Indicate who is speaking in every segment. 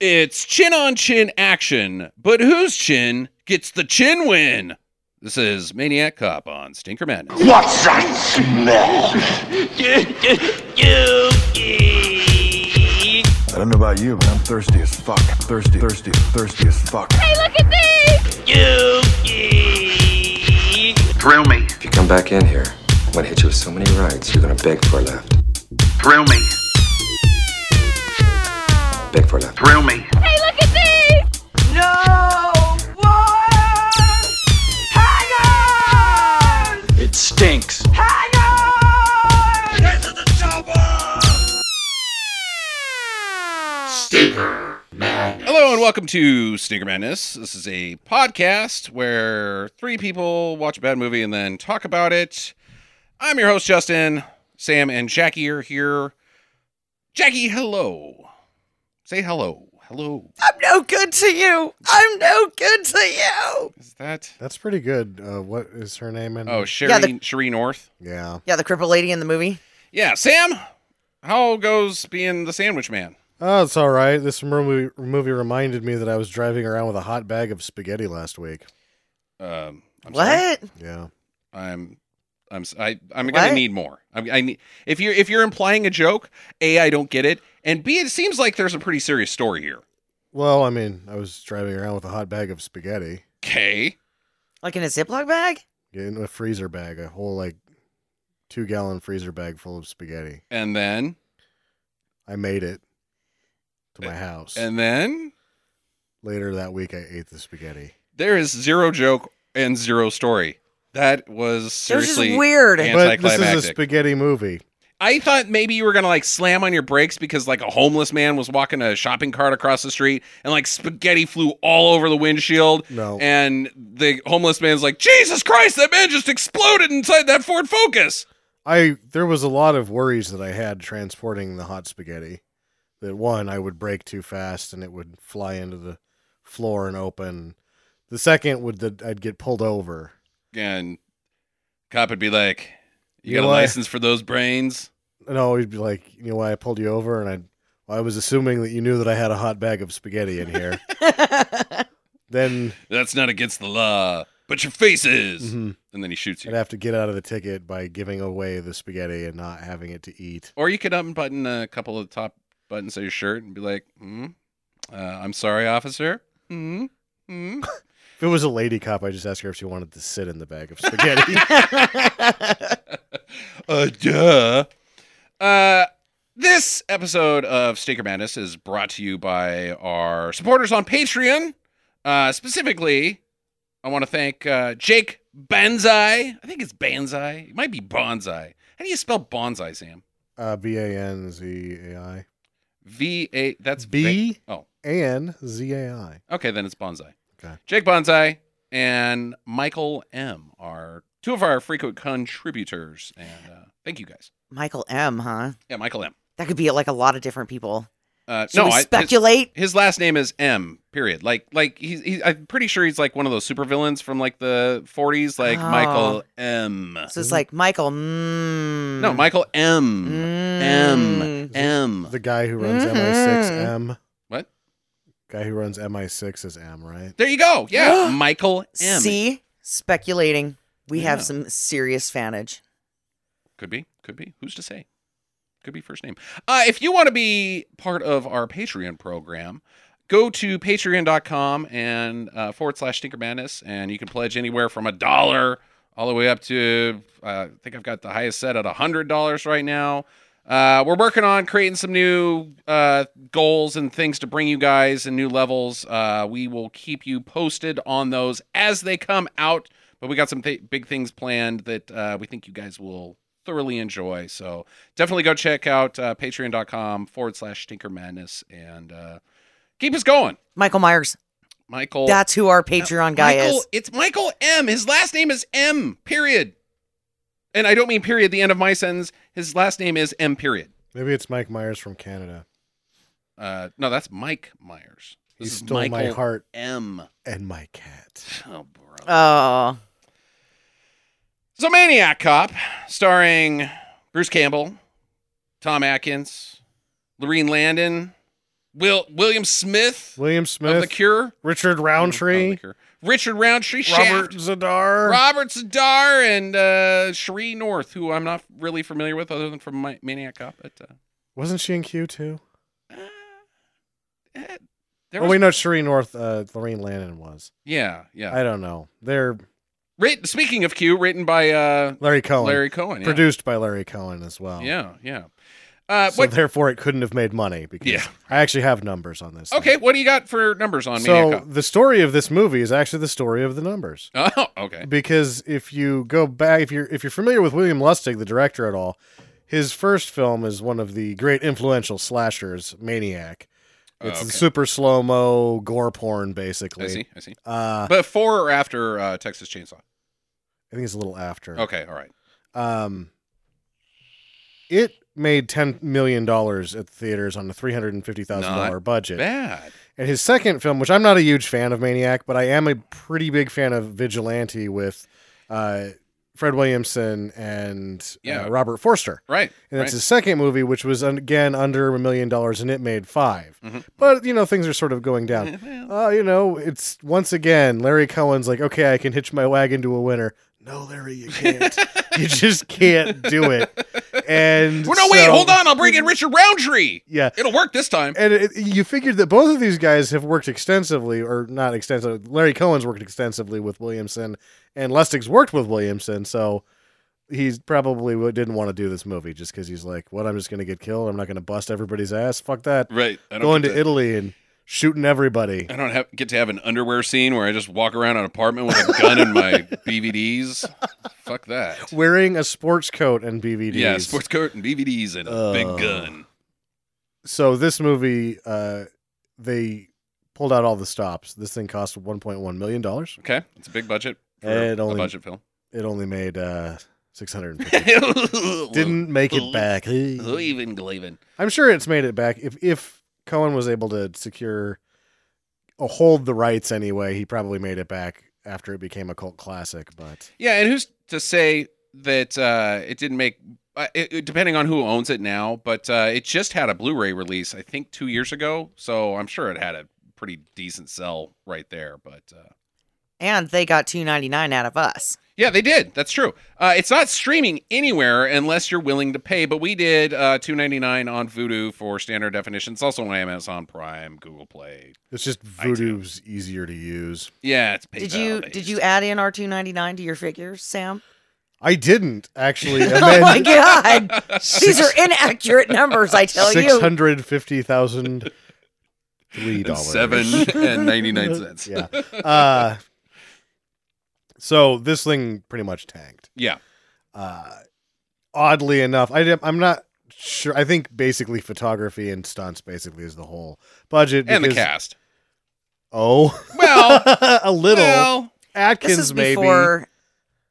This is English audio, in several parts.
Speaker 1: It's chin on chin action, but whose chin gets the chin win? This is Maniac Cop on Stinker Madness.
Speaker 2: What's that smell?
Speaker 3: I don't know about you, but I'm thirsty as fuck. Thirsty, thirsty, thirsty as fuck.
Speaker 4: Hey, look at these!
Speaker 2: Thrill me,
Speaker 5: If you come back in here, I'm gonna hit you with so many rights, you're gonna beg for a left.
Speaker 2: thrill me,
Speaker 5: Beg for a left.
Speaker 2: thrill me.
Speaker 4: Hey, look at these!
Speaker 6: It stinks.
Speaker 1: Hello and welcome to Stinker Madness. This is a podcast where three people watch a bad movie and then talk about it. I'm your host, Justin. Sam and Jackie are here. Jackie, hello. Say hello. Hello.
Speaker 7: I'm no good to you. I'm no good to you.
Speaker 1: Is that?
Speaker 8: That's pretty good. Uh, what is her name? And
Speaker 1: Oh, Sherry,
Speaker 7: Yeah, the-
Speaker 1: Sherry North.
Speaker 8: yeah.
Speaker 7: Yeah, the crippled lady in the movie.
Speaker 1: Yeah, Sam, how goes being the sandwich man?
Speaker 8: Oh, it's all right. This movie movie reminded me that I was driving around with a hot bag of spaghetti last week.
Speaker 1: Um, I'm sorry?
Speaker 7: what?
Speaker 8: Yeah.
Speaker 1: I'm I'm s- I I'm gonna
Speaker 7: What?
Speaker 1: need more. I'm, I need if you're if you're implying a joke, a I don't get it, and b it seems like there's a pretty serious story here.
Speaker 8: Well, I mean, I was driving around with a hot bag of spaghetti
Speaker 1: Okay,
Speaker 7: Like in a Ziploc bag?
Speaker 8: in a freezer bag, a whole like two gallon freezer bag full of spaghetti.
Speaker 1: and then
Speaker 8: I made it to my house. And
Speaker 1: and then
Speaker 8: later that week, I ate the spaghetti.
Speaker 1: there is zero joke and zero story. That was
Speaker 7: It was just
Speaker 1: seriously.
Speaker 7: weird.
Speaker 1: and-
Speaker 8: But this is a
Speaker 1: Anticlimactic.
Speaker 8: spaghetti movie.
Speaker 1: I thought maybe you were gonna like slam on your brakes because like a homeless man was walking a shopping cart across the street and like spaghetti flew all over the windshield.
Speaker 7: Oh.
Speaker 8: No.
Speaker 1: And the homeless man's like, Jesus Christ, that man just exploded inside that Ford Focus.
Speaker 8: I there was a lot of worries that I had transporting the hot spaghetti. That one, I would brake too fast and it would fly into the floor and open. The second would that I'd get pulled over.
Speaker 1: and cop would be like, "You,
Speaker 8: You
Speaker 1: got a
Speaker 8: know what?
Speaker 1: license for those brains?"
Speaker 8: And I would be like, you know why I pulled you over? And I'd, well, I was assuming that you knew that I had a hot bag of spaghetti in here. then
Speaker 1: That's not against the law, but your face is.
Speaker 8: mhm,
Speaker 1: And then he shoots you.
Speaker 8: I'd have to get out of the ticket by giving away the spaghetti and not having it to eat.
Speaker 1: Or you could unbutton a couple of the top buttons of your shirt and be like, "Hmm, uh, I'm sorry, officer." Hmm. Hmm.
Speaker 8: If it was a lady cop, I just asked her if she wanted to sit in the bag of spaghetti.
Speaker 1: uh, duh. Uh, this episode of Stinker Madness is brought to you by our supporters on Patreon. Uh, specifically, I want to thank uh, Jake Banzai. I think it's Banzai. It might be Bonsai. How do you spell Bonsai, Sam?
Speaker 8: uh, B A N Z A I.
Speaker 1: V A. That's
Speaker 8: B?
Speaker 1: Va- oh,
Speaker 8: and ZAI.
Speaker 1: Okay, then it's Bonsai.
Speaker 8: Okay.
Speaker 1: Jake Bonsai and Michael M are two of our frequent contributors, and uh, thank you guys.
Speaker 7: Michael M, huh?
Speaker 1: Yeah, Michael M.
Speaker 7: That could be like a lot of different people.
Speaker 1: Uh,
Speaker 7: Should we
Speaker 1: I- his-
Speaker 7: speculate?
Speaker 1: his last name is M. Period. Like, like he's, he's I'm pretty sure he's like one of those supervillains from like the 40s, like
Speaker 7: Oh.
Speaker 1: Michael M.
Speaker 7: so it's like Michael. Mm,
Speaker 1: Mm-hmm. No, Michael M. M.
Speaker 7: Mm.
Speaker 1: M.
Speaker 8: The guy who runs
Speaker 7: Mhm.
Speaker 8: MI6M.
Speaker 1: Mm-hmm. What?
Speaker 8: Guy who runs MI6 is M, right?
Speaker 1: There you go. Yeah, Michael M.
Speaker 7: See, speculating. We have
Speaker 1: Yeah.
Speaker 7: some serious fanage.
Speaker 1: Could be. Could be. Who's to say? Could be first name. Uh, if you want to be part of our Patreon program, go to patreon.com and uh, forward slash Tinker Madness, and you can pledge anywhere from a dollar all the way up to, uh, I think I've got the highest set at a $100 right now. Uh, we're working on creating some new uh, goals and things to bring you guys and new levels. Uh, we will keep you posted on those as they come out. But we got some th- big things planned that uh, we think you guys will thoroughly enjoy. So definitely go check out uh, patreon.com forward slash stinker madness and uh, keep us going.
Speaker 7: Michael Myers.
Speaker 1: Michael.
Speaker 7: That's who our Patreon guy
Speaker 1: Michael,
Speaker 7: is.
Speaker 1: It's Michael M. His last name is M, period. And I don't mean period at the end of my sentence. His last name is M, period.
Speaker 8: Maybe it's Mike Myers from Canada.
Speaker 1: Uh, no, that's Mike Myers.
Speaker 8: He
Speaker 1: This is
Speaker 8: stole my
Speaker 1: Michael
Speaker 8: heart
Speaker 1: M.
Speaker 8: and my cat.
Speaker 1: Oh, bro.
Speaker 7: Oh,
Speaker 1: so, Maniac Cop, starring Bruce Campbell, Tom Atkins, Lorene Landon, Will William Smith,
Speaker 8: William
Speaker 1: of The
Speaker 8: Smith,
Speaker 1: Cure,
Speaker 8: Richard
Speaker 1: Not The
Speaker 8: Roundtree,
Speaker 1: Cure. Richard Roundtree,
Speaker 8: Robert
Speaker 1: Shaft.
Speaker 8: Zadar.
Speaker 1: Robert Sadar and uh, Sheree North, who I'm not really familiar with other than from my Maniac Cop. But uh,
Speaker 8: Wasn't she in Q too?
Speaker 1: eh, there
Speaker 8: Oh,
Speaker 1: was-
Speaker 8: we know Sheree North, uh, Lorraine Lannon was.
Speaker 1: yeah, yeah.
Speaker 8: I don't know. They're
Speaker 1: Writ- speaking of Q, written by uh,
Speaker 8: Larry Cohen,
Speaker 1: Larry Cohen. Yeah,
Speaker 8: produced by Larry Cohen as well.
Speaker 1: yeah. yeah. Uh,
Speaker 8: So
Speaker 1: what?
Speaker 8: therefore, it couldn't have made money because
Speaker 1: Yeah.
Speaker 8: I actually have numbers on this. thing.
Speaker 1: Okay, what do you got for numbers on
Speaker 8: So
Speaker 1: Maniac
Speaker 8: the story of this movie is actually the story of the numbers.
Speaker 1: Cop? Oh, okay.
Speaker 8: because if you go back if you're if you're familiar with William Lustig the director at all his first film is one of the great influential slashers Maniac it's
Speaker 1: Oh, okay.
Speaker 8: super slow mo gore porn
Speaker 1: I
Speaker 8: basically
Speaker 1: see. I see.
Speaker 8: uh
Speaker 1: Before or after uh, Texas Chainsaw?
Speaker 8: I think it's a little after
Speaker 1: Okay, all right.
Speaker 8: um it made 10 million dollars at the theaters on a 350,000 dollar
Speaker 1: Not
Speaker 8: budget
Speaker 1: Bad.
Speaker 8: And his second film, which I'm not a huge fan of Maniac, but I am a pretty big fan of Vigilante with uh, Fred Williamson and
Speaker 1: Yeah.
Speaker 8: uh, Robert Forster.
Speaker 1: Right.
Speaker 8: And
Speaker 1: right.
Speaker 8: it's his second movie, which was un- again under a million dollars, and it made 5
Speaker 1: Mhm.
Speaker 8: But you know things are sort of going
Speaker 1: Mm-hmm.
Speaker 8: down. Uh, you know, it's once again Larry Cohen's like, okay, I can hitch my wagon to a winner. No, Larry, you can't. you just can't do it. And
Speaker 1: Well, no, wait,
Speaker 8: so-
Speaker 1: hold on. I'll bring in Richard Roundtree.
Speaker 8: Yeah,
Speaker 1: It'll work this time.
Speaker 8: and it, you figured that both of these guys have worked extensively, or not extensively. Larry Cohen's worked extensively with Williamson, and Lustig's worked with Williamson, so he probably w- didn't want to do this movie just because he's like, "What? I'm just going to get killed. I'm not going to bust everybody's ass. Fuck that.
Speaker 1: Right. I don't
Speaker 8: Going
Speaker 1: get
Speaker 8: to Italy and shooting everybody."
Speaker 1: I don't have, get to have an underwear scene where I just walk around an apartment with a gun and my BVDs. Fuck that.
Speaker 8: Wearing a sports coat and BVDs.
Speaker 1: Yeah, sports coat and BVDs and a big
Speaker 8: Oh.
Speaker 1: gun.
Speaker 8: so this movie, uh, they pulled out all the stops. This thing cost 1.1 million dollars.
Speaker 1: Okay, it's a big budget. For
Speaker 8: It
Speaker 1: a
Speaker 8: only-
Speaker 1: budget film.
Speaker 8: It only made uh, 650. didn't make it back.
Speaker 1: Who even Glavin?
Speaker 8: I'm sure it's made it back. If if Cohen was able to secure or hold the rights anyway, he probably made it back after it became a cult classic. But
Speaker 1: Yeah, and who's to say that uh, it didn't make? Uh, it, it- depending on who owns it now, but uh, it just had a Blu-ray release, I think, two years ago. So I'm sure it had a pretty decent sell right there. But uh,
Speaker 7: And they got two ninety nine out of us.
Speaker 1: Yeah, they did. That's true. Uh, it's not streaming anywhere unless you're willing to pay. But we did uh, two ninety nine on Vudu for standard definition. It's also on Amazon Prime, Google Play.
Speaker 8: it's just
Speaker 1: I do.
Speaker 8: voodoo's easier to use.
Speaker 1: Yeah, it's PayPal.
Speaker 7: Did you
Speaker 1: based.
Speaker 7: did you add in our two ninety nine to your figures, Sam?
Speaker 8: I didn't actually
Speaker 7: Oh my
Speaker 8: amend
Speaker 7: god. These are inaccurate numbers, I tell
Speaker 8: six
Speaker 7: you.
Speaker 8: hundred fifty thousand three
Speaker 1: And
Speaker 8: dollars
Speaker 1: seven and ninety nine cents?
Speaker 8: yeah. Uh, so this thing pretty much tanked.
Speaker 1: yeah.
Speaker 8: uh, oddly enough, I didn't- I'm not sure. I think basically photography and stunts basically is the whole budget.
Speaker 1: And the
Speaker 8: because-
Speaker 1: cast.
Speaker 8: Oh,
Speaker 1: Well,
Speaker 8: a little
Speaker 1: well,
Speaker 8: Atkins
Speaker 7: This is
Speaker 8: maybe.
Speaker 7: before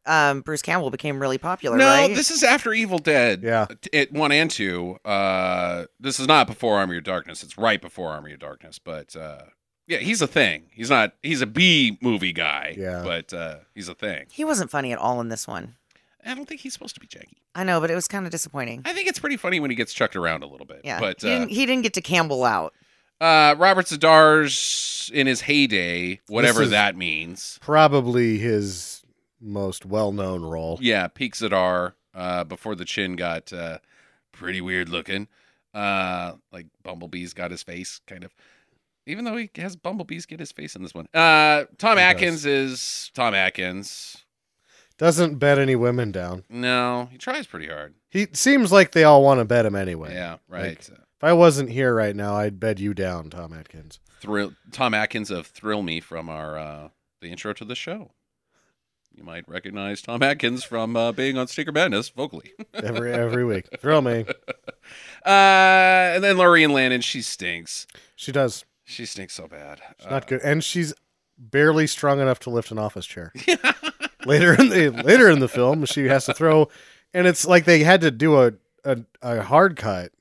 Speaker 7: um, Bruce Campbell became really popular,
Speaker 1: no.
Speaker 7: right?
Speaker 1: This is after Evil Dead.
Speaker 8: Yeah.
Speaker 1: t- It one and two. Uh, this is not before Army of Darkness. It's right before Army of Darkness. But uh, yeah, he's a thing. He's not. He's a B movie guy.
Speaker 8: Yeah.
Speaker 1: But uh, he's a thing.
Speaker 7: he wasn't funny at all in this one.
Speaker 1: I don't think he's supposed to be Jackie.
Speaker 7: I know, but it was kind of disappointing.
Speaker 1: I think it's pretty funny when he gets chucked around a little bit.
Speaker 7: Yeah,
Speaker 1: But
Speaker 7: he,
Speaker 1: uh,
Speaker 7: didn't, he didn't get to Campbell out.
Speaker 1: uh, Robert Zadar's in his heyday, whatever
Speaker 8: is-
Speaker 1: that means.
Speaker 8: probably his most well-known role.
Speaker 1: Yeah, peak Zadar uh, before the chin got uh, pretty weird looking. Uh, like Bumblebee's got his face, kind of. Even though he has Bumblebee's get his face in this one. Uh, Tom
Speaker 8: He
Speaker 1: Atkins is Tom Atkins.
Speaker 8: Doesn't bet any women down.
Speaker 1: No, he tries pretty hard.
Speaker 8: He seems like they all want to bet him anyway.
Speaker 1: Yeah, right.
Speaker 8: If I wasn't here right now, I'd bet you down, Tom Atkins.
Speaker 1: Thrill Tom Atkins of Thrill Me from our uh, the intro to the show. You might recognize Tom Atkins from uh, being on Sneaker Madness vocally.
Speaker 8: Every every week, thrill me.
Speaker 1: Uh, and then Lorian Lannon, she stinks.
Speaker 8: She does.
Speaker 1: She stinks so bad. Uh,
Speaker 8: She's not good, and she's barely strong enough to lift an office chair. later in the later in the film, she has to throw, and it's like they had to do a a, a hard cut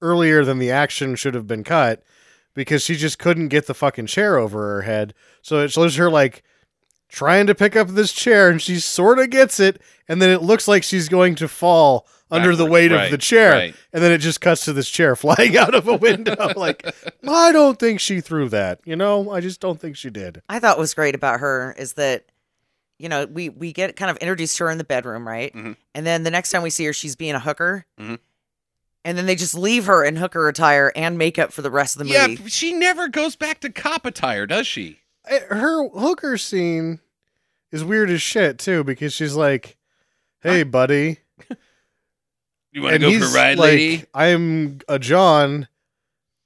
Speaker 8: earlier than the action should have been cut because she just couldn't get the fucking chair over her head. So it shows her like trying to pick up this chair, and she sort of gets it, and then it looks like she's going to fall under the
Speaker 1: Backwards,
Speaker 8: weight
Speaker 1: right,
Speaker 8: of the chair.
Speaker 1: right.
Speaker 8: And then it just cuts to this chair flying out of a window. like, I don't think she threw that. You know, I just don't think she did.
Speaker 7: I thought was great about her is that, you know, we we get kind of introduced to her in the bedroom, right?
Speaker 8: Mm-hmm.
Speaker 1: Mhm.
Speaker 7: And then the next time we see her, she's being a hooker.
Speaker 1: Mhm.
Speaker 7: And then they just leave her in hooker attire and makeup for the rest of the
Speaker 1: Yeah,
Speaker 7: movie.
Speaker 1: she never goes back to cop attire, does she?
Speaker 8: Eh, Her hooker scene is weird as shit, too, because she's like, hey, buddy.
Speaker 1: You want to go for a ride, lady?
Speaker 8: I'm a John,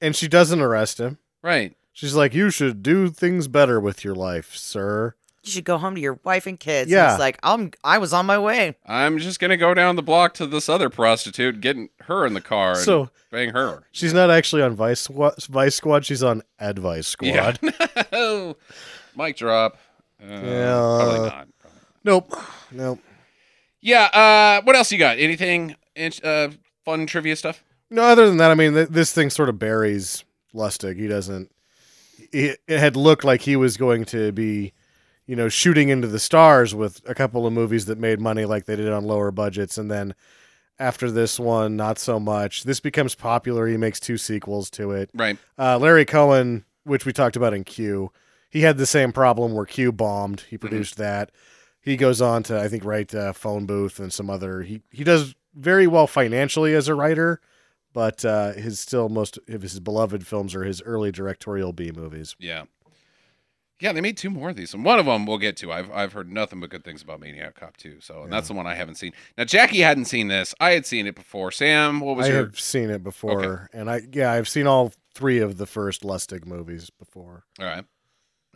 Speaker 8: and she doesn't arrest him.
Speaker 1: Right.
Speaker 8: She's like, you should do things better with your life, sir.
Speaker 7: You should go home to your wife and kids. And
Speaker 8: Yeah.
Speaker 7: he's like, I'm I was on my way.
Speaker 1: I'm just gonna go down the block to this other prostitute, getting her in the car, and
Speaker 8: So
Speaker 1: bang her.
Speaker 8: she's not actually on Vice Squad. Vice Squad. She's on Advice Squad.
Speaker 1: Yeah. No. Mic drop. Uh,
Speaker 8: Yeah.
Speaker 1: Probably not.
Speaker 8: Nope. Nope.
Speaker 1: Yeah. Uh, what else you got? Anything int- uh, fun trivia stuff?
Speaker 8: No, other than that, I mean, th- this thing sort of buries Lustig. He doesn't. It, it had looked like he was going to be, you know, shooting into the stars with a couple of movies that made money like they did on lower budgets. And then after this one, not so much. This becomes popular. He makes two sequels to it.
Speaker 1: Right.
Speaker 8: Uh, Larry Cohen, which we talked about in Q, he had the same problem where Q bombed. He
Speaker 1: Mm-hmm.
Speaker 8: produced that. He goes on to, I think, write uh, Phone Booth and some other. He he does very well financially as a writer, but uh, his still most of his beloved films are his early directorial B movies.
Speaker 1: Yeah. Yeah, they made two more of these, and one of them we'll get to. I've I've heard nothing but good things about Maniac Cop 2, so and that's the one I haven't seen. Now Jackie hadn't seen this. I had seen it before. Sam, what was
Speaker 8: I
Speaker 1: your?
Speaker 8: have seen it before, and I yeah, I've seen all three of the first Lustig movies before.
Speaker 1: All right,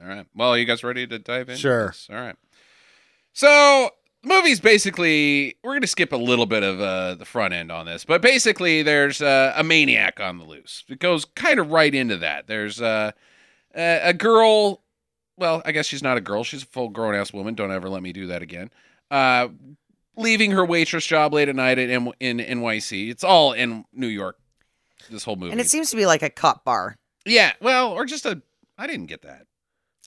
Speaker 1: all right. Well, you guys ready to dive in?
Speaker 8: Sure.
Speaker 1: All right. So the movie's basically we're going to skip a little bit of uh, the front end on this, but basically there's uh, a maniac on the loose. It goes kind of right into that. There's uh, a a girl. Well, I guess she's not a girl. She's a full grown ass woman. Don't ever let me do that again. Uh, leaving her waitress job late at night at M- in NYC. It's all in New York. This whole movie.
Speaker 7: And it seems to be like a cop bar.
Speaker 1: yeah. Well, or just a. I didn't get that.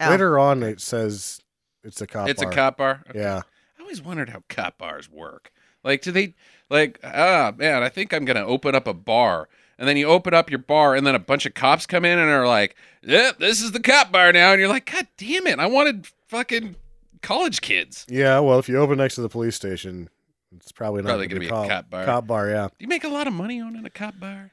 Speaker 7: Oh.
Speaker 8: Later on, it says it's a cop.
Speaker 1: it's
Speaker 8: bar.
Speaker 1: a cop bar. Okay.
Speaker 8: Yeah,
Speaker 1: I always wondered how cop bars work. Like, do they like? Ah, man, I think I'm gonna open up a bar, and then you open up your bar, and then a bunch of cops come in and are like, "Yep, this is the cop bar now," and you're like, "God damn it! I wanted fucking college kids."
Speaker 8: yeah. Well, if you open next to the police station, it's probably not
Speaker 1: Probably
Speaker 8: gonna
Speaker 1: gonna be a cop bar.
Speaker 8: Cop bar, yeah.
Speaker 1: Do you make a lot of money owning a cop bar?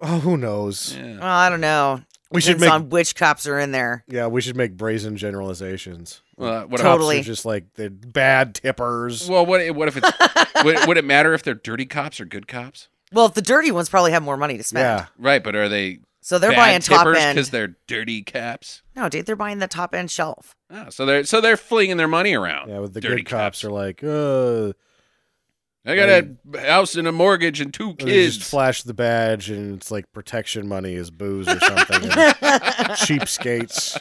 Speaker 8: Oh, who knows?
Speaker 1: Yeah.
Speaker 7: Well, I don't know.
Speaker 8: We should
Speaker 7: Depends
Speaker 8: make
Speaker 7: on which cops are in there.
Speaker 8: yeah, we should make brazen generalizations.
Speaker 1: Well, uh, what
Speaker 8: Cops
Speaker 1: about?
Speaker 7: Totally.
Speaker 8: are just like the bad tippers.
Speaker 1: Well, what what if it's would, would it matter if they're dirty cops or good cops?
Speaker 7: Well, the dirty ones probably have more money to spend.
Speaker 8: yeah,
Speaker 1: Right, but are they
Speaker 7: So they're
Speaker 1: bad
Speaker 7: buying top
Speaker 1: tippers
Speaker 7: end.
Speaker 1: because they're dirty cops?
Speaker 7: No, dude, they're buying the top end shelf.
Speaker 1: Oh, so they're so they're flinging their money around.
Speaker 8: yeah. With the
Speaker 1: Dirty
Speaker 8: good cops, are like, uh,
Speaker 1: I got a house and a mortgage and two
Speaker 8: they
Speaker 1: kids.
Speaker 8: just flash the badge, and it's like protection money is booze or something. and cheapskates.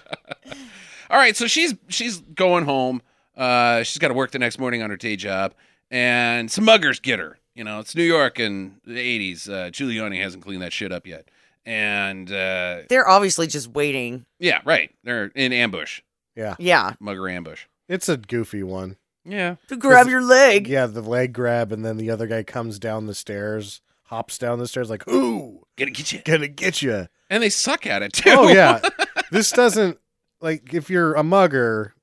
Speaker 1: All right, so she's she's going home. Uh, she's got to work the next morning on her day job, and some muggers get her. You know, it's New York in the '80s. Uh, Giuliani hasn't cleaned that shit up yet, and uh,
Speaker 7: They're obviously just waiting.
Speaker 1: yeah, right. They're in ambush,
Speaker 7: Yeah.
Speaker 1: mugger ambush.
Speaker 8: It's a goofy one.
Speaker 1: Yeah,
Speaker 7: To grab your leg.
Speaker 8: Yeah, the leg grab, and then the other guy comes down the stairs, hops down the stairs, like, "Ooh,
Speaker 1: gonna get you.
Speaker 8: gonna get you."
Speaker 1: And they suck at it too.
Speaker 8: Oh yeah. this doesn't like if you're a mugger,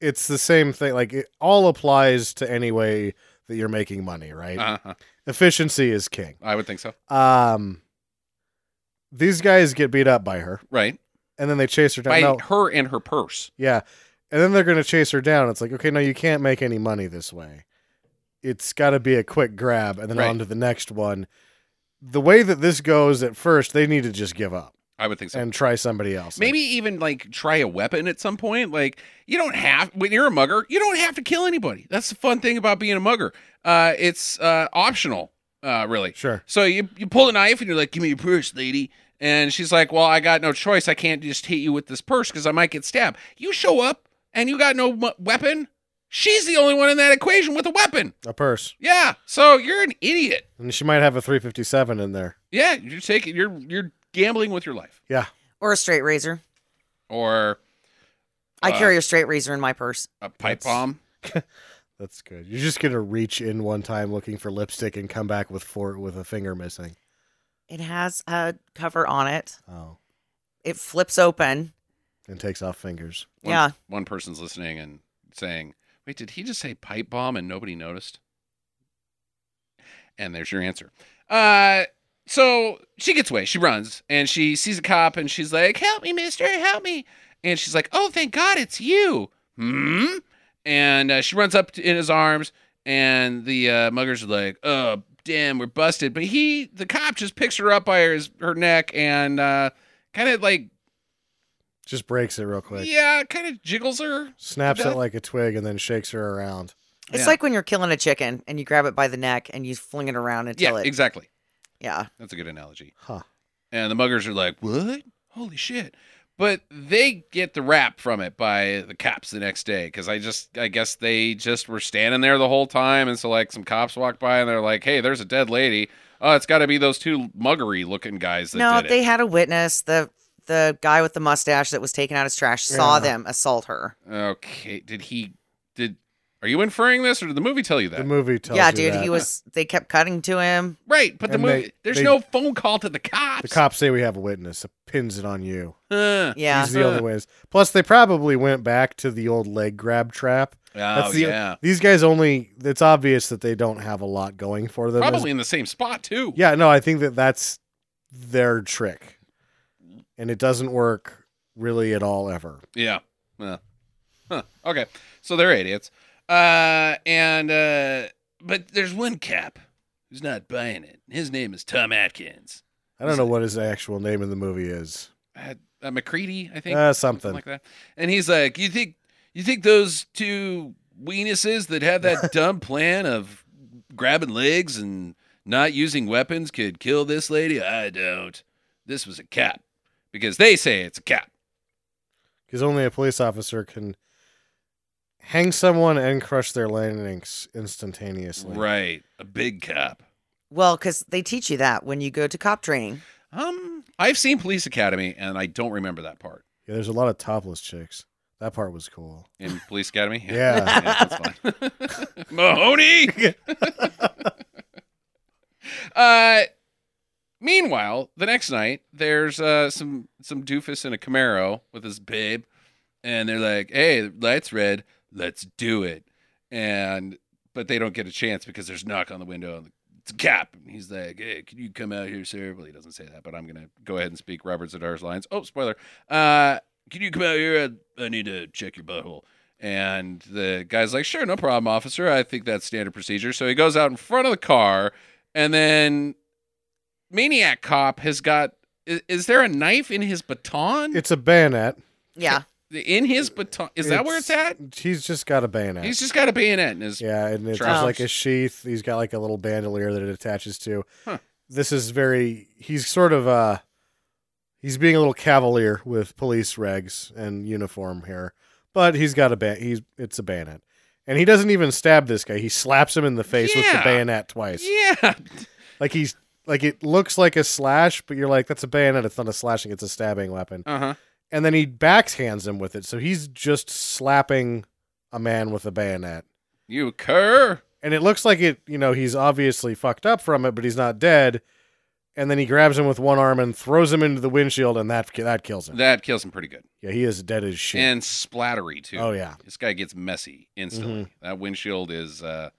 Speaker 8: it's the same thing. Like it all applies to any way that you're making money, right?
Speaker 1: uh-huh.
Speaker 8: Efficiency is king.
Speaker 1: I would think so.
Speaker 8: Um these guys get beat up by her
Speaker 1: Right,
Speaker 8: and then they chase her down.
Speaker 1: by
Speaker 8: No,
Speaker 1: her and her purse.
Speaker 8: yeah. And then they're going to chase her down. It's like, okay, no, you can't make any money this way. It's got to be a quick grab and then
Speaker 1: Right.
Speaker 8: on to the next one. The way that this goes at first, they need to just give up
Speaker 1: I would think so.
Speaker 8: and try somebody else. Like,
Speaker 1: Maybe even like try a weapon at some point. Like you don't have when you're a mugger, you don't have to kill anybody. That's the fun thing about being a mugger. Uh, it's uh, optional, uh, really.
Speaker 8: sure.
Speaker 1: So you you pull a knife and you're like, "Give me your purse, lady," and she's like, "Well, I got no choice. I can't just hit you with this purse because I might get stabbed." You show up and you got no mu- weapon. She's the only one in that equation with a weapon.
Speaker 8: A purse.
Speaker 1: Yeah. So you're an idiot.
Speaker 8: And she might have a 357 in there.
Speaker 1: Yeah. You're taking you're you're gambling with your life.
Speaker 8: Yeah.
Speaker 7: Or a straight razor.
Speaker 1: Or
Speaker 7: I
Speaker 1: Uh,
Speaker 7: carry a straight razor in my purse.
Speaker 1: a pipe
Speaker 8: That's-
Speaker 1: bomb.
Speaker 8: That's good. You're just gonna reach in one time looking for lipstick and come back with four with a finger missing.
Speaker 7: It has a cover on it.
Speaker 8: Oh,
Speaker 7: It flips open.
Speaker 8: and takes off fingers.
Speaker 1: One-
Speaker 7: Yeah.
Speaker 1: One person's listening and saying, wait, did he just say pipe bomb and nobody noticed? And there's your answer. Uh, so she gets away. She runs and she sees a cop and she's like, help me, mister, help me. And she's like, oh, thank God it's you. Hmm? And uh, she runs up to, in his arms and the uh, muggers are like, oh, damn, we're busted. But he, the cop just picks her up by her, her neck and uh, kind of like,
Speaker 8: Just breaks it real quick.
Speaker 1: yeah, kind of jiggles her.
Speaker 8: Snaps
Speaker 1: That-
Speaker 8: it like a twig and then shakes her around.
Speaker 7: It's
Speaker 1: Yeah.
Speaker 7: like when you're killing a chicken and you grab it by the neck and you fling it around until
Speaker 1: Yeah,
Speaker 7: it.
Speaker 1: exactly.
Speaker 7: yeah.
Speaker 1: That's a good analogy.
Speaker 8: Huh.
Speaker 1: And the muggers are like, "What? Holy shit!" But they get the rap from it by the cops the next day because I just, I guess they just were standing there the whole time, and so like some cops walk by and they're like, "Hey, there's a dead lady." Oh, it's got to be those two muggery looking guys that
Speaker 7: No,
Speaker 1: did it.
Speaker 7: they had a witness. The the guy with the mustache that was taking out his trash saw
Speaker 8: Yeah.
Speaker 7: them assault her.
Speaker 1: okay, did he? Did are you inferring this, or did the movie tell you that?
Speaker 8: The movie tells
Speaker 7: yeah,
Speaker 8: you
Speaker 7: dude,
Speaker 8: that.
Speaker 7: he was. They kept cutting to him.
Speaker 1: right, but the
Speaker 8: And
Speaker 1: movie.
Speaker 8: they-
Speaker 1: there's
Speaker 8: they-
Speaker 1: no phone call to the cops.
Speaker 8: The cops say we have a witness. It pins it on you.
Speaker 1: Huh.
Speaker 7: Yeah,
Speaker 8: These are the only ways. Plus, they probably went back to the old leg grab trap.
Speaker 1: Oh
Speaker 8: the,
Speaker 1: yeah.
Speaker 8: These guys only. It's obvious that they don't have a lot going for them.
Speaker 1: Probably in the same spot too.
Speaker 8: Yeah, no, I think that that's their trick, and it doesn't work really at all ever.
Speaker 1: Yeah. Yeah. Huh. Okay. So they're idiots. Uh, and uh, but there's one cap who's not buying it. His name is Tom Atkins.
Speaker 8: I don't know what his actual name in the movie is.
Speaker 1: Uh, uh, McCready, I think.
Speaker 8: Uh, something.
Speaker 1: like that. And he's like, "You think you think those two weenuses that have that dumb plan of grabbing legs and not using weapons could kill this lady? I don't. This was a cap because they say it's a cap.
Speaker 8: because only a police officer can hang someone and crush their landings instantaneously.
Speaker 1: Right. A big cap.
Speaker 7: Well, because they teach you that when you go to cop training.
Speaker 1: Um, I've seen Police Academy, and I don't remember that part
Speaker 8: Yeah, there's a lot of topless chicks. That part was cool.
Speaker 1: in Police Academy.
Speaker 8: Yeah.
Speaker 1: that's fine. Mahoney. uh, meanwhile, the next night, there's uh some some doofus in a Camaro with his babe, and they're like, "Hey, the lights red, let's do it," and but they don't get a chance because there's a knock on the window and it's a cap. And he's like, "Hey, can you come out here, sir?" Well, he doesn't say that, but I'm gonna go ahead and speak Robert Zadar's lines. Oh, spoiler. Uh, can you come out here? I, I need to check your butthole. And the guy's like, sure, no problem, officer. I think that's standard procedure. So he goes out in front of the car, and then Maniac Cop has got. Is, is there a knife in his baton?
Speaker 8: It's a bayonet.
Speaker 7: Yeah.
Speaker 1: in his baton. Is that where it's at?
Speaker 8: He's just got a bayonet.
Speaker 1: He's just got a bayonet in his.
Speaker 8: yeah, and it's
Speaker 1: Trousers.
Speaker 8: just like a sheath. He's got like a little bandolier that it attaches to.
Speaker 1: Huh.
Speaker 8: This is very. He's sort of uh, he's being a little cavalier with police regs and uniform here, but he's got a ban. He's it's a bayonet, and he doesn't even stab this guy. He slaps him in the face with the
Speaker 1: Yeah.
Speaker 8: bayonet twice.
Speaker 1: Yeah.
Speaker 8: Like he's like it looks like a slash, but you're like that's a bayonet. It's not a slashing. It's a stabbing weapon.
Speaker 1: Uh huh.
Speaker 8: And then he backhands him with it, so he's just slapping a man with a bayonet.
Speaker 1: You cur.
Speaker 8: And it looks like it. You know, he's obviously fucked up from it, but he's not dead. And then he grabs him with one arm and throws him into the windshield, and that that kills him.
Speaker 1: That kills him pretty good.
Speaker 8: yeah, he is dead as shit.
Speaker 1: And splattery too.
Speaker 8: oh yeah,
Speaker 1: This guy gets messy instantly.
Speaker 8: Mm-hmm.
Speaker 1: That windshield is uh,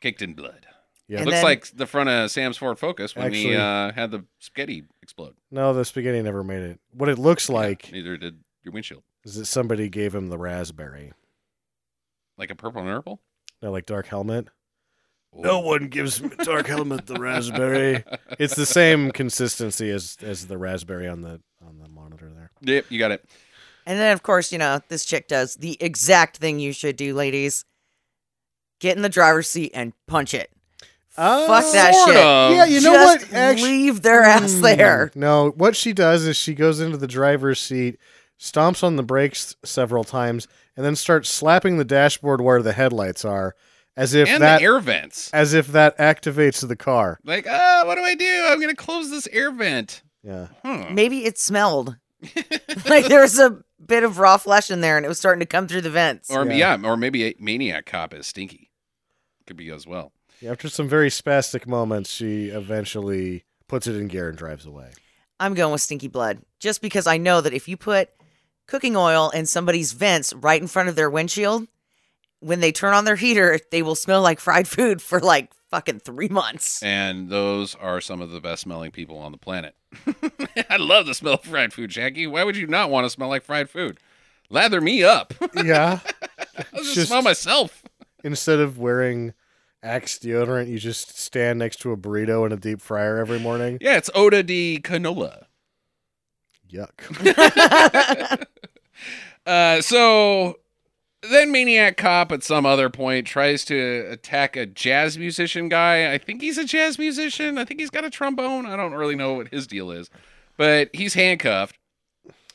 Speaker 1: kicked in blood.
Speaker 8: Yeah.
Speaker 7: And
Speaker 1: Looks
Speaker 7: then-
Speaker 1: like the front of Sam's Ford Focus when he
Speaker 8: Actually-
Speaker 1: uh, had the spaghetti explode.
Speaker 8: no, the spaghetti never made it. What it looks like
Speaker 1: Neither did your windshield.
Speaker 8: is that somebody gave him the raspberry.
Speaker 1: Like a purple and purple?
Speaker 8: No, like Dark Helmet. No one gives Dark Helmet the raspberry. It's the same consistency as as the raspberry on the on the monitor there.
Speaker 1: Yep, you got it.
Speaker 7: And then, of course, you know, this chick does the exact thing you should do, ladies get in the driver's seat and punch it. Fuck that
Speaker 1: Sort
Speaker 7: shit.
Speaker 1: of.
Speaker 8: Yeah, you know
Speaker 7: Just
Speaker 8: what? Hmm. Actually,
Speaker 7: leave their ass
Speaker 1: Hmm.
Speaker 7: there.
Speaker 8: No, what she does is she goes into the driver's seat, stomps on the brakes several times, and then starts slapping the dashboard where the headlights are, as if
Speaker 1: and
Speaker 8: that
Speaker 1: the air vents.
Speaker 8: as if that activates the car.
Speaker 1: Like, oh, what do I do? I'm gonna close this air vent.
Speaker 8: Yeah,
Speaker 1: Hmm.
Speaker 7: Maybe it smelled. like there's a bit of raw flesh in there, and it was starting to come through the vents.
Speaker 1: Or yeah.
Speaker 8: Yeah.
Speaker 1: or maybe a maniac cop is stinky. Could be as well.
Speaker 8: Yeah, after some very spastic moments, she eventually puts it in gear and drives away.
Speaker 7: I'm going with stinky blood, just because I know that if you put cooking oil in somebody's vents right in front of their windshield, when they turn on their heater, they will smell like fried food for like fucking three months.
Speaker 1: And those are some of the best smelling people on the planet. I love the smell of fried food, Jackie. Why would you not want to smell like fried food? Lather me up.
Speaker 8: Yeah.
Speaker 1: I'll just,
Speaker 8: Just-
Speaker 1: smell myself.
Speaker 8: Instead of wearing Axe deodorant, you just stand next to a burrito in a deep fryer every morning.
Speaker 1: Yeah, it's Oda de Canola.
Speaker 8: Yuck.
Speaker 1: Uh, so then Maniac Cop at some other point tries to attack a jazz musician guy. I think he's a jazz musician. I think he's got a trombone. I don't really know what his deal is, but he's handcuffed.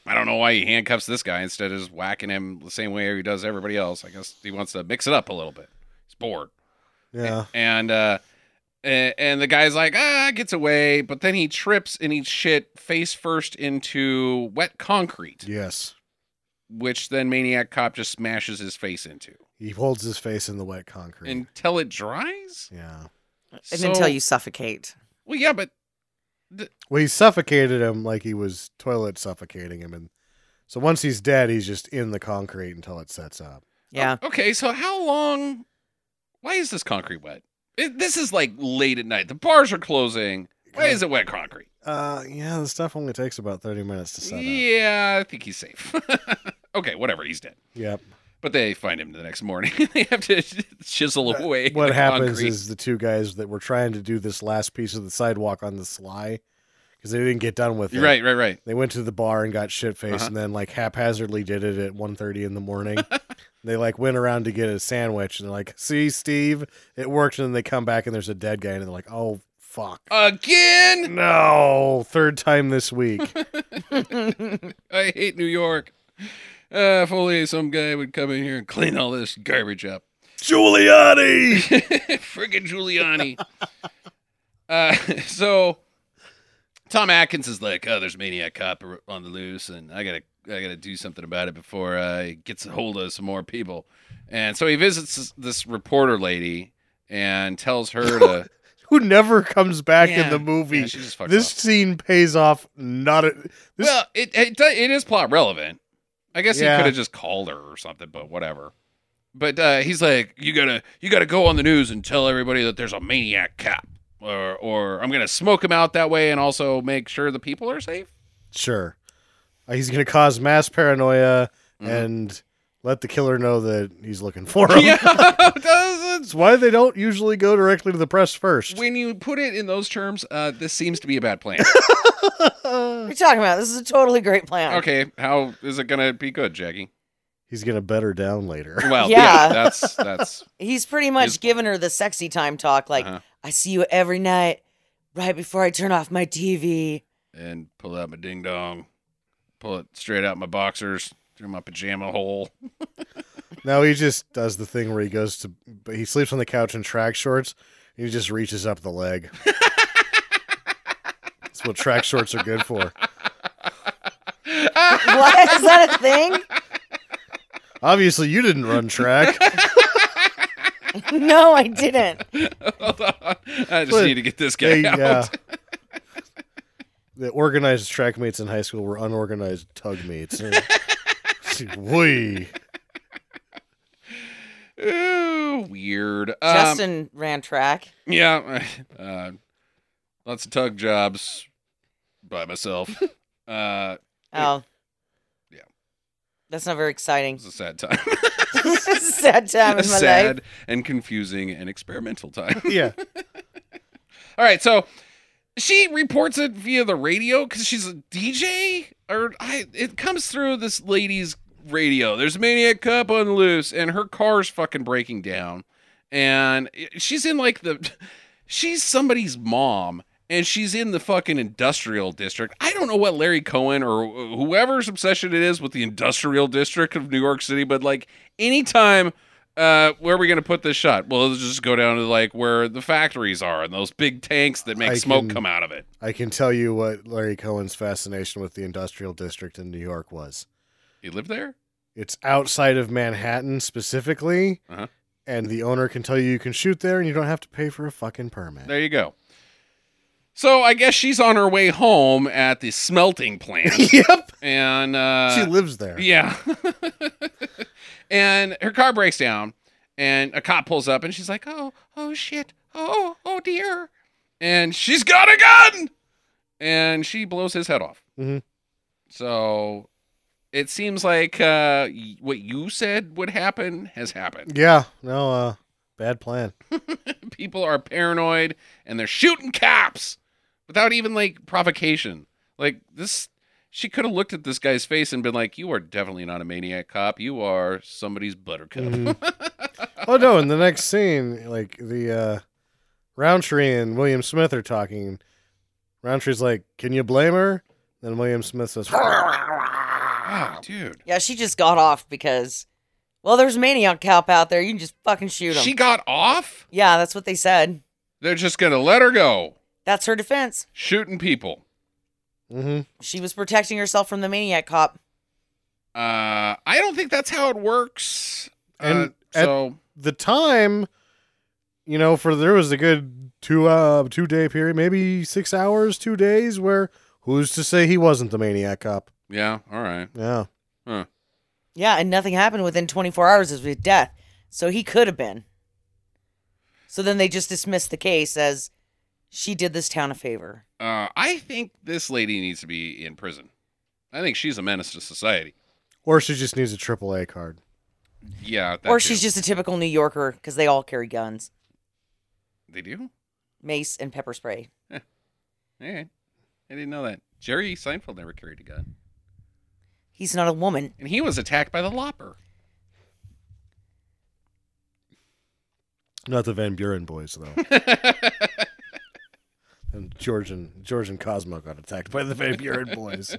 Speaker 1: I don't know why he handcuffs this guy instead of just whacking him the same way he does everybody else. I guess he wants to mix it up a little bit. He's bored
Speaker 8: Yeah.
Speaker 1: and uh a- and the guy's like ah gets away but then he trips and he shit face first into wet concrete
Speaker 8: Yes.
Speaker 1: which then maniac cop just smashes his face into
Speaker 8: He holds his face in the wet concrete.
Speaker 1: until it dries
Speaker 8: yeah.
Speaker 7: And
Speaker 1: So- Oh.
Speaker 7: until you suffocate.
Speaker 1: well yeah but
Speaker 8: Well, he suffocated him like he was toilet suffocating him, and so once he's dead, he's just in the concrete until it sets up.
Speaker 7: Yeah.
Speaker 1: okay so how long why is this concrete wet it, this is like late at night the bars are closing why is it wet concrete
Speaker 8: Uh, yeah, the stuff only takes about thirty minutes to set up.
Speaker 1: yeah i think he's safe okay whatever he's dead
Speaker 8: Yep.
Speaker 1: but they find him the next morning they have to chisel away
Speaker 8: What
Speaker 1: the
Speaker 8: happens
Speaker 1: concrete.
Speaker 8: is the two guys that were trying to do this last piece of the sidewalk on the sly because they didn't get done with it.
Speaker 1: Right, right, right.
Speaker 8: They went to the bar and got shit faced,
Speaker 1: Uh-huh.
Speaker 8: and then like haphazardly did it at 1.30 in the morning. they like went around to get a sandwich, and they're like, "See, Steve, it worked." And then they come back, and there's a dead guy, and they're like, "Oh fuck."
Speaker 1: Again,
Speaker 8: No, third time this week.
Speaker 1: I hate New York. Uh, if only some guy would come in here and clean all this garbage up.
Speaker 8: Giuliani.
Speaker 1: Friggin' Giuliani. uh, so Tom Atkins is like, "Oh, there's a maniac cop on the loose, and I gotta, I gotta do something about it before uh, he gets a hold of some more people." And so he visits this, this reporter lady and tells her to.
Speaker 8: Who never comes back
Speaker 1: Yeah.
Speaker 8: in the movie.
Speaker 1: Yeah, she just fucked
Speaker 8: this
Speaker 1: off.
Speaker 8: scene pays off not a this
Speaker 1: well, it, it do- it is plot relevant. I guess he
Speaker 8: Yeah.
Speaker 1: could have just called her or something, but whatever. But uh, he's like, you gotta you gotta go on the news and tell everybody that there's a maniac cop, or or I'm gonna smoke him out that way, and also make sure the people are safe.
Speaker 8: sure. Uh, he's gonna cause mass paranoia
Speaker 1: Mhm.
Speaker 8: and let the killer know that he's looking for him.
Speaker 1: yeah, doesn't.
Speaker 8: That's why they don't usually go directly to the press first.
Speaker 1: When you put it in those terms, uh, this seems to be a bad plan.
Speaker 7: What are you talking about? This is a totally great plan.
Speaker 1: okay, how is it gonna be good, Jackie?
Speaker 8: He's gonna bet her down later.
Speaker 1: Well,
Speaker 7: Yeah.
Speaker 1: that's that's
Speaker 7: He's pretty much
Speaker 1: He's-
Speaker 7: giving her the sexy time talk like,
Speaker 1: Uh-huh.
Speaker 7: I see you every night right before I turn off my TV.
Speaker 1: and pull out my ding dong, pull it straight out my boxers through my pajama hole.
Speaker 8: No, he just does the thing where he goes to, but he sleeps on the couch in track shorts. And he just reaches up the leg. That's what track shorts are good for.
Speaker 7: What? Is that a thing?
Speaker 8: Obviously, you didn't run track.
Speaker 7: No, I didn't.
Speaker 1: Hold on. I just
Speaker 8: But
Speaker 1: need to get this guy
Speaker 8: They,
Speaker 1: out.
Speaker 8: uh, the organized track meets in high school were unorganized tug meets. Wee.
Speaker 1: Ooh, weird. Um,
Speaker 7: Justin ran track.
Speaker 1: Yeah. Uh, lots of tug jobs by myself. Uh,
Speaker 7: Oh.
Speaker 1: Yeah.
Speaker 7: That's not very
Speaker 1: it
Speaker 7: exciting.
Speaker 1: was a sad time.
Speaker 7: This is a sad time in my
Speaker 1: sad
Speaker 7: life.
Speaker 1: and confusing and experimental time.
Speaker 8: Yeah.
Speaker 1: All right, so she reports it via the radio because she's a DJ, or I, it comes through this lady's radio. There's a maniac cop on loose, and her car's fucking breaking down, and it- she's in like the, she's somebody's mom. And she's in the fucking industrial district. I don't know what Larry Cohen or whoever's obsession it is with the industrial district of New York City, but like anytime uh, where are we going to put this shot? Well, let's just go down to like where the factories are and those big tanks that make
Speaker 8: I
Speaker 1: smoke
Speaker 8: can-
Speaker 1: come out of it.
Speaker 8: I can tell you what Larry Cohen's fascination with the industrial district in New York was.
Speaker 1: You live there?
Speaker 8: It's outside of Manhattan specifically,
Speaker 1: Uh-huh.
Speaker 8: and the owner can tell you you can shoot there, and you don't have to pay for a fucking permit.
Speaker 1: There you go. So I guess she's on her way home at the smelting plant,
Speaker 8: yep,
Speaker 1: and uh,
Speaker 8: she lives there.
Speaker 1: Yeah. and her car breaks down, and a cop pulls up, and she's like, "Oh, oh shit, oh, oh dear," and she's got a gun, and she blows his head off.
Speaker 8: Mhm.
Speaker 1: So it seems like uh, y- what you said would happen has happened.
Speaker 8: Yeah, no, uh, bad plan.
Speaker 1: People are paranoid, and they're shooting cops without even like provocation. Like this she could have looked at this guy's face and been like, "You are definitely not a maniac cop. You are somebody's buttercup." Ah,
Speaker 8: oh no! In the next scene, like the uh, Roundtree and William Smith are talking. Roundtree's like, "Can you blame her?" Then William Smith says, "Mm-hmm."
Speaker 7: Ah,
Speaker 1: oh, dude,
Speaker 7: Yeah, she just got off because, well, there's a maniac cop out there. You can just fucking shoot him.
Speaker 1: she got off.
Speaker 7: yeah, that's what they said.
Speaker 1: They're just gonna let her go
Speaker 7: That's her defense.
Speaker 1: shooting people.
Speaker 8: mm-hmm.
Speaker 7: She was protecting herself from the maniac cop.
Speaker 1: Uh, I don't think that's how it works. uh,
Speaker 8: And at-
Speaker 1: so
Speaker 8: the time, you know, for there was a good two uh two day period, maybe six hours, two days, where who's to say he wasn't the maniac cop?
Speaker 1: yeah, all right.
Speaker 8: Yeah,
Speaker 7: Yeah, and nothing happened within 24 hours of his death. So he could have been. So then they just dismissed the case as she did this town a favor.
Speaker 1: Uh, I think this lady needs to be in prison. I think she's a menace to society.
Speaker 8: or she just needs a triple A card.
Speaker 1: Yeah, that
Speaker 7: or
Speaker 1: too.
Speaker 7: she's just a typical New Yorker because they all carry guns,
Speaker 1: they do.
Speaker 7: mace, and pepper spray.
Speaker 1: All right, I didn't know that. Jerry Seinfeld never carried a gun,
Speaker 7: He's not a woman.
Speaker 1: and he was attacked by the lopper.
Speaker 8: Not the Van Buren boys though. and George and George and Cosmo got attacked by the Van Buren boys.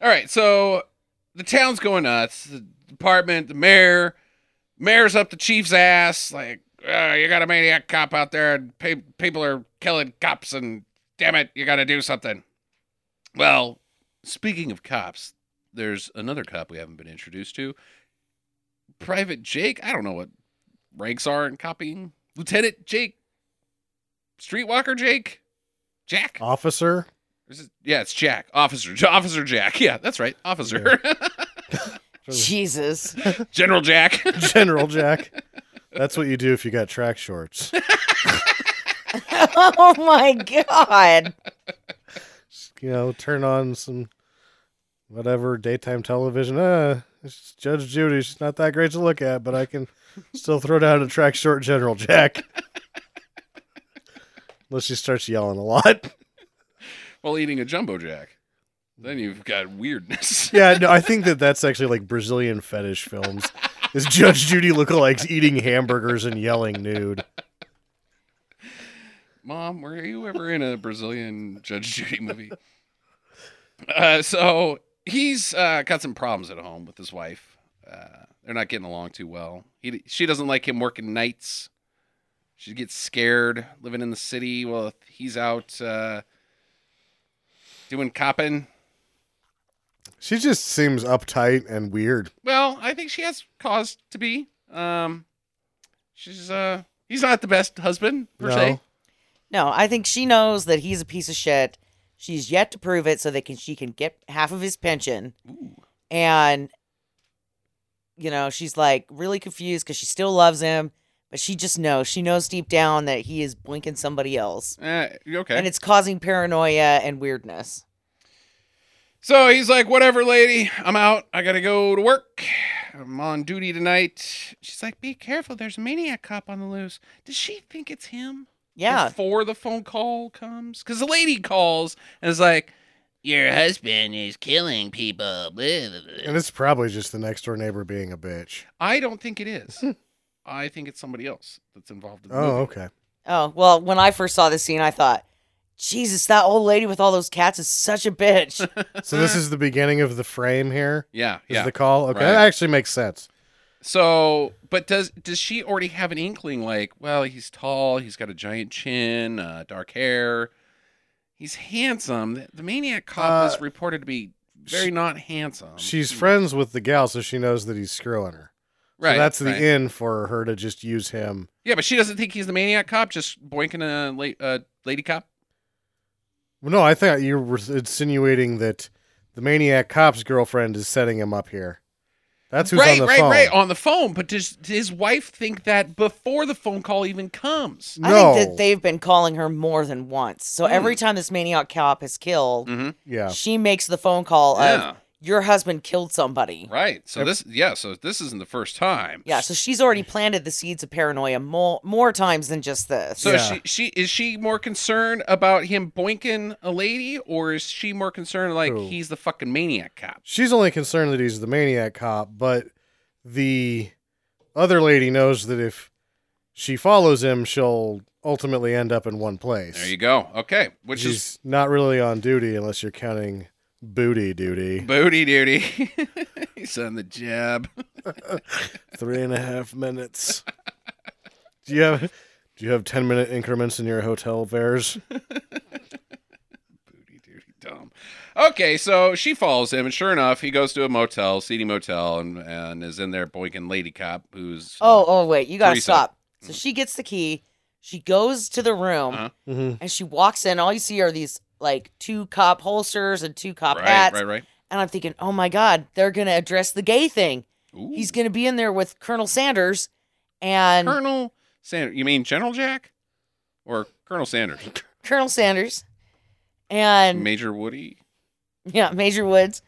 Speaker 1: All right, so the town's going nuts. The department, the mayor, mayor's up the chief's ass. Like, uh, you got a maniac cop out there, and pe- people are killing cops, and damn it, you got to do something. Well, speaking of cops, there's another cop we haven't been introduced to. Private Jake. I don't know what ranks are in copying. Lieutenant Jake, Streetwalker Jake, Jack.
Speaker 8: Oh, Officer,
Speaker 1: Is it- yeah, it's Jack, Officer, Officer Jack. Yeah, that's right, Officer,
Speaker 7: Jesus.
Speaker 1: General Jack.
Speaker 8: General Jack. That's what you do if you got track shorts.
Speaker 7: oh my God.
Speaker 8: you know, turn on some whatever daytime television. Uh, it's Judge Judy. She's not that great to look at, but I can still throw down a track short General Jack. Unless she starts yelling a lot.
Speaker 1: While eating a jumbo jack, then you've got weirdness.
Speaker 8: Yeah, no, I think that that's actually like Brazilian fetish films. Is Judge Judy lookalikes eating hamburgers and yelling nude?
Speaker 1: Mom, were you ever in a Brazilian Judge Judy movie? Uh, so he's uh, got some problems at home with his wife. Uh, they're not getting along too well. He she doesn't like him working nights. She gets scared living in the city while he's out uh, doing copping.
Speaker 8: She just seems uptight and weird.
Speaker 1: Well, I think she has cause to be. Um, she's uh, he's not the best husband per
Speaker 8: No.
Speaker 1: se.
Speaker 7: No, I think she knows that he's a piece of shit. She's yet to prove it so that can, she can get half of his pension. And, you know, she's like really confused because she still loves him, but she just knows. She knows deep down that he is blinking somebody else.
Speaker 1: Uh, you okay.
Speaker 7: And it's causing paranoia and weirdness.
Speaker 1: so he's like, whatever, lady, I'm out. I gotta go to work. I'm on duty tonight. She's like, be careful. There's a maniac cop on the loose. Does she think it's him?
Speaker 7: Yeah.
Speaker 1: Before the phone call comes, because the lady calls and is like, your husband is killing people. Blah, blah, blah.
Speaker 8: And it's probably just the next door neighbor being a bitch.
Speaker 1: I don't think it is. I think it's somebody else that's involved in the
Speaker 8: Oh,
Speaker 1: movie.
Speaker 8: okay.
Speaker 7: Oh, well, when I first saw this scene, I thought, Jesus, that old lady with all those cats is such a bitch.
Speaker 8: So this is the beginning of the frame here.
Speaker 1: Yeah,
Speaker 8: Is
Speaker 1: yeah.
Speaker 8: the call okay?
Speaker 1: Right.
Speaker 8: That actually makes sense.
Speaker 1: So, but does does she already have an inkling? Like, well, he's tall, he's got a giant chin, uh, dark hair, he's handsome. The, the maniac cop
Speaker 8: Uh,
Speaker 1: is reported to be very not
Speaker 7: Um,
Speaker 1: handsome.
Speaker 8: She's
Speaker 7: hmm.
Speaker 8: friends with the gal, so she knows that he's screwing her. So
Speaker 1: right.
Speaker 8: that's the
Speaker 1: right.
Speaker 8: in for her to just use him.
Speaker 1: Yeah, but she doesn't think he's the maniac cop, just boinking a la- uh, lady cop.
Speaker 8: Well, no, I thought you were insinuating that the maniac cop's girlfriend is setting him up here. That's who's
Speaker 1: right,
Speaker 8: on the
Speaker 1: right,
Speaker 8: phone.
Speaker 1: right, on the phone. But does, does his wife think that before the phone call even comes?
Speaker 8: No,
Speaker 7: I think that they've been calling her more than once. So every time this maniac cop is
Speaker 1: Mm-hmm.
Speaker 7: killed,
Speaker 8: Mm-hmm. yeah,
Speaker 7: she makes the phone call
Speaker 1: Yeah.
Speaker 7: of your husband killed somebody.
Speaker 1: Right. So this, yeah. So this isn't the first time.
Speaker 7: Yeah, so she's already planted the seeds of paranoia more more times than just this.
Speaker 1: So
Speaker 8: Yeah.
Speaker 1: she, she is she more concerned about him boinking a lady, or is she more concerned like
Speaker 8: Who?
Speaker 1: he's the fucking maniac cop?
Speaker 8: she's only concerned that he's the maniac cop, but the other lady knows that if she follows him, she'll ultimately end up in one place.
Speaker 1: There you go. Okay, which
Speaker 8: She's
Speaker 1: is
Speaker 8: not really on duty unless you're counting booty duty.
Speaker 1: booty duty. he's on the job.
Speaker 8: Three and a half minutes. Do you have do you have ten minute increments in your hotel fares?
Speaker 1: Booty duty, dumb. Okay, so she follows him, and sure enough, he goes to a motel, seedy motel, and, and is in there boinking lady cop, who's
Speaker 7: oh, oh wait, you gotta
Speaker 1: Teresa. Mm.
Speaker 7: stop. So she gets the key, she goes to the room,
Speaker 1: Uh-huh.
Speaker 8: Mhm.
Speaker 7: and she walks in. All you see are these like two cop holsters and two cop
Speaker 1: right,
Speaker 7: hats.
Speaker 1: right, right.
Speaker 7: And I'm thinking, oh my God, they're gonna address the gay thing.
Speaker 1: Ooh.
Speaker 7: He's gonna be in there with Colonel Sanders and
Speaker 1: Colonel Sanders. You mean General Jack, or Colonel Sanders?
Speaker 7: Colonel Sanders and
Speaker 1: Major Woody.
Speaker 7: yeah, Major Woods.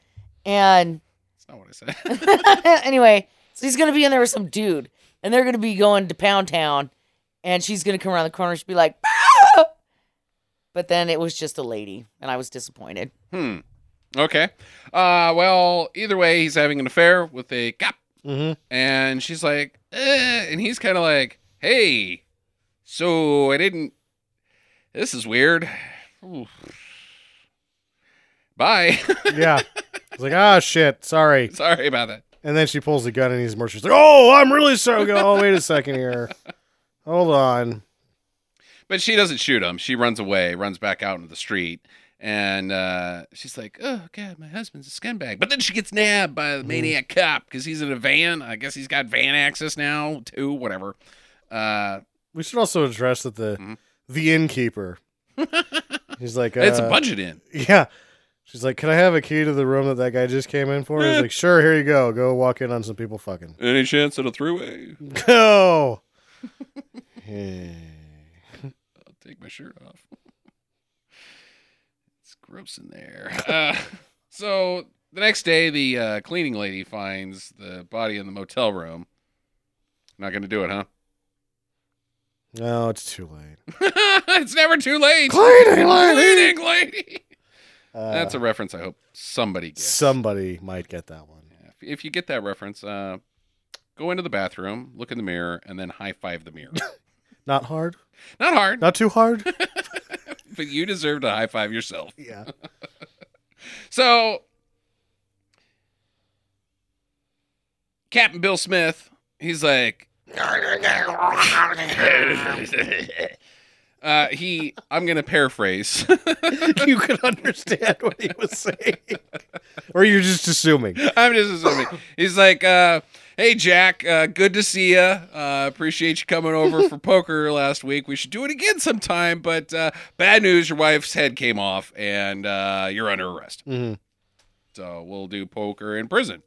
Speaker 7: And
Speaker 1: That's not what I said.
Speaker 7: anyway, so he's gonna be in there with some dude, and they're gonna be going to Pound Town, and she's gonna come around the corner. She'll be like, "Ah!" but then it was just a lady, and I was disappointed.
Speaker 1: Hmm. Okay. Uh, well, either way, he's having an affair with a cop,
Speaker 8: Mm-hmm.
Speaker 1: and she's like, eh, and he's kind of like, hey, so I didn't. This is weird. Oof. Bye.
Speaker 8: yeah. It's like, ah, shit, sorry.
Speaker 1: Sorry about that.
Speaker 8: And then she pulls the gun and he's more. She's like, oh, I'm really sorry. We go, oh, wait a second here. Hold on.
Speaker 1: But she doesn't shoot him. She runs away, runs back out into the street, and uh, she's like, "Oh God, my husband's a scumbag." But then she gets nabbed by the maniac cop because he's in a van. I guess he's got van access now too. Whatever. Uh,
Speaker 8: We should also address that the
Speaker 1: Mhm.
Speaker 8: the innkeeper. He's like, uh,
Speaker 1: it's a budget in.
Speaker 8: Yeah. She's like, can I have a key to the room that that guy just came in for?
Speaker 1: Eh.
Speaker 8: He's like, sure, here you go. Go walk in on some people fucking.
Speaker 1: Any chance at a three-way?
Speaker 8: Go.
Speaker 1: I'll take my shirt off. it's gross in there. Uh, so the next day, the uh, cleaning lady finds the body in the motel room. Not gonna do it, huh?
Speaker 8: no, it's too late.
Speaker 1: it's never too late.
Speaker 8: Cleaning lady.
Speaker 1: Cleaning lady.
Speaker 8: Uh,
Speaker 1: That's a reference I hope somebody gets.
Speaker 8: somebody might get that one.
Speaker 1: If- if you get that reference, uh, go into the bathroom, look in the mirror, and then high five the mirror.
Speaker 8: Not hard.
Speaker 1: Not hard,
Speaker 8: Not too hard.
Speaker 1: but you deserve to high five yourself.
Speaker 8: yeah.
Speaker 1: So, Captain Bill Smith, he's like, uh, he, I'm going to paraphrase.
Speaker 8: you could understand what he was saying. or you're just assuming.
Speaker 1: I'm just assuming. He's like, uh, hey, Jack, uh, good to see you. Uh, appreciate you coming over for poker last week. We should do it again sometime, but uh, bad news your wife's head came off and uh, you're under arrest.
Speaker 8: Mhm.
Speaker 1: So we'll do poker in prison.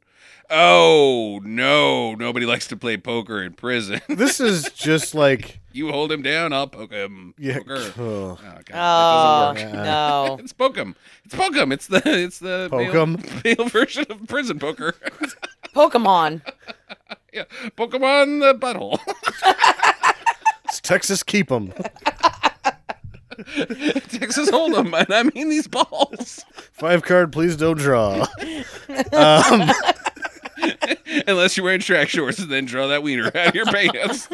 Speaker 1: Oh, no. Nobody likes to play poker in prison.
Speaker 8: This is just like
Speaker 1: you hold him down, I'll poke him.
Speaker 8: yeah.
Speaker 1: Poker.
Speaker 8: ugh.
Speaker 1: Oh,
Speaker 7: Oh
Speaker 1: God. That doesn't work.
Speaker 7: no!
Speaker 1: It's Pokem. It's Pokem. It's the it's the male-
Speaker 8: Pokem?
Speaker 1: male version of prison poker.
Speaker 7: Pokemon.
Speaker 1: Yeah, Pokemon the butthole.
Speaker 8: It's Texas keep 'em.
Speaker 1: Texas Hold'em, and I mean these balls.
Speaker 8: Five card, please don't draw. Um,
Speaker 1: Unless you're wearing track shorts, and then draw that wiener out of your pants.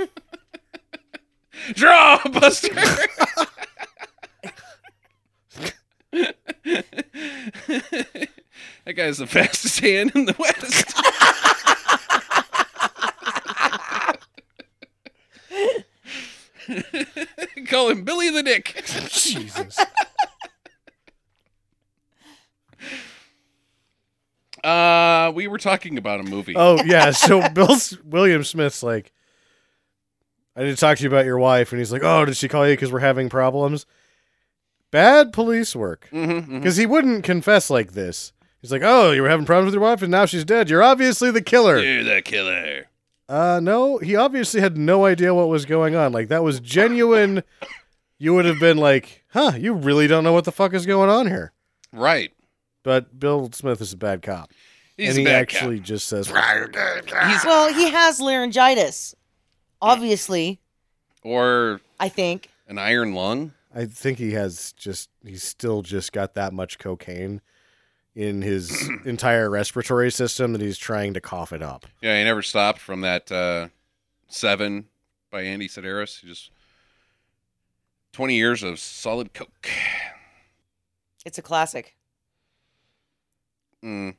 Speaker 1: draw, Buster. that guy's the fastest hand in the West. Call him Billy the Dick.
Speaker 8: Jesus.
Speaker 1: Uh, we were talking about a movie.
Speaker 8: Oh yeah, so Bill S- William Smith's like, I need to talk to you about your wife, and he's like, oh, did she call you because we're having problems? Bad police work,
Speaker 1: Mhm, mhm.
Speaker 8: because he wouldn't confess like this. He's like, oh, you were having problems with your wife, and now she's dead. You're obviously the killer.
Speaker 1: You're the killer.
Speaker 8: Uh, no, he obviously had no idea what was going on. Like that was genuine. you would have been like, huh, you really don't know what the fuck is going on here.
Speaker 1: Right.
Speaker 8: But Bill Smith is a bad cop,
Speaker 1: He's
Speaker 8: and
Speaker 1: a
Speaker 8: he
Speaker 1: bad
Speaker 8: actually just says,
Speaker 1: cop. He's-
Speaker 7: Well, he has laryngitis. Obviously,
Speaker 1: or
Speaker 7: I think.
Speaker 1: an iron lung.
Speaker 8: I think he has just he's still just got that much cocaine in his entire respiratory system that he's trying to cough it up.
Speaker 1: Yeah, he never stopped from that uh, seven by Andy Sedaris. He just twenty years of solid coke.
Speaker 7: It's a classic.
Speaker 1: Mm,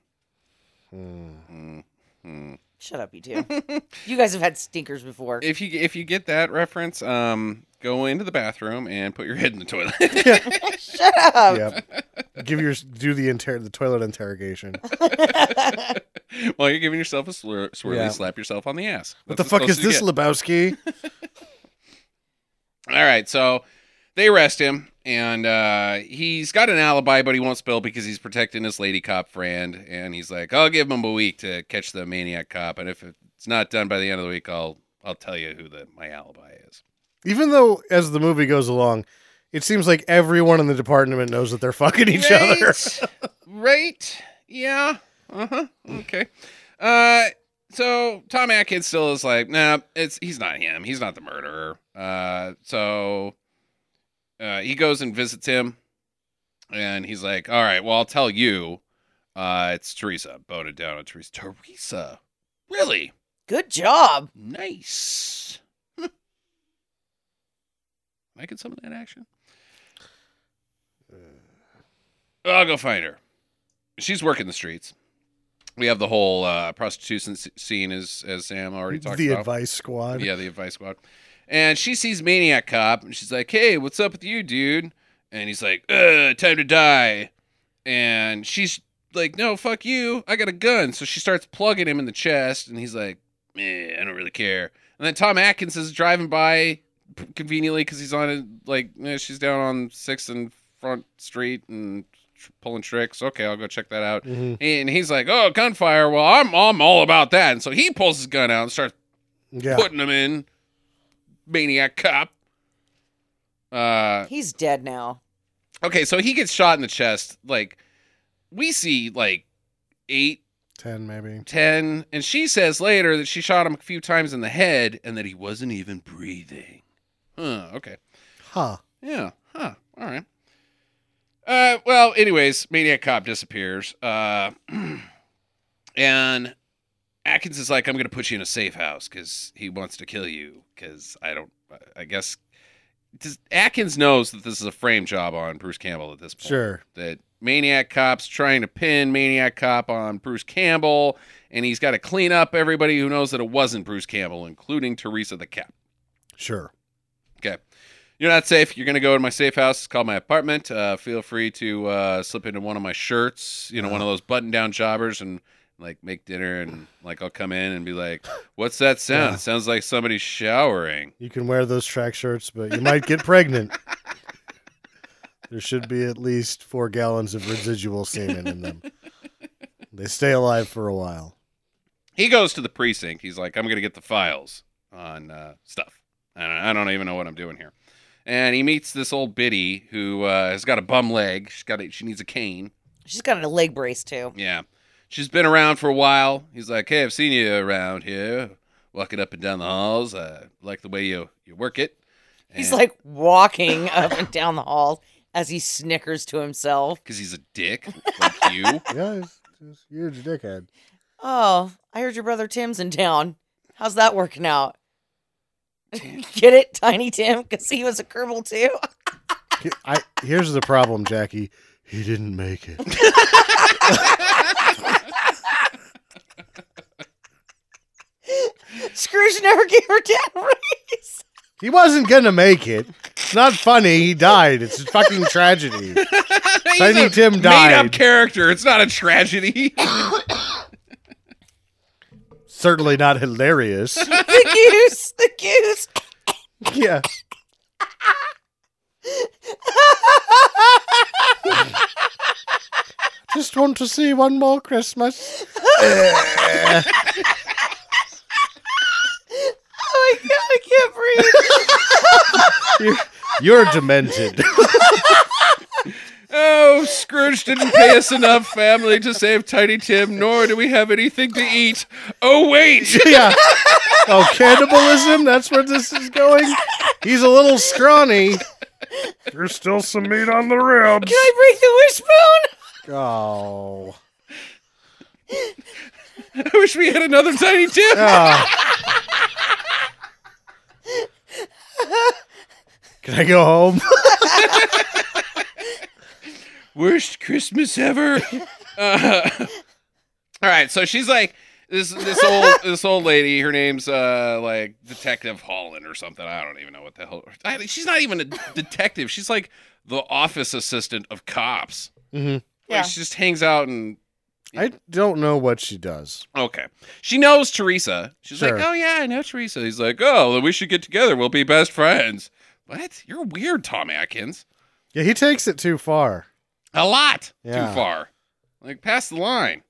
Speaker 8: Mm.
Speaker 1: mm, mm.
Speaker 7: Shut up, you two. you guys have had stinkers before.
Speaker 1: If you if you get that reference, um, go into the bathroom and put your head in the toilet.
Speaker 7: Shut up.
Speaker 8: Yep. Give your do the inter- the toilet interrogation. What
Speaker 1: While you're giving yourself a slur- swirly,
Speaker 8: Yeah.
Speaker 1: slap yourself on the ass.
Speaker 8: the
Speaker 1: That's as
Speaker 8: fuck
Speaker 1: close
Speaker 8: is
Speaker 1: as you
Speaker 8: this,
Speaker 1: get.
Speaker 8: Lebowski?
Speaker 1: All right, so they arrest him, and uh, he's got an alibi, but he won't spill because he's protecting his lady cop friend. And he's like, "I'll give him a week to catch the maniac cop, and if it's not done by the end of the week, I'll I'll tell you who the my alibi is."
Speaker 8: Even though as the movie goes along, it seems like everyone in the department knows that they're fucking each other.
Speaker 1: other, right? Yeah. Uh huh. Okay. Uh, so Tom Atkins still is like, nah, it's he's not him. He's not the murderer. Uh, so uh, he goes and visits him, and he's like, all right, well, I'll tell you. Uh, it's Teresa. Boated down on Teresa. Teresa, really
Speaker 7: Good job.
Speaker 1: nice. Hm. Am I get some of that action? Uh, I'll go find her. She's working the streets. We have the whole uh, prostitution s- scene, as as Sam already talked
Speaker 8: The
Speaker 1: about.
Speaker 8: advice squad.
Speaker 1: Yeah, the advice squad. And she sees Maniac Cop, and she's like, "Hey, what's up with you, dude?" And he's like, "Ugh, time to die." And she's like, "No, fuck you. I got a gun." So she starts plugging him in the chest, and he's like, "Eh, I don't really care." And then Tom Atkins is driving by p- conveniently because he's on a, like eh, she's down on Sixth and Front Street and tr- pulling tricks. Okay, I'll go check that out.
Speaker 8: Mhm.
Speaker 1: And he's like, "Oh, gunfire. Well, I'm I'm all about that." And so he pulls his gun out and starts
Speaker 8: Yeah.
Speaker 1: putting him in. Maniac cop. Uh,
Speaker 7: He's dead now.
Speaker 1: okay, so he gets shot in the chest. Like we see, like eight,
Speaker 8: Ten maybe.
Speaker 1: ten, and she says later that she shot him a few times in the head and that he wasn't even breathing. Huh. Okay.
Speaker 8: Huh.
Speaker 1: Yeah. Huh. All right. Uh, well, anyways, Maniac Cop disappears. Uh, and Atkins is like, I'm going to put you in a safe house because he wants to kill you. Because I don't, I guess. Does, Atkins knows that this is a frame job on Bruce Campbell at this point
Speaker 8: Sure.
Speaker 1: that Maniac Cop's trying to pin Maniac Cop on Bruce Campbell, and he's got to clean up everybody who knows that it wasn't Bruce Campbell, including Teresa the Cap.
Speaker 8: Sure.
Speaker 1: Okay. You're not safe. You're going to go to my safe house. It's called my apartment. Uh, feel free to uh, slip into one of my shirts, you know, one of those button down jobbers and like make dinner. And like, I'll come in and be like, what's that sound?
Speaker 8: Yeah.
Speaker 1: It sounds like somebody's showering.
Speaker 8: You can wear those track shirts, but you might get pregnant. There should be at least four gallons of residual semen in them. They stay alive for a while.
Speaker 1: He goes to the precinct. He's like, I'm going to get the files on uh, stuff. I don't, I don't even know what I'm doing here. And he meets this old biddy who uh, has got a bum leg. She's got a, she needs a cane.
Speaker 7: She's got a leg brace too.
Speaker 1: Yeah. She's been around for a while. He's like, Hey, I've seen you around here, walking up and down the halls. I like the way you, you work it.
Speaker 7: He's like walking up and down the hall as he snickers to himself.
Speaker 1: Because he's a dick like you.
Speaker 8: Yeah, it's, it's, you're a dickhead.
Speaker 7: Oh, I heard your brother Tim's in town. How's that working out? Get it, Tiny Tim? Because he was a Kerbal too.
Speaker 8: He- I, here's the problem, Jackie. He didn't make it.
Speaker 7: Scrooge never gave her dad a raise.
Speaker 8: He wasn't gonna make it. It's not funny. He died. It's a fucking tragedy.
Speaker 1: He's
Speaker 8: Tiny
Speaker 1: a
Speaker 8: Tim
Speaker 1: Made up
Speaker 8: died.
Speaker 1: character. It's not a tragedy.
Speaker 8: certainly not hilarious.
Speaker 7: the goose, the goose.
Speaker 8: yeah. Just want to see one more Christmas.
Speaker 7: Oh my god, I can't breathe.
Speaker 8: You're, you're demented.
Speaker 1: Oh, Scrooge didn't pay us enough family to save Tiny Tim, nor do we have anything to eat. Oh, wait!
Speaker 8: yeah. Oh, cannibalism? That's where this is going? He's a little scrawny. There's still some meat on the ribs.
Speaker 7: Can I break the wishbone?
Speaker 8: Oh.
Speaker 1: I wish we had another Tiny Tim.
Speaker 8: Ah. Can I go home?
Speaker 1: worst Christmas ever. Uh, all right, so she's like this this old this old lady. Her name's uh like Detective Holland or something. I don't even know what the hell. I, she's not even a detective. She's like the office assistant of cops.
Speaker 8: Mhm.
Speaker 1: Like, she just hangs out and
Speaker 8: I don't know what she does.
Speaker 1: okay. She knows Teresa. She's
Speaker 8: Sure.
Speaker 1: like, oh yeah, I know Teresa. He's like, oh, then we should get together. We'll be best friends. What? You're weird, Tom Atkins.
Speaker 8: Yeah, he takes it too far.
Speaker 1: a lot too
Speaker 8: Yeah.
Speaker 1: far like past the line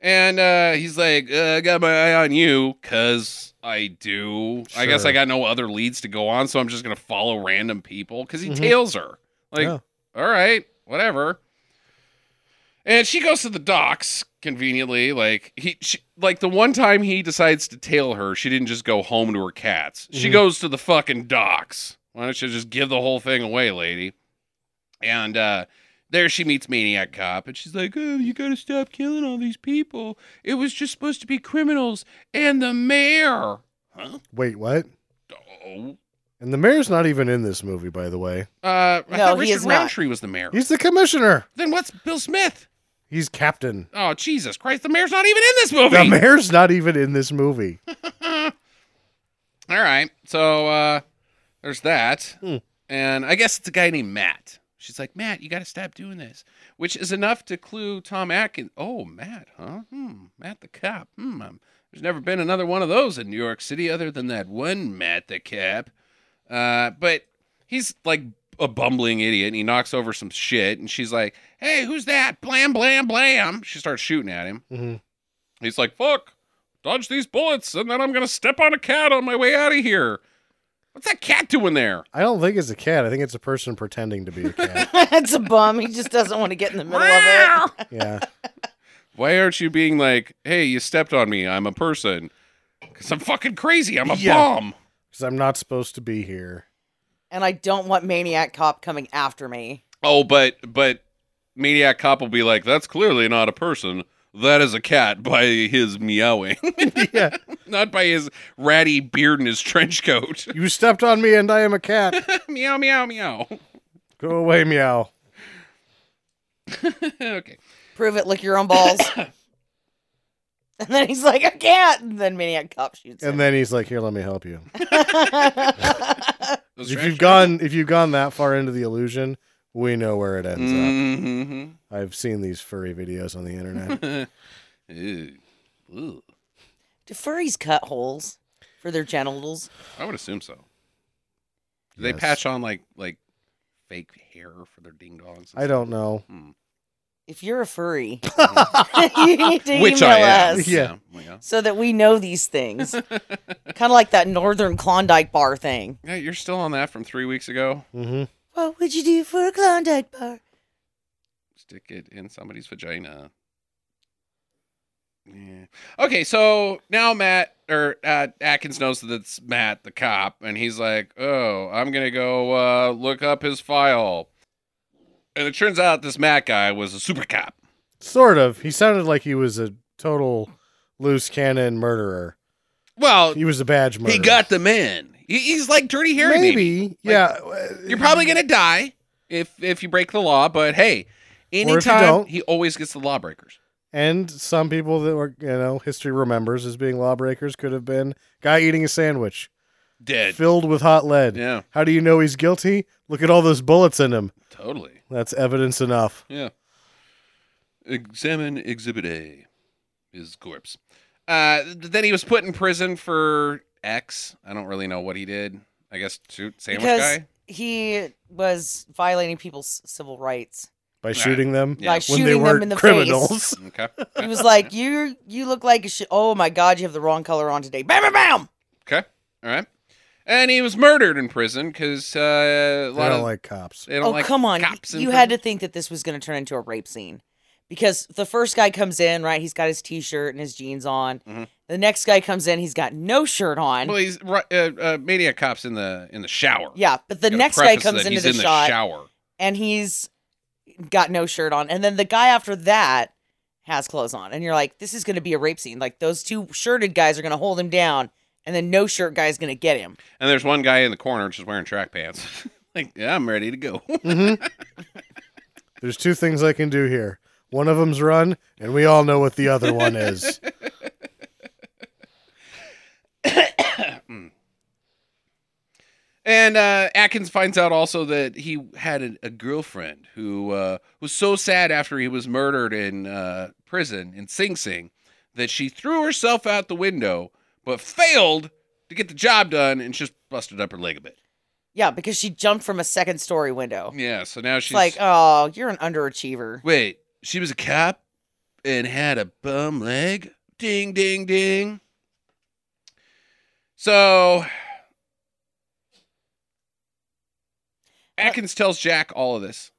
Speaker 1: and uh he's like uh, i got my eye on you because i do i guess
Speaker 8: Sure.
Speaker 1: i got no other leads to go on so i'm just gonna follow random people because he
Speaker 8: Mhm.
Speaker 1: tails her like
Speaker 8: Yeah.
Speaker 1: all right whatever and she goes to the docks conveniently like he she, like the one time he decides to tail her she didn't just go home to her cats she
Speaker 8: Mhm.
Speaker 1: goes to the fucking docks why don't you just give the whole thing away lady and uh there she meets Maniac Cop, and she's like, Oh, you gotta stop killing all these people. It was just supposed to be criminals and the mayor. Huh?
Speaker 8: Wait, what?
Speaker 1: Oh.
Speaker 8: And the mayor's not even in this movie, by the way.
Speaker 1: Uh, I
Speaker 7: No,
Speaker 1: thought
Speaker 7: he
Speaker 1: Richard
Speaker 7: is not.
Speaker 1: Roundtree was the mayor.
Speaker 8: He's the commissioner.
Speaker 1: Then what's Bill Smith?
Speaker 8: He's captain.
Speaker 1: Oh, Jesus Christ, the mayor's not even in this movie.
Speaker 8: The mayor's not even in this movie.
Speaker 1: all right, so uh, there's that.
Speaker 8: Hmm.
Speaker 1: And I guess it's a guy named Matt. She's like, Matt, you gotta stop doing this, which is enough to clue Tom Atkins. Oh, Matt, huh? Hmm, Matt the cop. Hmm, um, there's never been another one of those in New York City other than that one Matt the cop. Uh, but he's like a bumbling idiot and he knocks over some shit and she's like, hey, who's that? Blam, blam, blam. She starts shooting at him.
Speaker 8: Mhm.
Speaker 1: He's like, fuck, dodge these bullets and then I'm going to step on a cat on my way out of here. What's that cat doing there?
Speaker 8: I don't think it's a cat. I think it's a person pretending to be a cat.
Speaker 7: That's a bum. He just doesn't want to get in the middle of it.
Speaker 8: yeah.
Speaker 1: Why aren't you being like, hey, you stepped on me. I'm a person. Because I'm fucking crazy. I'm a
Speaker 8: Yeah.
Speaker 1: bomb.
Speaker 8: Because I'm not supposed to be here.
Speaker 7: And I don't want Maniac Cop coming after me.
Speaker 1: Oh, but, but Maniac Cop will be like, that's clearly not a person. That is a cat by his meowing,
Speaker 8: yeah.
Speaker 1: not by his ratty beard and his trench coat.
Speaker 8: You stepped on me and I am a cat.
Speaker 1: meow, meow, meow.
Speaker 8: Go away, meow.
Speaker 1: okay.
Speaker 7: Prove it, lick your own balls. and then he's like, I can't. And then Maniac Cop shoots
Speaker 8: And
Speaker 7: him.
Speaker 8: then he's like, "Here, let me help you."
Speaker 1: Those
Speaker 8: If
Speaker 1: trench
Speaker 8: you've gone, if you've gone that far into the illusion, we know where it ends up.
Speaker 1: Mhm.
Speaker 8: I've seen these furry videos on the internet.
Speaker 1: Ew. Ew.
Speaker 7: Do furries cut holes for their genitals?
Speaker 1: I would assume so. Do they
Speaker 8: Yes.
Speaker 1: patch on like like fake hair for their ding dongs?
Speaker 8: I don't know.
Speaker 7: If you're a furry, you need to
Speaker 1: Which
Speaker 7: email
Speaker 1: I am.
Speaker 7: us
Speaker 8: Yeah.
Speaker 1: yeah. Oh
Speaker 7: so that we know these things. kind of like that Northern Klondike bar thing.
Speaker 1: Yeah, you're still on that from three weeks ago.
Speaker 8: hmm
Speaker 7: What would you do for a Klondike bar?
Speaker 1: Stick it in somebody's vagina. Yeah. Okay, so now Matt or uh, Atkins knows that it's Matt the cop, and he's like, "Oh, I'm gonna go uh, look up his file." And it turns out this Matt guy was a super cop.
Speaker 8: Sort of. He sounded like he was a total loose cannon murderer.
Speaker 1: Well,
Speaker 8: He was a badge murderer.
Speaker 1: He got the man. He, he's like Dirty Harry.
Speaker 8: maybe.
Speaker 1: Maybe.
Speaker 8: yeah.
Speaker 1: You're probably gonna die if if you break the law, but hey,
Speaker 8: you
Speaker 1: anytime
Speaker 8: don't.
Speaker 1: he always gets the lawbreakers.
Speaker 8: And some people that were, you know, history remembers as being lawbreakers could have been guy eating a sandwich
Speaker 1: Dead.
Speaker 8: filled with hot lead.
Speaker 1: Yeah.
Speaker 8: How do you know he's guilty? Look at all those bullets in him.
Speaker 1: Totally.
Speaker 8: That's evidence enough.
Speaker 1: Yeah. Examine Exhibit A. His corpse. Uh, then he was put in prison for X. I don't really know what he did. I guess shoot sandwich
Speaker 7: because
Speaker 1: guy.
Speaker 7: he was violating people's civil rights
Speaker 8: by shooting them
Speaker 1: Yeah.
Speaker 7: by
Speaker 1: Like
Speaker 8: when
Speaker 7: shooting
Speaker 8: they
Speaker 7: them in
Speaker 8: weren't
Speaker 7: the face.
Speaker 8: criminals.
Speaker 1: Okay.
Speaker 7: He was like, "You, you look like a sh- oh my god, you have the wrong color on today." Bam, bam, bam.
Speaker 1: okay. All right. And he was murdered in prison because uh, a
Speaker 8: They
Speaker 1: lot
Speaker 8: don't
Speaker 1: of
Speaker 8: like cops.
Speaker 1: they don't
Speaker 7: Oh
Speaker 1: like
Speaker 7: come on,
Speaker 1: cops in
Speaker 7: you had to think that this was going to turn into a rape scene because the first guy comes in, right? He's got his t-shirt and his jeans on.
Speaker 1: Mhm.
Speaker 7: The next guy comes in, he's got no shirt on.
Speaker 1: Well, he's ru- uh, uh, maniac cops in the in the shower.
Speaker 7: yeah, but the
Speaker 1: Gotta
Speaker 7: next guy
Speaker 1: preface
Speaker 7: comes
Speaker 1: that
Speaker 7: into
Speaker 1: he's
Speaker 7: the
Speaker 1: in
Speaker 7: shot
Speaker 1: the shower.
Speaker 7: and he's got no shirt on, and then the guy after that has clothes on, and you're like, "This is going to be a rape scene." Like those two shirted guys are going to hold him down, and the no shirt guy is going to get him.
Speaker 1: And there's one guy in the corner just wearing track pants. like, yeah, I'm ready to go.
Speaker 8: There's two things I can do here. One of them's run, and we all know what the other one is.
Speaker 1: And uh, Atkins finds out also that he had a, a girlfriend who uh, was so sad after he was murdered in uh, prison in Sing Sing that she threw herself out the window, but failed to get the job done and just busted up her leg a bit.
Speaker 7: Yeah, because she jumped from a second story window.
Speaker 1: Yeah, so now
Speaker 7: It's
Speaker 1: she's
Speaker 7: like, oh, you're an underachiever.
Speaker 1: wait, she was a cop and had a bum leg? Ding, ding, ding. So Atkins tells Jack all of this.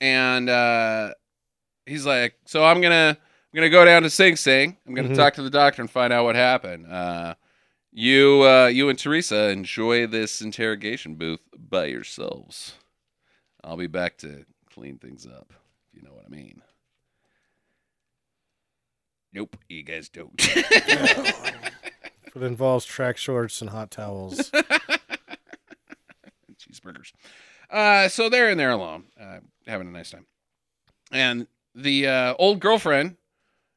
Speaker 1: And uh he's like, "So I'm going to I'm going to go down to Sing Sing. I'm going to
Speaker 8: Mhm.
Speaker 1: talk to the doctor and find out what happened." Uh you uh you and Teresa enjoy this interrogation booth by yourselves. I'll be back to clean things up, if you know what I mean. Nope, you guys don't.
Speaker 8: If It involves track shorts and hot towels.
Speaker 1: Cheeseburgers. Uh, so they're in there alone, uh, having a nice time. And the uh, old girlfriend,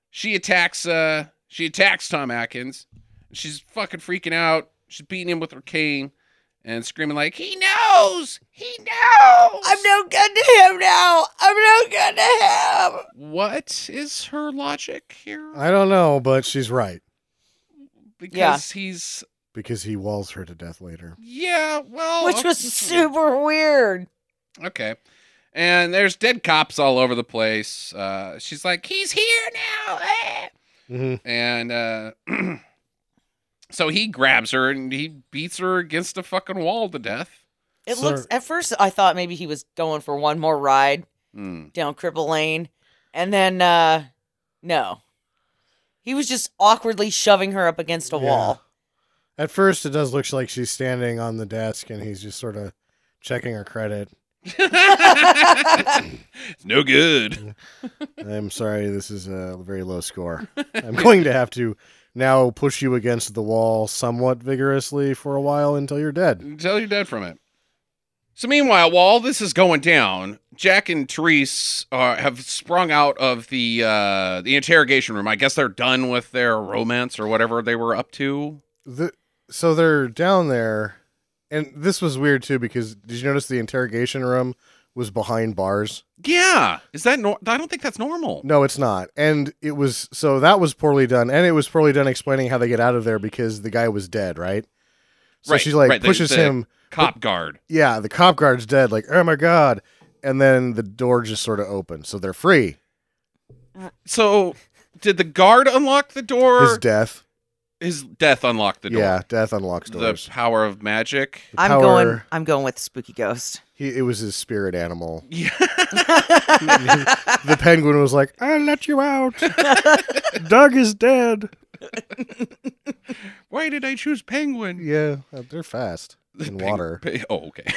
Speaker 1: she attacks. Uh, she attacks Tom Atkins. She's fucking freaking out. She's beating him with her cane and screaming like, "He knows! He knows!"
Speaker 7: I'm no good to him now. I'm no good to him.
Speaker 1: what is her logic here?
Speaker 7: Uh,
Speaker 8: I don't know, but she's right
Speaker 1: Because he's
Speaker 8: because he walls her to death later.
Speaker 1: yeah. Well,
Speaker 7: Which was
Speaker 1: okay.
Speaker 7: super weird.
Speaker 1: Okay. And there's dead cops all over the place. Uh, she's like, he's here now. eh."
Speaker 8: hmm
Speaker 1: And uh, so he grabs her and he beats her against a fucking wall to death.
Speaker 7: It
Speaker 8: Sir.
Speaker 7: looks at first I thought maybe he was going for one more ride
Speaker 1: Hmm.
Speaker 7: down Cripple Lane. And then uh no. He was just awkwardly shoving her up against a
Speaker 8: Yeah.
Speaker 7: wall.
Speaker 8: At first, it does look like she's standing on the desk and he's just sort of checking her credit.
Speaker 1: it's no good.
Speaker 8: I'm sorry, this is a very low score. I'm going to have to now push you against the wall somewhat vigorously for a while until you're dead.
Speaker 1: Tell you're dead from it. So meanwhile, while all this is going down, Jack and Therese uh, have sprung out of the uh, the interrogation room. I guess they're done with their romance or whatever they were up to.
Speaker 8: the so they're down there and this was weird too because did you notice the interrogation room was behind bars
Speaker 1: Yeah, is that nor- I don't think that's normal.
Speaker 8: no it's not and it was so that was poorly done and it was poorly done explaining how they get out of there because the guy was dead right so
Speaker 1: Right,
Speaker 8: she like
Speaker 1: right, the-
Speaker 8: pushes
Speaker 1: the-
Speaker 8: him
Speaker 1: Cop guard.
Speaker 8: yeah the cop guard's dead like oh my god and then the door just sort of opens so they're free
Speaker 1: So, did the guard unlock the door?
Speaker 8: his death
Speaker 1: His death unlocked the door.
Speaker 8: yeah death unlocks
Speaker 1: the
Speaker 8: doors
Speaker 1: power of magic.
Speaker 8: The
Speaker 7: I'm
Speaker 8: power-
Speaker 7: going I'm going with the spooky ghost.
Speaker 8: he, it was his spirit animal
Speaker 1: Yeah.
Speaker 8: the penguin was like, "I let you out. Doug is dead."
Speaker 1: Why did I choose penguin?
Speaker 8: Yeah, uh, they're fast in
Speaker 1: Peng-
Speaker 8: water.
Speaker 1: pe- oh, okay.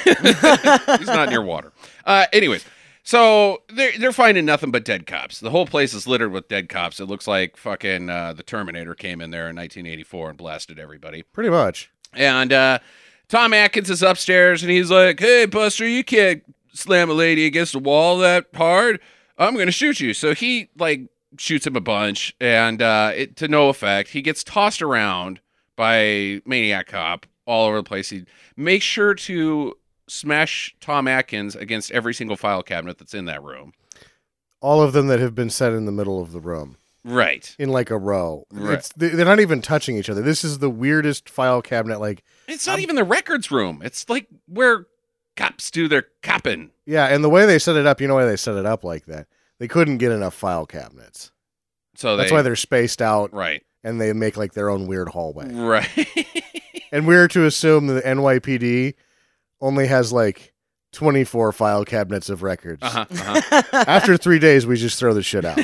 Speaker 1: He's not near water. Uh, anyways, so they're they're finding nothing but dead cops. The whole place is littered with dead cops. It looks like fucking uh, the Terminator came in there in 1984 and blasted everybody.
Speaker 8: Pretty much.
Speaker 1: And uh, Tom Atkins is upstairs and he's like, Hey, Buster, you can't slam a lady against the wall that hard. I'm going to shoot you. So he, like, shoots him a bunch and uh, it, to no effect. He gets tossed around by Maniac Cop all over the place. He makes sure to smash Tom Atkins against every single file cabinet that's in that room.
Speaker 8: All of them that have been set in the middle of the room.
Speaker 1: Right.
Speaker 8: in like a row.
Speaker 1: Right.
Speaker 8: It's, they- they're not even touching each other. This is the weirdest file cabinet. Like,
Speaker 1: It's not even the records room. It's like where cops do their copping.
Speaker 8: yeah, and the way they set it up, you know why they set it up like that? They couldn't get enough file cabinets.
Speaker 1: So
Speaker 8: That's
Speaker 1: Oh, they,
Speaker 8: why they're spaced out
Speaker 1: right.
Speaker 8: and they make like their own weird hallway.
Speaker 1: Right.
Speaker 8: And we're to assume that the NYPD only has like 24 file cabinets of records.
Speaker 1: uh-huh, uh-huh.
Speaker 8: After three days, we just throw the shit out.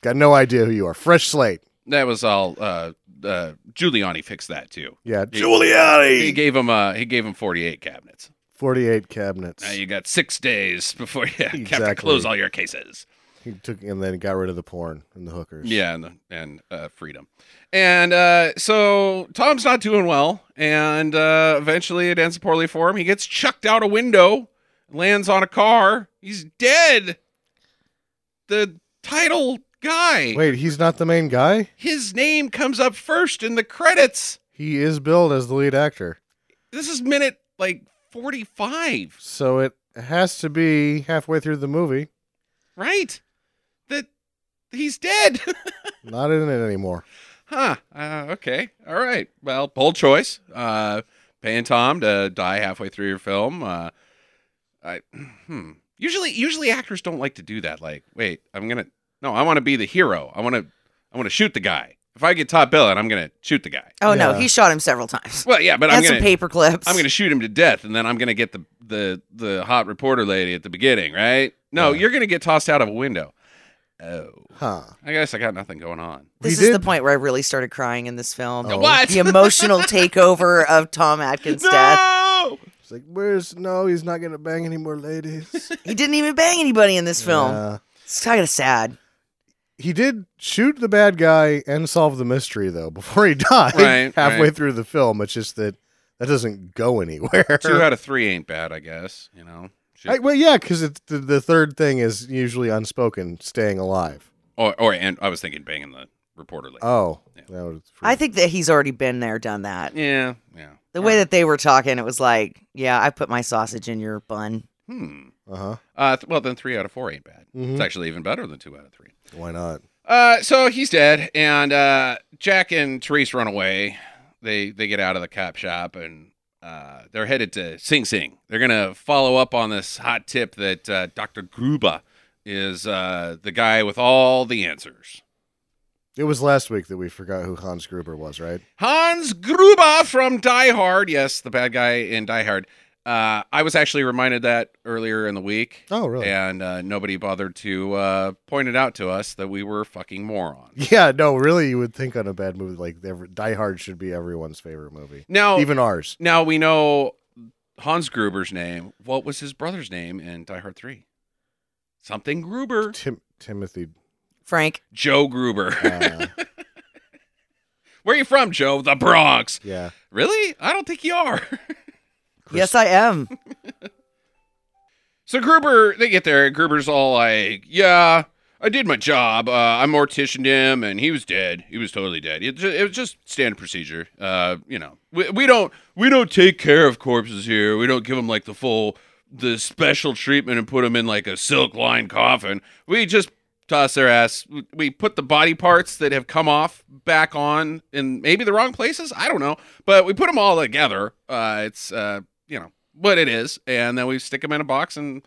Speaker 8: Got no idea who you are. Fresh slate.
Speaker 1: That was all. Uh, uh, Giuliani fixed that too.
Speaker 8: Yeah.
Speaker 1: He- He
Speaker 8: Giuliani!
Speaker 1: gave him. Uh, he gave him forty-eight cabinets.
Speaker 8: 48 cabinets.
Speaker 1: Now you got six days before you have to
Speaker 8: Exactly.
Speaker 1: close all your cases.
Speaker 8: He took and then got rid of the porn and the hookers.
Speaker 1: Yeah, and, and uh, freedom. And uh, so Tom's not doing well, and uh, eventually it ends poorly for him. He gets chucked out a window, lands on a car. He's dead. The title guy.
Speaker 8: Wait, he's not the main guy?
Speaker 1: His name comes up first in the credits.
Speaker 8: He is billed as the lead actor.
Speaker 1: This is minute like forty-five.
Speaker 8: So it has to be halfway through the movie.
Speaker 1: Right? That he's dead.
Speaker 8: Not in it anymore.
Speaker 1: huh. Uh, okay. All right. Well, bold choice. Uh, paying Tom to die halfway through your film. Uh, I hmm. usually usually actors don't like to do that. Like, wait, I'm gonna no, I want to be the hero. I want to I want to shoot the guy. If I get top billing, I'm gonna shoot the guy.
Speaker 7: Oh no,
Speaker 8: Yeah.
Speaker 7: he shot him several times.
Speaker 1: Well, yeah, but I'm
Speaker 7: and
Speaker 1: gonna
Speaker 7: some paper clips.
Speaker 1: I'm gonna shoot him to death, and then I'm gonna get the the the hot reporter lady at the beginning, right? No,
Speaker 8: Yeah.
Speaker 1: you're gonna get tossed out of a window. Oh.
Speaker 8: Huh.
Speaker 1: I guess I got nothing going on.
Speaker 7: This
Speaker 8: He
Speaker 7: is the
Speaker 8: did-
Speaker 7: point where I really started crying in this film.
Speaker 8: Oh.
Speaker 1: What?
Speaker 7: The emotional takeover of Tom Atkins' death.
Speaker 1: No!
Speaker 8: It's like, where's no, he's not gonna bang any more ladies.
Speaker 7: He didn't even bang anybody in this film.
Speaker 8: Yeah.
Speaker 7: It's kind of sad.
Speaker 8: he did shoot the bad guy and solve the mystery though before he died
Speaker 1: Right,
Speaker 8: halfway
Speaker 1: right.
Speaker 8: through the film. It's just that that doesn't go anywhere.
Speaker 1: Two out of three ain't bad, I guess. You know. Shit.
Speaker 8: I- well, yeah, because the, the third thing is usually unspoken, staying alive.
Speaker 1: or, or and I was thinking banging the reporter lady.
Speaker 8: Oh,
Speaker 1: Yeah.
Speaker 8: that was
Speaker 7: I think that he's already been there, done that.
Speaker 1: yeah, yeah.
Speaker 7: The way that they were talking, it was like, yeah, I put my sausage in your bun.
Speaker 1: Hmm.
Speaker 8: Uh huh.
Speaker 1: Uh, th- well, then three out of four ain't bad.
Speaker 8: Mhm.
Speaker 1: It's actually even better than two out of three.
Speaker 8: Why not?
Speaker 1: Uh, so he's dead, and uh, Jack and Therese run away. They they get out of the cop shop, and uh, they're headed to Sing Sing. They're gonna follow up on this hot tip that uh, Doctor Gruba is uh, the guy with all the answers.
Speaker 8: It was last week that we forgot who Hans Gruber was, right?
Speaker 1: Hans Gruber from Die Hard. Yes, the bad guy in Die Hard. Uh, I was actually reminded that earlier in the week,
Speaker 8: Oh, really?
Speaker 1: and uh, nobody bothered to uh, point it out to us that we were fucking morons.
Speaker 8: Yeah, no, really, you would think on a bad movie like every, Die Hard should be everyone's favorite movie,
Speaker 1: Now,
Speaker 8: even ours.
Speaker 1: now we know Hans Gruber's name. What was his brother's name in Die Hard Three? Something Gruber.
Speaker 8: Tim Timothy.
Speaker 7: Frank,
Speaker 1: Joe Gruber.
Speaker 8: Uh,
Speaker 1: Where are you from, Joe? The Bronx.
Speaker 8: yeah,
Speaker 1: Really? I don't think you are.
Speaker 7: yes, I am.
Speaker 1: So Gruber, they get there. Gruber's all like, "Yeah, I did my job. Uh, I morticianed him, and he was dead. He was totally dead. It, ju- it was just standard procedure. Uh, you know, we, we don't we don't take care of corpses here. We don't give them like the full the special treatment and put them in like a silk lined coffin. We just toss their ass. We- We put the body parts that have come off back on in maybe the wrong places. I don't know, but we put them all together. Uh, it's uh, you know what it is, and then we stick them in a box and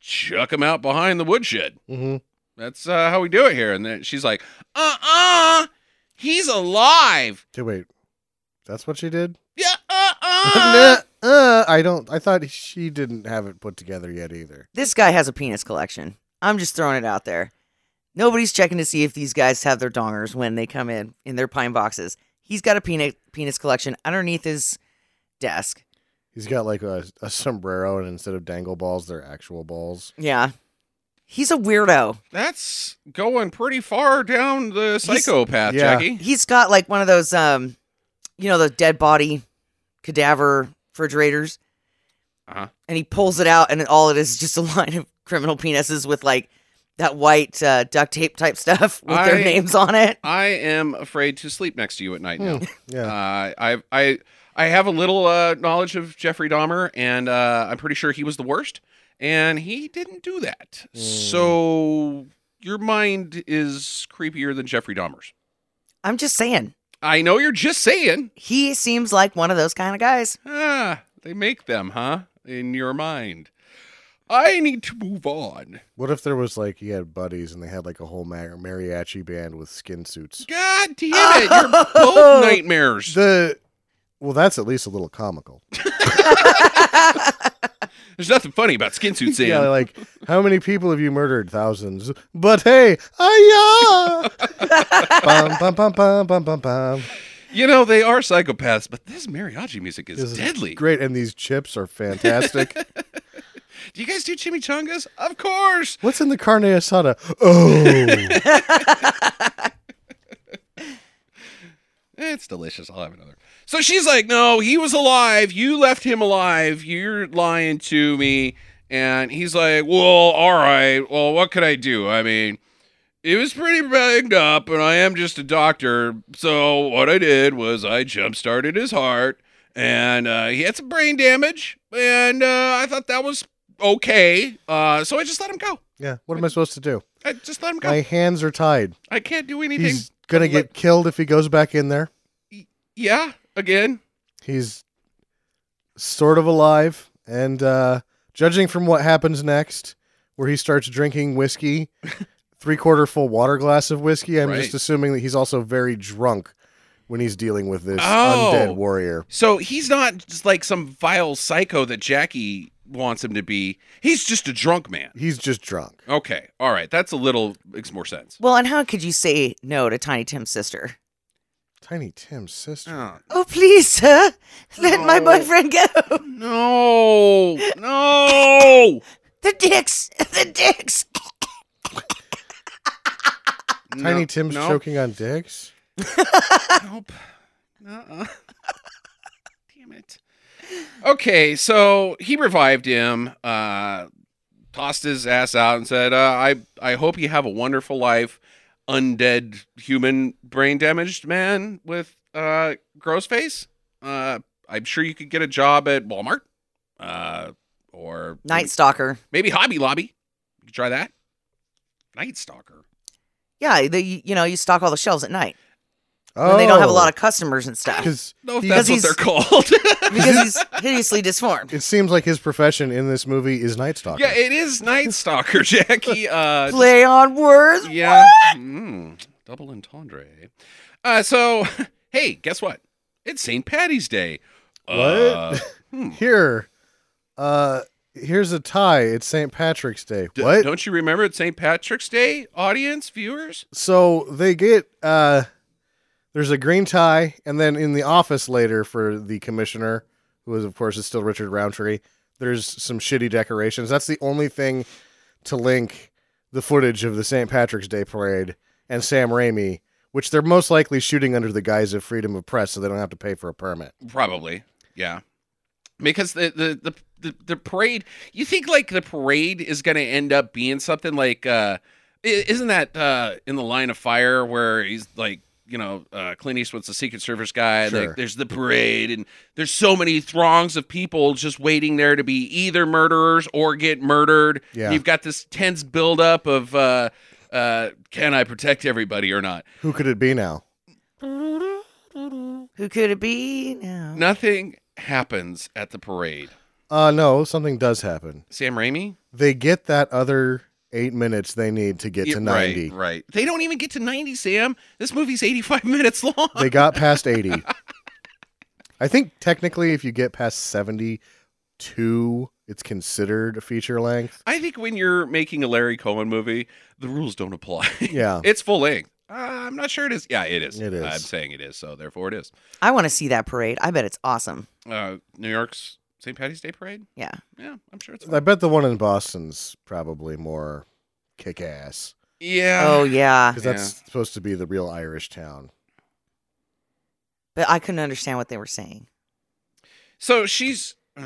Speaker 1: chuck them out behind the woodshed.
Speaker 8: hmm
Speaker 1: That's uh, how we do it here. And then she's like, "Uh, uh, he's alive."
Speaker 8: wait, that's what she did.
Speaker 1: Yeah, uh, uh.
Speaker 8: Nah, uh, I don't. I thought she didn't have it put together yet either.
Speaker 7: This guy has a penis collection. I'm just throwing it out there. Nobody's checking to see if these guys have their dongers when they come in in their pine boxes. He's got a penis penis collection underneath his desk.
Speaker 8: He's got like a, a sombrero, and instead of dangle balls, they're actual balls.
Speaker 7: Yeah. He's a weirdo.
Speaker 1: That's going pretty far down the
Speaker 7: He's-
Speaker 1: psychopath,
Speaker 8: Yeah.
Speaker 1: Jackie.
Speaker 7: He's got like one of those um you know, the dead body cadaver refrigerators.
Speaker 1: Uh-huh.
Speaker 7: And he pulls it out and it- all it is is just a line of criminal penises with like that white uh, duct tape type stuff with
Speaker 1: I-
Speaker 7: their names on it.
Speaker 1: I am afraid to sleep next to you at night now.
Speaker 8: Yeah.
Speaker 1: Uh, I I I have a little uh, knowledge of Jeffrey Dahmer, and
Speaker 8: Hmm.
Speaker 1: uh, I'm pretty sure he was the worst, and he didn't do that. So your mind is creepier than Jeffrey Dahmer's.
Speaker 7: I'm just saying.
Speaker 1: I know you're just saying.
Speaker 7: He seems like one of those kind of guys.
Speaker 1: Ah, they make them, huh? In your mind. I need to move on.
Speaker 8: What if there was like you had buddies and they had like a whole ma- mariachi band with skin suits?
Speaker 1: God damn it. You're both nightmares.
Speaker 8: The well, that's at least a little comical.
Speaker 1: There's nothing funny about skin suits, Sam.
Speaker 8: Yeah, like how many people have you murdered? Thousands. But hey, ah bum, bum, bum, bum, bum, bum, bum.
Speaker 1: you know, they are psychopaths, but this mariachi music is
Speaker 8: This is
Speaker 1: deadly.
Speaker 8: Great, and these chips are fantastic.
Speaker 1: Do you guys do chimichangas? Of course.
Speaker 8: What's in the carne asada? Oh,
Speaker 1: It's delicious. I'll have another. So she's like, No, he was alive. You left him alive. You're lying to me. And he's like, Well, all right. Well, what could I do? I mean, it was pretty banged up, and I am just a doctor. So what I did was I jump started his heart, and uh, he had some brain damage, and uh, I thought that was okay. Uh, so I just let him go.
Speaker 8: yeah. What am I supposed to do?
Speaker 1: I just let him go.
Speaker 8: My
Speaker 1: I,
Speaker 8: hands are tied.
Speaker 1: can't do anything.
Speaker 8: He's gonna
Speaker 1: Let-
Speaker 8: get killed if he goes back in there.
Speaker 1: yeah, again.
Speaker 8: He's sort of alive, and uh, judging from what happens next, where he starts drinking whiskey, three quarter full water glass of whiskey, I'm
Speaker 1: Right.
Speaker 8: just assuming that he's also very drunk when he's dealing with this
Speaker 1: Oh.
Speaker 8: undead warrior.
Speaker 1: So he's not just like some vile psycho that Jackie wants him to be. He's just a drunk man.
Speaker 8: He's just drunk.
Speaker 1: Okay. All right. That's a little makes more sense.
Speaker 7: Well, and how could you say no to Tiny Tim's sister?
Speaker 8: Tiny Tim's sister.
Speaker 1: Oh,
Speaker 7: Oh, please, sir, let my
Speaker 1: No.
Speaker 7: boyfriend go.
Speaker 1: no. No.
Speaker 7: The dicks, the dicks.
Speaker 8: Tiny
Speaker 1: Uh, No,
Speaker 8: Tim's
Speaker 1: no,
Speaker 8: choking on dicks.
Speaker 1: Nope. Uh-uh. Damn it. Okay, so he revived him, uh, tossed his ass out, and said, uh, "I I hope you have a wonderful life, undead human brain damaged man with uh, gross face. Uh, I'm sure you could get a job at Walmart, uh, or
Speaker 7: Night Stalker.
Speaker 1: maybe Hobby Lobby. You could try that. Night Stalker.
Speaker 7: Yeah, the, you you know, you stalk all the shelves at night
Speaker 8: Oh,
Speaker 7: when they don't have a lot of customers and stuff
Speaker 8: Because
Speaker 1: No, if
Speaker 8: Oh, He-
Speaker 1: that's
Speaker 7: Because
Speaker 1: what they're
Speaker 7: he's-
Speaker 1: called.
Speaker 7: because he's hideously disformed.
Speaker 8: it seems like his profession in this movie is night stalker.
Speaker 1: yeah, it is Night Stalker, Jackie. Uh,
Speaker 7: Play on words.
Speaker 1: Yeah. Mm, double entendre. eh? Uh, so, hey, guess what? It's St. Patty's Day. Uh, What?
Speaker 8: Here, uh, here's a tie. It's St. Patrick's Day. what?
Speaker 1: Don't you remember it's St. Patrick's Day, audience, viewers?
Speaker 8: so they get uh there's a green tie and then in the office later for the commissioner who is of course is still richard roundtree there's some shitty decorations that's the only thing to link the footage of the st patrick's day parade and sam raimi which they're most likely shooting under the guise of freedom of press so they don't have to pay for a permit
Speaker 1: Probably. Yeah. Because the, the, the, the, the parade, you think like the parade is going to end up being something like, uh, i- isn't that uh, in the line of fire where he's like, you know, uh, Clint Eastwood's the Secret Service guy. And
Speaker 8: Sure.
Speaker 1: like, there's the parade, and there's so many throngs of people just waiting there to be either murderers or get murdered.
Speaker 8: Yeah.
Speaker 1: You've got this tense buildup of uh, uh, can I protect everybody or not?
Speaker 8: who could it be now
Speaker 7: Who could it be? No.
Speaker 1: Nothing happens at the parade.
Speaker 8: uh no something does happen
Speaker 1: Sam Raimi?
Speaker 8: they get that other eight minutes they need to get
Speaker 1: Yeah,
Speaker 8: to 90
Speaker 1: Right, right. They don't even get to 90, Sam. This movie's 85 minutes long.
Speaker 8: they got past 80. I think technically, if you get past 72, it's considered a feature length.
Speaker 1: I think when you're making a Larry Cohen movie, the rules don't apply.
Speaker 8: Yeah.
Speaker 1: it's full length. Uh, I'm not sure it is. Yeah, it is.
Speaker 8: It is.
Speaker 1: I'm saying it is, so therefore it is.
Speaker 7: I want to see that parade. I bet it's awesome.
Speaker 1: Uh, New York's St. Patty's Day Parade?
Speaker 7: Yeah.
Speaker 1: Yeah, I'm sure it's.
Speaker 8: I bet the one in Boston's probably more kick ass
Speaker 1: Yeah.
Speaker 7: Oh yeah,
Speaker 8: because that's supposed to be the real Irish town.
Speaker 7: but I couldn't understand what they were saying.
Speaker 1: So she's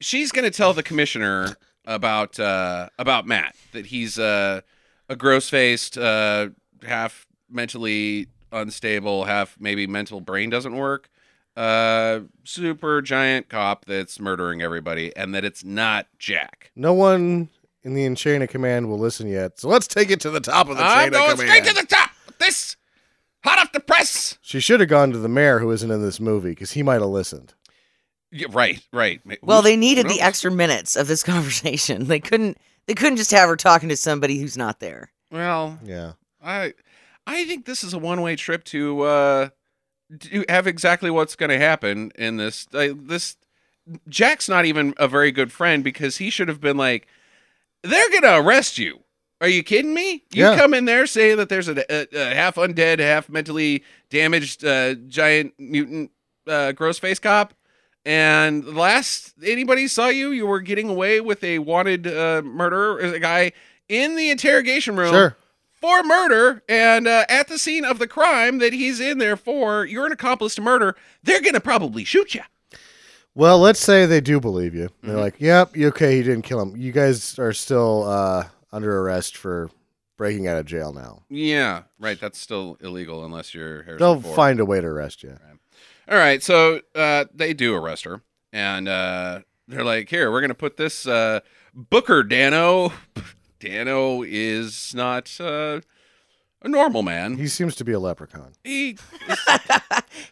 Speaker 1: she's going to tell the commissioner about uh, about Matt that he's uh, a gross faced, uh, half mentally unstable, half maybe mental brain doesn't work, uh, super giant cop that's murdering everybody, and that it's not Jack.
Speaker 8: No one in the chain of command will listen yet. So let's take it to the top of the
Speaker 1: I'm
Speaker 8: chain
Speaker 1: going
Speaker 8: of command.
Speaker 1: straight to the top. with This hot off the press.
Speaker 8: she should have gone to the mayor who isn't in this movie because he might have listened.
Speaker 1: Yeah, right, right.
Speaker 7: Well,
Speaker 1: Who's-
Speaker 7: they needed
Speaker 1: who
Speaker 7: the
Speaker 1: knows?
Speaker 7: extra minutes of this conversation. They couldn't. They couldn't just have her talking to somebody who's not there.
Speaker 1: Well,
Speaker 8: Yeah.
Speaker 1: I, I think this is a one-way trip to uh, to have exactly what's going to happen in this. I this Jack's not even a very good friend because he should have been like, "They're going to arrest you." Are you kidding me? You
Speaker 8: Yeah.
Speaker 1: come in there say that there's a, a, a half undead, half mentally damaged uh, giant mutant uh, gross face cop, and last anybody saw you, you were getting away with a wanted uh, murderer, a guy in the interrogation room
Speaker 8: Sure.
Speaker 1: for murder and uh, at the scene of the crime that he's in there for, you're an accomplice to murder. They're gonna probably shoot you.
Speaker 8: Well, let's say they do believe you. They're like, "Yep, you okay? He didn't kill him. You guys are still uh, under arrest for breaking out of jail now."
Speaker 1: Yeah, right. That's still illegal unless you're Harrison
Speaker 8: They'll
Speaker 1: Ford.
Speaker 8: find a way to arrest you.
Speaker 1: All right, so uh, they do arrest her, and uh, they're like, "Here, we're gonna put this uh, Booker Dano. Dano is not uh, a normal man.
Speaker 8: He seems to be a leprechaun.
Speaker 1: He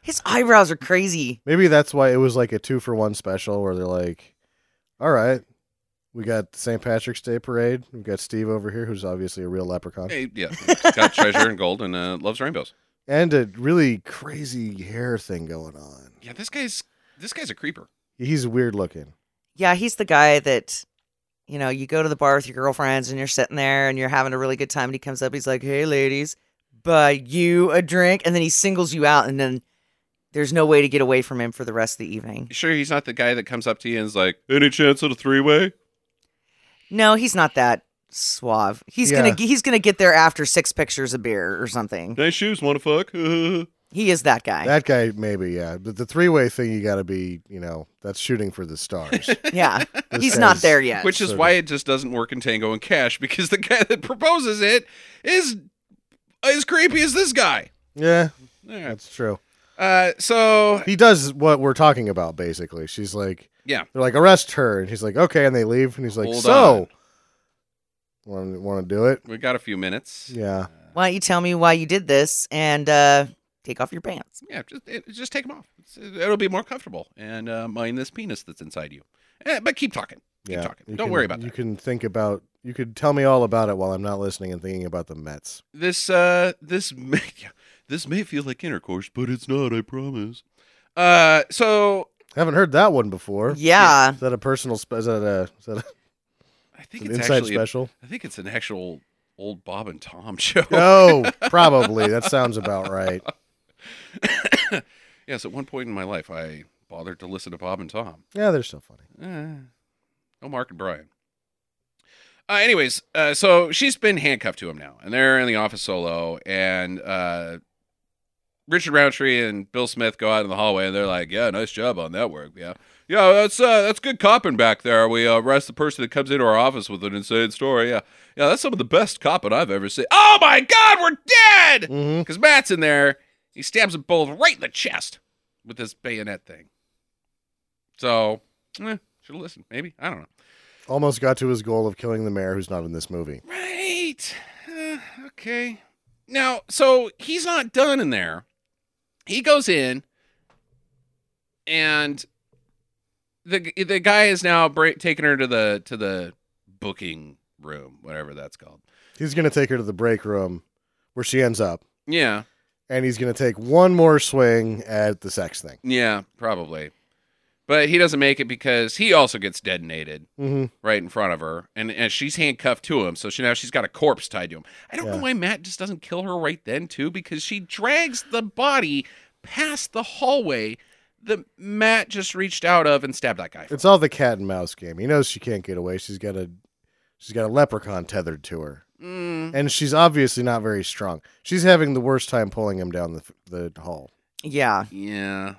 Speaker 7: His eyebrows are crazy.
Speaker 8: Maybe that's why it was like a two for one special where they're like, all right, we got the St. Patrick's Day parade. We've got Steve over here, who's obviously a real leprechaun,
Speaker 1: hey, yeah, got treasure and gold and uh, loves rainbows.
Speaker 8: and a really crazy hair thing going on.
Speaker 1: Yeah, this guy's this guy's a creeper.
Speaker 8: He's weird looking.
Speaker 7: Yeah, he's the guy that, you know, you go to the bar with your girlfriends and you're sitting there and you're having a really good time. And he comes up, he's like, "Hey, ladies, buy you a drink," and then he singles you out, and then there's no way to get away from him for the rest of the evening.
Speaker 1: You sure he's not the guy that comes up to you and is like, "Any chance at a three-way?"
Speaker 7: No, he's not that suave. He's
Speaker 8: Yeah.
Speaker 7: gonna he's gonna get there after six pictures of beer or something.
Speaker 1: Nice shoes, want to fuck? yeah,
Speaker 7: He is that guy.
Speaker 8: That guy, maybe, yeah. But the three way thing, you got to be, you know, that's shooting for the stars.
Speaker 7: yeah,
Speaker 8: This
Speaker 7: he's not
Speaker 8: guy's-
Speaker 7: there yet.
Speaker 1: which is
Speaker 8: so
Speaker 1: why it just doesn't work in Tango and Cash because the guy that proposes it is as creepy as this guy.
Speaker 8: yeah,
Speaker 1: Yeah.
Speaker 8: that's true.
Speaker 1: Uh, so
Speaker 8: He does what we're talking about, basically. She's like,
Speaker 1: yeah,
Speaker 8: They're like, arrest her. And he's like, okay. And they leave. And he's like,
Speaker 1: Hold
Speaker 8: so, want, want to do it?
Speaker 1: we got a few minutes.
Speaker 8: Yeah.
Speaker 7: why don't you tell me why you did this and uh, take off your pants?
Speaker 1: Yeah, just it, just take them off. It's, uh, it'll be more comfortable and uh, mind this penis that's inside you. Eh, but keep talking. Keep
Speaker 8: yeah.
Speaker 1: talking.
Speaker 8: You
Speaker 1: Don't
Speaker 8: can-
Speaker 1: worry about
Speaker 8: You
Speaker 1: that.
Speaker 8: can think about, you could tell me all about it while I'm not listening and thinking about the Mets.
Speaker 1: this uh this may this may feel like intercourse, but it's not. I promise. Uh, so
Speaker 8: Haven't heard that one before.
Speaker 7: Yeah,
Speaker 8: Is that a personal, spe- is that a, is that a-
Speaker 1: I think
Speaker 8: an
Speaker 1: it's
Speaker 8: inside
Speaker 1: actually a-
Speaker 8: special?
Speaker 1: I think it's an actual old Bob and Tom show.
Speaker 8: No, probably. That sounds about right.
Speaker 1: yes, at one point in my life, I bothered to listen to Bob and Tom.
Speaker 8: Yeah, they're still funny.
Speaker 1: Eh, no Mark and Brian. Uh, anyways, uh, so she's been handcuffed to him now, and they're in the office solo. And uh, Richard Roundtree and Bill Smith go out in the hallway, and they're like, "Yeah, nice job on that work. Yeah, yeah, that's uh, that's good copping back there. We uh, arrest the person that comes into our office with an insane story. Yeah, yeah, that's some of the best copping I've ever seen. Oh my God, we're dead!"
Speaker 8: hmm
Speaker 1: Because Matt's in there, he stabs them both right in the chest with this bayonet thing. So, eh, should have listened. Maybe I don't know.
Speaker 8: Almost got to his goal of killing the mayor who's not in this movie.
Speaker 1: Right. Uh, okay. Now, so he's not done in there. He goes in, and the the guy is now bra- taking her to the to the booking room, whatever that's called.
Speaker 8: He's going to take her to the break room where she ends up.
Speaker 1: Yeah.
Speaker 8: And he's going to take one more swing at the sex thing.
Speaker 1: Yeah. Probably. But he doesn't make it because he also gets detonated.
Speaker 8: Mm-hmm.
Speaker 1: right in front of her, and, and she's handcuffed to him. So she now she's got a corpse tied to him. I don't know
Speaker 8: Yeah.
Speaker 1: why Matt just doesn't kill her right then too, because she drags the body past the hallway that Matt just reached out of and stabbed that guy. from.
Speaker 8: It's all the cat and mouse game. He knows she can't get away. She's got a she's got a leprechaun tethered to her,
Speaker 1: Mm,
Speaker 8: and she's obviously not very strong. She's having the worst time pulling him down the the hall.
Speaker 7: yeah.
Speaker 1: yeah,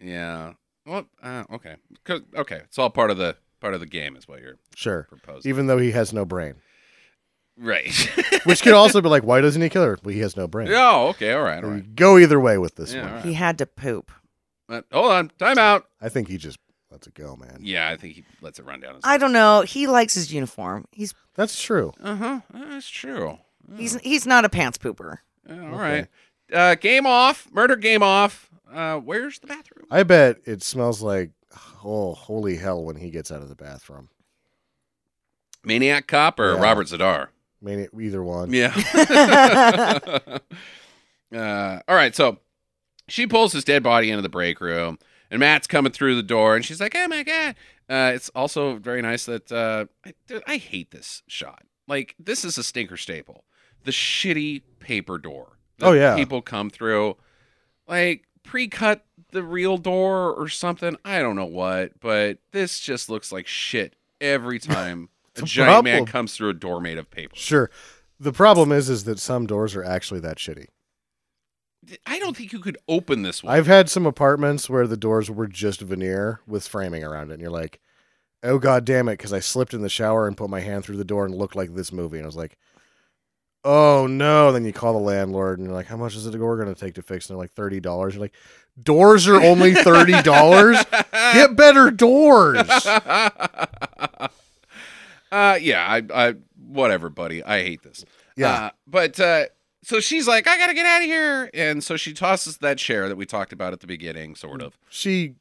Speaker 1: yeah. Well, uh, okay, 'Cause- okay. It's all part of the part of the game, is what you're
Speaker 8: Sure,
Speaker 1: proposing,
Speaker 8: even though he has no brain,
Speaker 1: right?
Speaker 8: which could also be like, why doesn't he kill her? Well, he has no brain.
Speaker 1: oh, okay, all right, all
Speaker 8: So
Speaker 1: right.
Speaker 8: you Go either way with this
Speaker 1: Yeah,
Speaker 8: one.
Speaker 1: all right.
Speaker 7: He had to poop.
Speaker 1: Uh, hold on, time out.
Speaker 8: I think he just lets it go, man.
Speaker 1: Yeah, I think he lets it run down.
Speaker 7: I don't know. He likes his uniform. He's
Speaker 8: That's true.
Speaker 1: Uh huh. That's true.
Speaker 7: he's he's not a pants pooper.
Speaker 1: Uh, All right. Uh, game off. Murder game off. Uh, where's the bathroom?
Speaker 8: I bet it smells like oh holy hell when he gets out of the bathroom.
Speaker 1: Maniac Cop or
Speaker 8: Yeah.
Speaker 1: Robert Zadar?
Speaker 8: I mean, it- either one.
Speaker 1: Yeah. uh, all right. So she pulls his dead body into the break room, and Matt's coming through the door, and she's like, "Oh my god!" Uh, it's also very nice that uh, I, dude, I hate this shot. Like this is a stinker staple. The shitty paper door. that
Speaker 8: Oh, yeah.
Speaker 1: People come through, like pre-cut the real door or something. I don't know what, but this just looks like shit every time a
Speaker 8: The
Speaker 1: giant man
Speaker 8: problem-
Speaker 1: comes through a door made of paper.
Speaker 8: Sure. The problem is, is that some doors are actually that shitty.
Speaker 1: I don't think you could open this one.
Speaker 8: I've had some apartments where the doors were just veneer with framing around it, and you're like, "Oh god damn it!" Because I slipped in the shower and put my hand through the door and looked like this movie, and I was like, "Oh no!" Then you call the landlord and you're like, "How much is the door going to take to fix?" And they're like, 30 dollars." You're like, "Doors are only thirty dollars. Get better doors."
Speaker 1: uh, yeah, I, I, whatever, buddy. I hate this.
Speaker 8: Yeah.
Speaker 1: Uh, but uh, so she's like, I gotta get out of here, and so she tosses that chair that we talked about at the beginning, sort of.
Speaker 8: she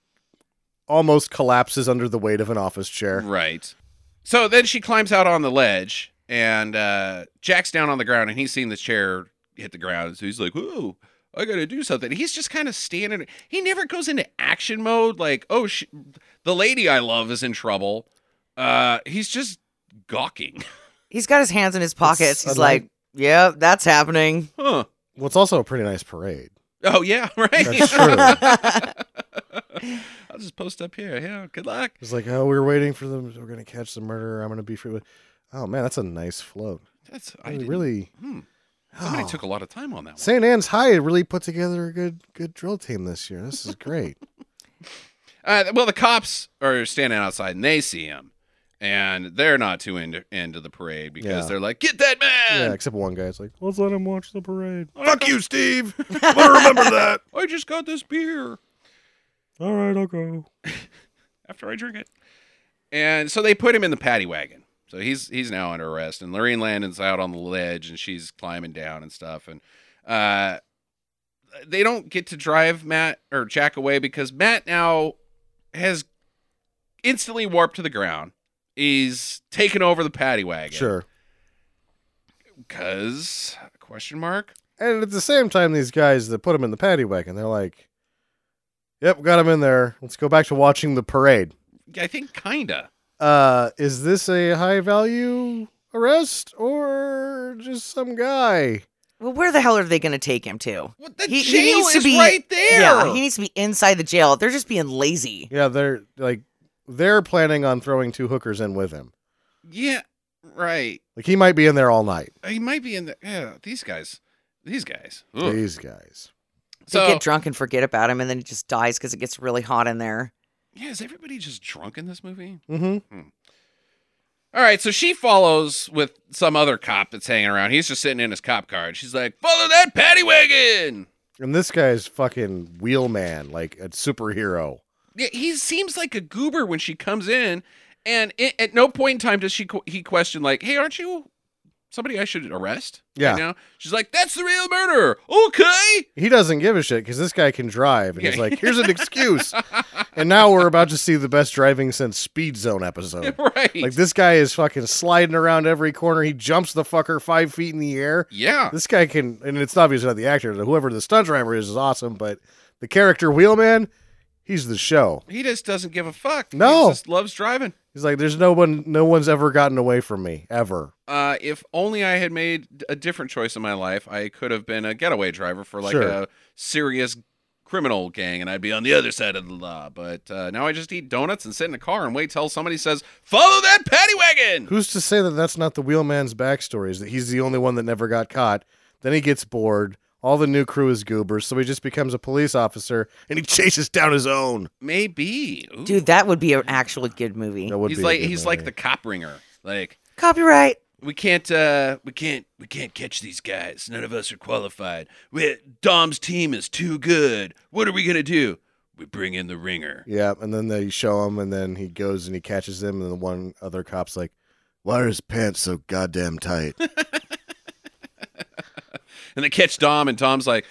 Speaker 8: almost collapses under the weight of an office chair.
Speaker 1: Right. So then she climbs out on the ledge, and uh, Jack's down on the ground, and he's seen the chair hit the ground. So he's like, "Ooh, I gotta do something." He's just kind of standing. He never goes into action mode. Like, "Oh, sh- the lady I love is in trouble." Uh, he's just gawking.
Speaker 7: He's got his hands in his pockets. He's
Speaker 8: I'd
Speaker 7: like,
Speaker 8: like-
Speaker 7: "Yep, that's happening."
Speaker 1: Huh.
Speaker 8: Well, it's also a pretty nice parade.
Speaker 1: Oh yeah, right.
Speaker 8: That's true.
Speaker 1: I'll just post up here. Yeah. Good luck.
Speaker 8: it's like, oh, we are waiting for them. We're gonna catch the murderer. I'm gonna be free. With... Oh man, that's a nice float.
Speaker 1: That's
Speaker 8: I
Speaker 1: I didn't-
Speaker 8: really.
Speaker 1: Hmm. Somebody
Speaker 8: Oh.
Speaker 1: took a lot of time on that one.
Speaker 8: St. Anne's High really put together a good good drill team this year. This is great.
Speaker 1: Uh, well, the cops are standing outside and they see him, and they're not too into, into the parade because
Speaker 8: Yeah.
Speaker 1: they're like, "Get that
Speaker 8: yeah,
Speaker 1: man!
Speaker 8: except one guy's like, let's let him watch the parade.
Speaker 1: Fuck you, Steve! I remember that. I just got this beer
Speaker 8: All right, I'll go.
Speaker 1: after I drink it." And so they put him in the paddy wagon. So he's he's now under arrest, and Lorraine Landon's out on the ledge, and she's climbing down and stuff, and uh, they don't get to drive Matt or Jack away because Matt now has instantly warped to the ground. He's taken over the paddy wagon.
Speaker 8: Sure.
Speaker 1: Cause question mark.
Speaker 8: And at the same time, these guys that put him in the paddy wagon, they're like, yep, got him in there. Let's go back to watching the parade.
Speaker 1: I think kinda.
Speaker 8: uh is this a high value arrest or just some guy
Speaker 7: Well, where the hell are they going to take him to?
Speaker 1: Well, the jail is right there.
Speaker 7: Yeah, he needs to be inside the jail. They're just being lazy.
Speaker 8: yeah they're like they're planning on throwing two hookers in with him
Speaker 1: Yeah, right.
Speaker 8: like he might be in there all night
Speaker 1: He might be in the. Yeah, these guys. These guys. Ugh.
Speaker 8: these guys
Speaker 7: they get drunk and forget about him, and then he just dies because it gets really hot in there.
Speaker 1: yeah, is everybody just drunk in this movie?
Speaker 8: mm-hmm
Speaker 1: All right, so she follows with some other cop that's hanging around. He's just sitting in his cop car, and she's like, "Follow that paddy wagon."
Speaker 8: and this guy's fucking wheelman like a superhero
Speaker 1: Yeah, he seems like a goober when she comes in, and it, at no point in time does she qu- he question like, "Hey, aren't you somebody I should arrest?"
Speaker 8: Yeah.
Speaker 1: you know? she's like, "That's the real murderer." Okay,
Speaker 8: he doesn't give a shit because this guy can drive and he's
Speaker 1: Yeah.
Speaker 8: like here's an excuse and now we're about to see the best driving since speed zone episode
Speaker 1: right.
Speaker 8: like this guy is fucking sliding around every corner he jumps the fucker five feet in the air
Speaker 1: yeah,
Speaker 8: this guy can, and it's obvious not the actor, whoever the stunt driver is is awesome, but the character Wheelman, he's the show.
Speaker 1: he just doesn't give a fuck.
Speaker 8: No.
Speaker 1: he just loves driving.
Speaker 8: He's like, there's no one, no one's ever gotten away from me ever.
Speaker 1: Uh, if only I had made a different choice in my life, I could have been a getaway driver for like
Speaker 8: Sure.
Speaker 1: a serious criminal gang, and I'd be on the other side of the law. But uh, now I just eat donuts and sit in a car and wait till somebody says, "Follow that paddy wagon."
Speaker 8: Who's to say that that's not the Wheelman's backstory? Is that he's the only one that never got caught? Then he gets bored. All the new crew is goobers, so he just becomes a police officer and he chases down his own.
Speaker 1: Maybe, Ooh.
Speaker 7: Dude, that would be an actually good movie.
Speaker 8: That would
Speaker 1: he's
Speaker 8: be a
Speaker 1: like
Speaker 8: good
Speaker 1: he's like the
Speaker 8: movie.
Speaker 1: cop ringer. Like
Speaker 7: Copyright.
Speaker 1: we can't uh we can't we can't catch these guys. None of us are qualified. We, Dom's team is too good. What are we gonna do? we bring in the ringer.
Speaker 8: Yeah, and then they show him, and then he goes and he catches them, and the one other cop's like, "Why are his pants so goddamn tight?"
Speaker 1: And they catch Dom, and Tom's like,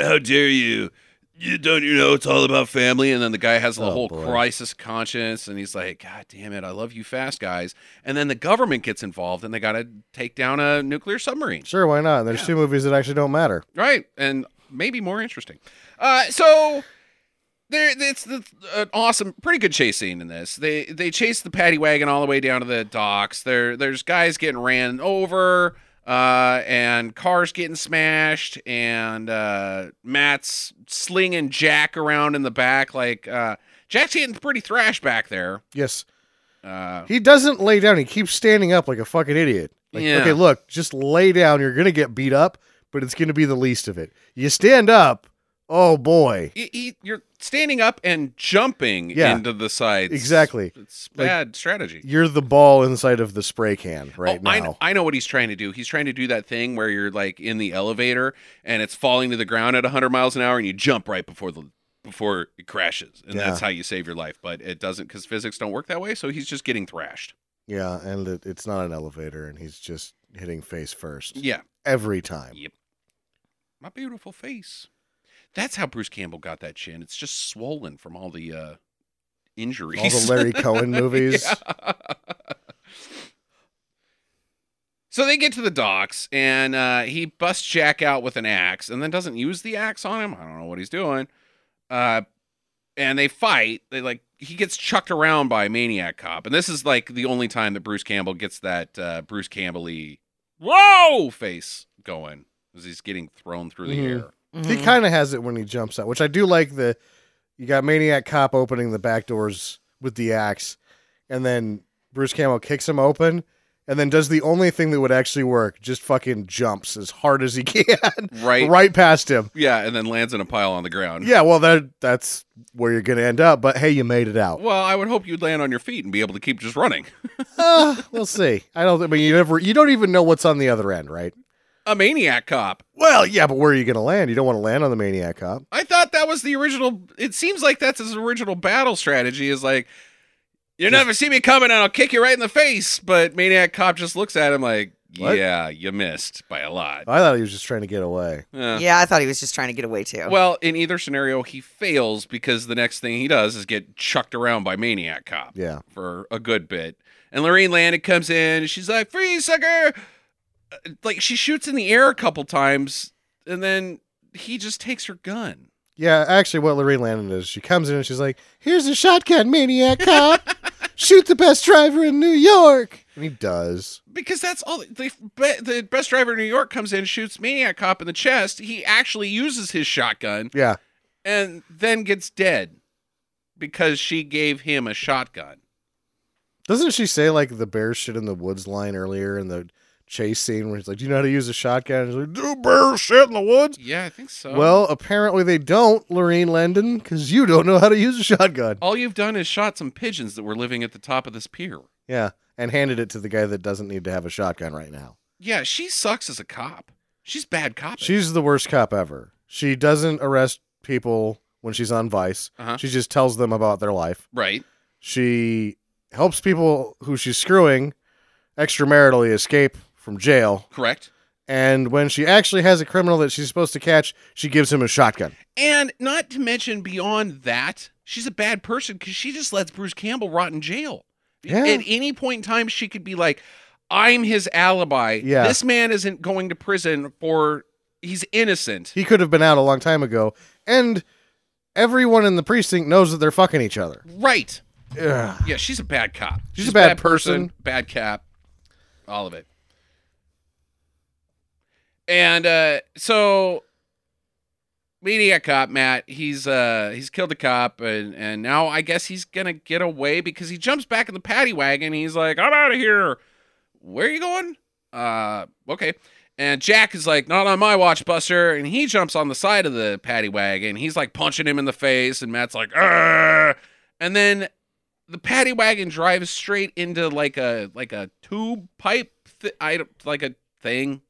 Speaker 1: "How dare you? You don't you know it's all about family?" And then the guy has the
Speaker 8: Oh,
Speaker 1: whole
Speaker 8: boy.
Speaker 1: crisis conscience, and he's like, "God damn it, I love you, fast guys." And then the government gets involved, and they got to take down a nuclear submarine,
Speaker 8: sure, why not? There's two movies that actually don't matter.
Speaker 1: right? And maybe more interesting. Uh, so. There, it's the, an awesome, pretty good chase scene in this. They they chase the paddy wagon all the way down to the docks. There, there's guys getting ran over, uh, and cars getting smashed, and uh, Matt's slinging Jack around in the back. Like uh, Jack's getting pretty thrashed back there.
Speaker 8: Yes,
Speaker 1: Uh,
Speaker 8: he doesn't lay down. He keeps standing up like a fucking idiot. Like,
Speaker 1: Yeah.
Speaker 8: okay, look, just lay down. You're gonna get beat up, but it's gonna be the least of it. You stand up. Oh boy,
Speaker 1: he, he- you're standing up and jumping
Speaker 8: Yeah.
Speaker 1: into the sides.
Speaker 8: Exactly.
Speaker 1: it's
Speaker 8: Like-
Speaker 1: bad strategy.
Speaker 8: you're the ball inside of the spray can right
Speaker 1: oh, I,
Speaker 8: now.
Speaker 1: kn- I know what he's trying to do. He's trying to do that thing where you're like in the elevator and it's falling to the ground at 100 miles an hour and you jump right before the before it crashes. And
Speaker 8: Yeah.
Speaker 1: that's how you save your life, but it doesn't cuz physics don't work that way, so he's just getting thrashed.
Speaker 8: yeah, and it, it's not an elevator, and he's just hitting face first
Speaker 1: Yeah.
Speaker 8: every time.
Speaker 1: Yep. My beautiful face. That's how Bruce Campbell got that chin. It's just swollen from all the uh injuries.
Speaker 8: All the Larry Cohen movies.
Speaker 1: Yeah. so they get to the docks, and uh, he busts Jack out with an axe, and then doesn't use the axe on him. I don't know what he's doing. Uh, and they fight. They like he gets chucked around by a maniac cop, and this is like the only time that Bruce Campbell gets that uh, Bruce Campbell-y whoa face going as he's getting thrown through the
Speaker 8: Mhm.
Speaker 1: air.
Speaker 8: He
Speaker 7: Mhm.
Speaker 8: kind of has it when he jumps out, which I do like. The you got Maniac Cop opening the back doors with the axe, and then Bruce Campbell kicks him open, and then does the only thing that would actually work: just fucking jumps as hard as he can
Speaker 1: Right.
Speaker 8: right past him.
Speaker 1: Yeah, and then lands in a pile on the ground.
Speaker 8: Yeah, well, that that's where you're gonna end up. But hey, you made it out.
Speaker 1: Well, I would hope you'd land on your feet and be able to keep just running.
Speaker 8: Uh, we'll see. I don't. I mean, you never. You don't even know what's on the other end, right?
Speaker 1: A maniac cop.
Speaker 8: Well, yeah, but where are you gonna land? You don't want to land on the Maniac Cop.
Speaker 1: I thought that was the original. It seems like that's his original battle strategy is like, you never see me coming and I'll kick you right in the face. But Maniac Cop just looks at him like,
Speaker 8: What? Uh,
Speaker 1: yeah, you missed by a lot.
Speaker 8: I thought he was just trying to get away.
Speaker 1: Yeah.
Speaker 7: Yeah, I thought he was just trying to get away too.
Speaker 1: Well, in either scenario, he fails because the next thing he does is get chucked around by Maniac Cop
Speaker 8: Yeah.
Speaker 1: for a good bit. And Lorraine Landon comes in and she's like, freeze, sucker! Uh, Like, she shoots in the air a couple times and then he just takes her gun.
Speaker 8: Yeah, actually, what Lorraine Landon does, she comes in and she's like, "Here's a shotgun, maniac cop. Shoot the best driver in New York." And he does.
Speaker 1: because that's all the be- the best driver in New York comes in, shoots maniac cop in the chest. He actually uses his shotgun
Speaker 8: Yeah,
Speaker 1: and then gets dead because she gave him a shotgun.
Speaker 8: doesn't she say like the bear shit in the woods line earlier in the chase scene where he's like, "Do you know how to use a shotgun?" And he's like, "Do bear shit in the woods."
Speaker 1: Yeah, I think so.
Speaker 8: Well, apparently they don't, Lorraine Landon, because you don't know how to use a shotgun.
Speaker 1: all you've done is shot some pigeons that were living at the top of this pier.
Speaker 8: Yeah, and handed it to the guy that doesn't need to have a shotgun right now.
Speaker 1: Yeah, she sucks as a cop. She's bad cop.
Speaker 8: She's the worst cop ever. She doesn't arrest people when she's on Vice.
Speaker 1: Uh-huh.
Speaker 8: She just tells them about their life.
Speaker 1: right.
Speaker 8: She helps people who she's screwing extramaritally escape from jail.
Speaker 1: Correct.
Speaker 8: And when she actually has a criminal that she's supposed to catch, she gives him a shotgun.
Speaker 1: And not to mention beyond that, she's a bad person because she just lets Bruce Campbell rot in jail.
Speaker 8: Yeah.
Speaker 1: At any point in time, she could be like, I'm his alibi.
Speaker 8: Yeah.
Speaker 1: This man isn't going to prison for he's innocent.
Speaker 8: He could have been out a long time ago. And everyone in the precinct knows that they're fucking each other.
Speaker 1: Right.
Speaker 8: Ugh.
Speaker 1: Yeah, she's a bad cop.
Speaker 8: She's a bad person.
Speaker 1: bad cap, all of it. And uh, so, maniac cop Matt, he's uh, he's killed the cop, and and now I guess he's gonna get away because he jumps back in the paddy wagon. He's like, "I'm out of here." Where are you going? Uh, okay. And Jack is like, "Not on my watch, Buster!" And he jumps on the side of the paddy wagon. He's like punching him in the face, and Matt's like, "Ah!" And then the paddy wagon drives straight into like a like a tube pipe th- I don't- like a thing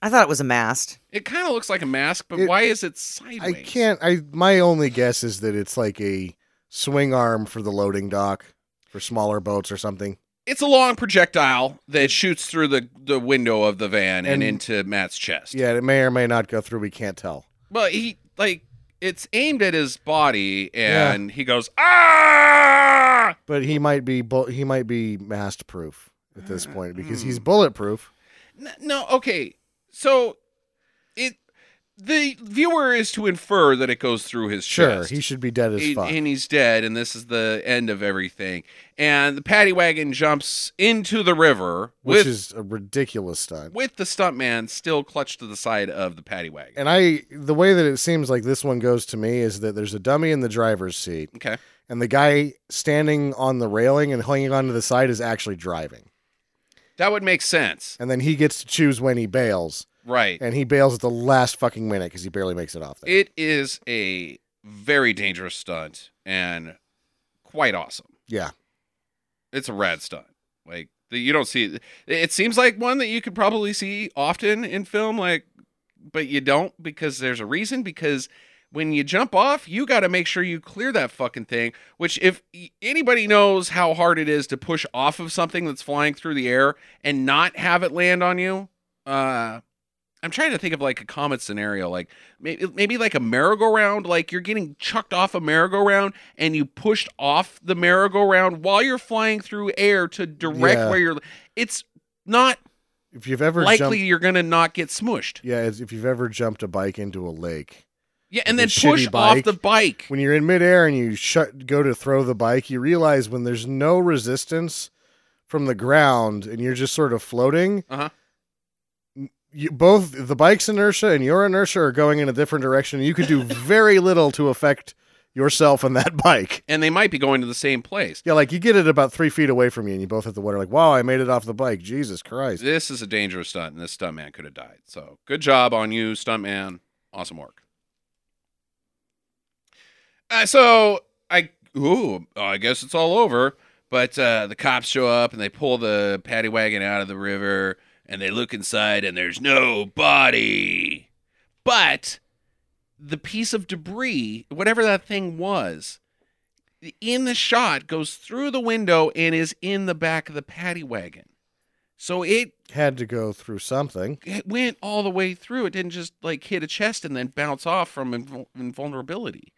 Speaker 7: I thought it was a mast.
Speaker 1: It kind of looks like a mask, but
Speaker 8: It-
Speaker 1: why is it sideways?
Speaker 8: I can't. I my only guess is that it's like a swing arm for the loading dock for smaller boats or something.
Speaker 1: It's a long projectile that shoots through the the window of the van and,
Speaker 8: And-
Speaker 1: into Matt's chest.
Speaker 8: Yeah, it may or may not go through. We can't tell.
Speaker 1: But he like it's aimed at his body and he goes ah
Speaker 8: But he might be bu- he might be mast proof at
Speaker 1: Mm,
Speaker 8: this point because he's bulletproof.
Speaker 1: N- No, okay. So it the viewer is to infer that it goes through his
Speaker 8: Sure,
Speaker 1: chest.
Speaker 8: he should be dead as
Speaker 1: and,
Speaker 8: fuck.
Speaker 1: and he's dead, and this is the end of everything. And the paddy wagon jumps into the river
Speaker 8: which
Speaker 1: with
Speaker 8: is a ridiculous stunt.
Speaker 1: with the stuntman still clutched to the side of the paddy wagon.
Speaker 8: and I the way that it seems like this one goes to me is that there's a dummy in the driver's seat
Speaker 1: Okay.
Speaker 8: and the guy standing on the railing and hanging onto the side is actually driving.
Speaker 1: That would make sense.
Speaker 8: And then he gets to choose when he bails
Speaker 1: Right.
Speaker 8: and he bails at the last fucking minute cuz he barely makes it off there.
Speaker 1: It is a very dangerous stunt and quite awesome.
Speaker 8: yeah.
Speaker 1: it's a rad stunt. Like the, you don't see. It seems like one that you could probably see often in film, like, but you don't because there's a reason. Because when you jump off, you got to make sure you clear that fucking thing. Which, if y- anybody knows how hard it is to push off of something that's flying through the air and not have it land on you, uh. I'm trying to think of like a common scenario, like maybe maybe like a merry-go-round. Like you're getting chucked off a merry-go-round, and you pushed off the merry-go-round while you're flying through air to direct
Speaker 8: Yeah.
Speaker 1: where you're. It's not
Speaker 8: If you've ever
Speaker 1: likely
Speaker 8: jumped
Speaker 1: you're gonna not get smushed.
Speaker 8: Yeah, it's- if you've ever jumped a bike into a lake.
Speaker 1: Yeah, and then
Speaker 8: Like a
Speaker 1: push
Speaker 8: shitty
Speaker 1: off
Speaker 8: bike.
Speaker 1: the bike.
Speaker 8: When you're in midair and you shut go to throw the bike, you realize when there's no resistance from the ground and you're just sort of floating,
Speaker 1: Uh-huh.
Speaker 8: you both the bike's inertia and your inertia are going in a different direction. You could do very little to affect yourself and that bike.
Speaker 1: And they might be going to the same place.
Speaker 8: Yeah, like you get it about three feet away from you, and you both hit the water. Like, wow, I made it off the bike. Jesus Christ!
Speaker 1: This is a dangerous stunt, and this stuntman could have died. So good job on you, stuntman. Awesome work. Uh, so I, ooh, oh, I guess it's all over. But uh, the cops show up and they pull the paddy wagon out of the river, and they look inside, and there's no body. But the piece of debris, whatever that thing was, in the shot goes through the window and is in the back of the paddy wagon. So it
Speaker 8: Had to go through something.
Speaker 1: it went all the way through. It didn't just like hit a chest and then bounce off from invul- invulnerability.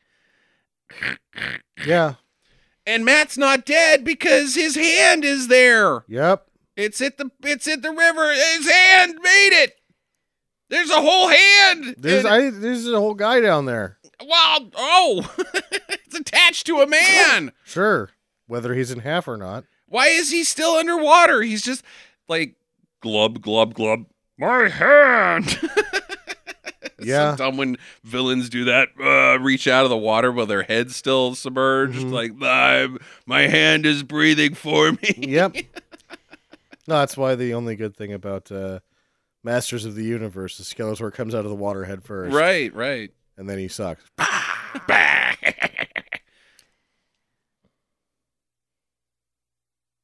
Speaker 8: Yeah.
Speaker 1: And Matt's not dead because his hand is there.
Speaker 8: Yep.
Speaker 1: It's at the it's at the river. His hand made it. There's a whole hand.
Speaker 8: There's
Speaker 1: And-
Speaker 8: I there's a whole guy down there.
Speaker 1: wow. Oh, it's attached to a man.
Speaker 8: Sure. Whether he's in half or not.
Speaker 1: Why is he still underwater? He's just like glub glub glub. My hand. It's so
Speaker 8: Yeah.
Speaker 1: dumb when villains do that. Uh, reach out of the water while their head's still submerged.
Speaker 8: Mhm.
Speaker 1: Like I'm, my hand is breathing for me.
Speaker 8: Yep. No, that's why the only good thing about uh, Masters of the Universe is Skeletor comes out of the water head first,
Speaker 1: Right, right.
Speaker 8: and then he sucks.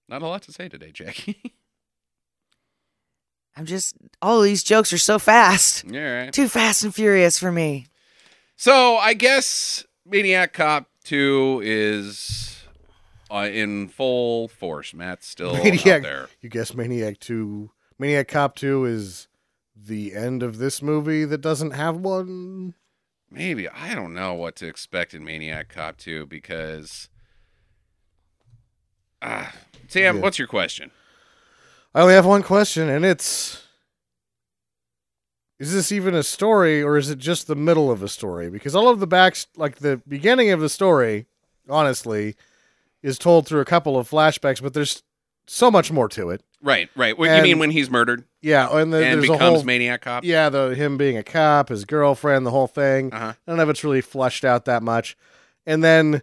Speaker 1: Not a lot to say today, Jackie.
Speaker 7: I'm just all of these jokes are so fast.
Speaker 1: yeah, all right.
Speaker 7: Too fast and furious for me.
Speaker 1: So I guess Maniac Cop Two is uh, in full force. Matt's still out
Speaker 8: Maniac.
Speaker 1: there.
Speaker 8: You guess Maniac Two, Maniac Cop Two is the end of this movie that doesn't have one.
Speaker 1: maybe I don't know what to expect in Maniac Cop 2 because ah, Sam,
Speaker 8: Yeah.
Speaker 1: what's your question?
Speaker 8: I only have one question, and it's: Is this even a story, or is it just the middle of a story? Because all of the backs, like the beginning of the story, honestly, is told through a couple of flashbacks, but there's so much more to it.
Speaker 1: Right, right. What you
Speaker 8: And-
Speaker 1: mean when he's murdered
Speaker 8: Yeah, and, the,
Speaker 1: and
Speaker 8: there's
Speaker 1: becomes
Speaker 8: a whole
Speaker 1: Maniac Cop?
Speaker 8: yeah, the him being a cop, his girlfriend, the whole thing.
Speaker 1: Uh-huh.
Speaker 8: I don't know if it's really fleshed out that much. And then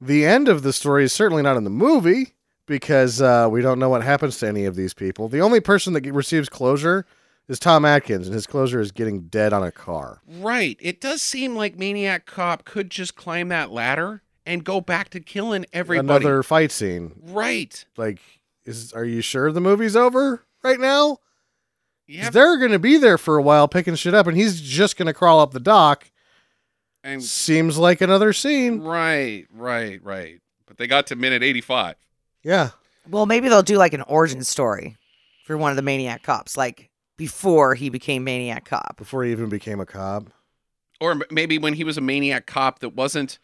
Speaker 8: the end of the story is certainly not in the movie because uh, we don't know what happens to any of these people. The only person that receives closure is Tom Atkins, and his closure is getting dead on a car.
Speaker 1: Right. It does seem like Maniac Cop could just climb that ladder and go back to killing everybody.
Speaker 8: Another fight scene.
Speaker 1: Right.
Speaker 8: Like, is are you sure the movie's over right now?
Speaker 1: Yeah,
Speaker 8: 'Cause They're going to be there for a while picking shit up, and he's just going to crawl up the dock.
Speaker 1: and
Speaker 8: Seems like another scene.
Speaker 1: right, right, right. But they got to minute eighty-five.
Speaker 8: Yeah.
Speaker 7: Well, maybe they'll do like an origin story for one of the maniac cops, like before he became maniac cop.
Speaker 8: Before he even became a cop.
Speaker 1: or m- maybe when he was a maniac cop that wasn't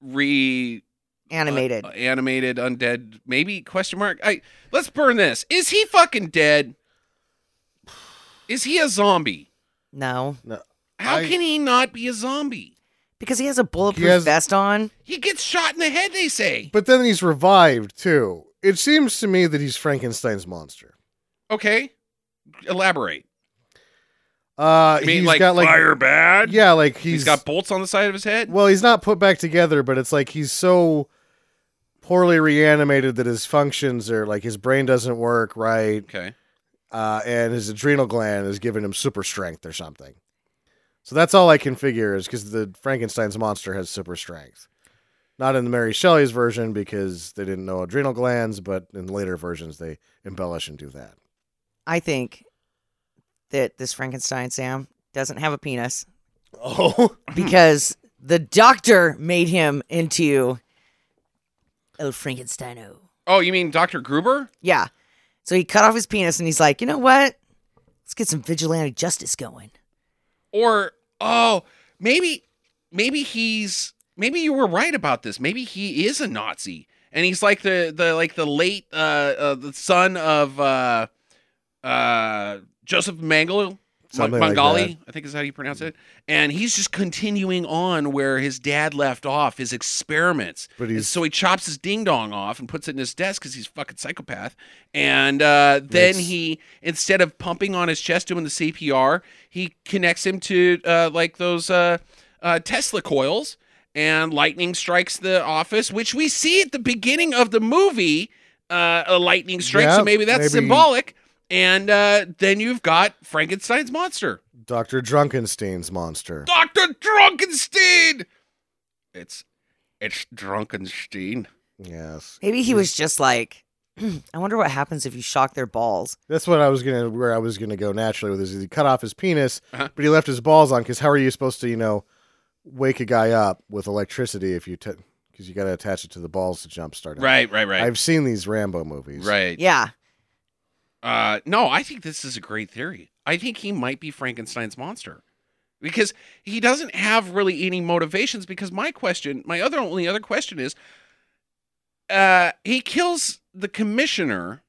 Speaker 1: re
Speaker 7: Animated.
Speaker 1: uh, animated undead maybe question mark i let's burn this is he fucking dead is he a zombie
Speaker 7: no.
Speaker 1: how
Speaker 8: I-
Speaker 1: can he not be a zombie
Speaker 7: Because he has a bulletproof
Speaker 8: He has-
Speaker 7: vest on.
Speaker 1: he gets shot in the head they say
Speaker 8: But then he's revived, too. It seems to me that he's Frankenstein's monster.
Speaker 1: okay elaborate i
Speaker 8: Uh,
Speaker 1: mean
Speaker 8: he's
Speaker 1: like,
Speaker 8: got like
Speaker 1: fire bad
Speaker 8: yeah, like
Speaker 1: he's got bolts on the side of his head
Speaker 8: Well, he's not put back together, but it's like he's so poorly reanimated that his functions are like his brain doesn't work right,
Speaker 1: okay
Speaker 8: uh, and his adrenal gland is giving him super strength or something. So that's all I can figure is because the Frankenstein's monster has super strength. Not in the Mary Shelley's version because they didn't know adrenal glands, but in later versions they embellish and do that.
Speaker 7: I think that this Frankenstein Sam doesn't have a penis
Speaker 8: Oh,
Speaker 7: because the doctor made him into El Frankensteino.
Speaker 1: oh you mean dr gruber
Speaker 7: Yeah. So he cut off his penis and he's like, you know what? Let's get some vigilante justice going.
Speaker 1: or oh maybe maybe he's maybe you were right about this maybe he is a nazi and he's like the the like the late uh, uh the son of uh uh joseph mangel Mon-
Speaker 8: Something like
Speaker 1: Mangali,
Speaker 8: that.
Speaker 1: I think is how you pronounce it, and he's just continuing on where his dad left off his experiments.
Speaker 8: But
Speaker 1: And
Speaker 8: he's-
Speaker 1: so he chops his ding dong off and puts it in his desk because he's a fucking psychopath. And uh, then
Speaker 8: Makes-
Speaker 1: he, instead of pumping on his chest doing the CPR, he connects him to uh, like those uh, uh, Tesla coils, and lightning strikes the office, which we see at the beginning of the movie. Uh, a lightning strike, so
Speaker 8: Yeah,
Speaker 1: maybe that's
Speaker 8: maybe-
Speaker 1: symbolic. And uh, then you've got Frankenstein's monster.
Speaker 8: Doctor Drunkenstein's monster.
Speaker 1: Dr. Drunkenstein. It's it's Drunkenstein.
Speaker 8: Yes,
Speaker 7: Maybe he was just like, I wonder what happens if you shock their balls.
Speaker 8: That's what I was gonna where I was gonna go naturally with this. is He cut off his penis,
Speaker 1: Uh-huh.
Speaker 8: but he left his balls on because how are you supposed to you know wake a guy up with electricity if you because you got to attach it to the balls to jump start. him.
Speaker 1: Right, right, right.
Speaker 8: I've seen these Rambo movies.
Speaker 1: right.
Speaker 7: Yeah.
Speaker 1: Uh no, I think this is a great theory. I think he might be Frankenstein's monster. Because he doesn't have really any motivations because my question, my other only other question is uh he kills the commissioner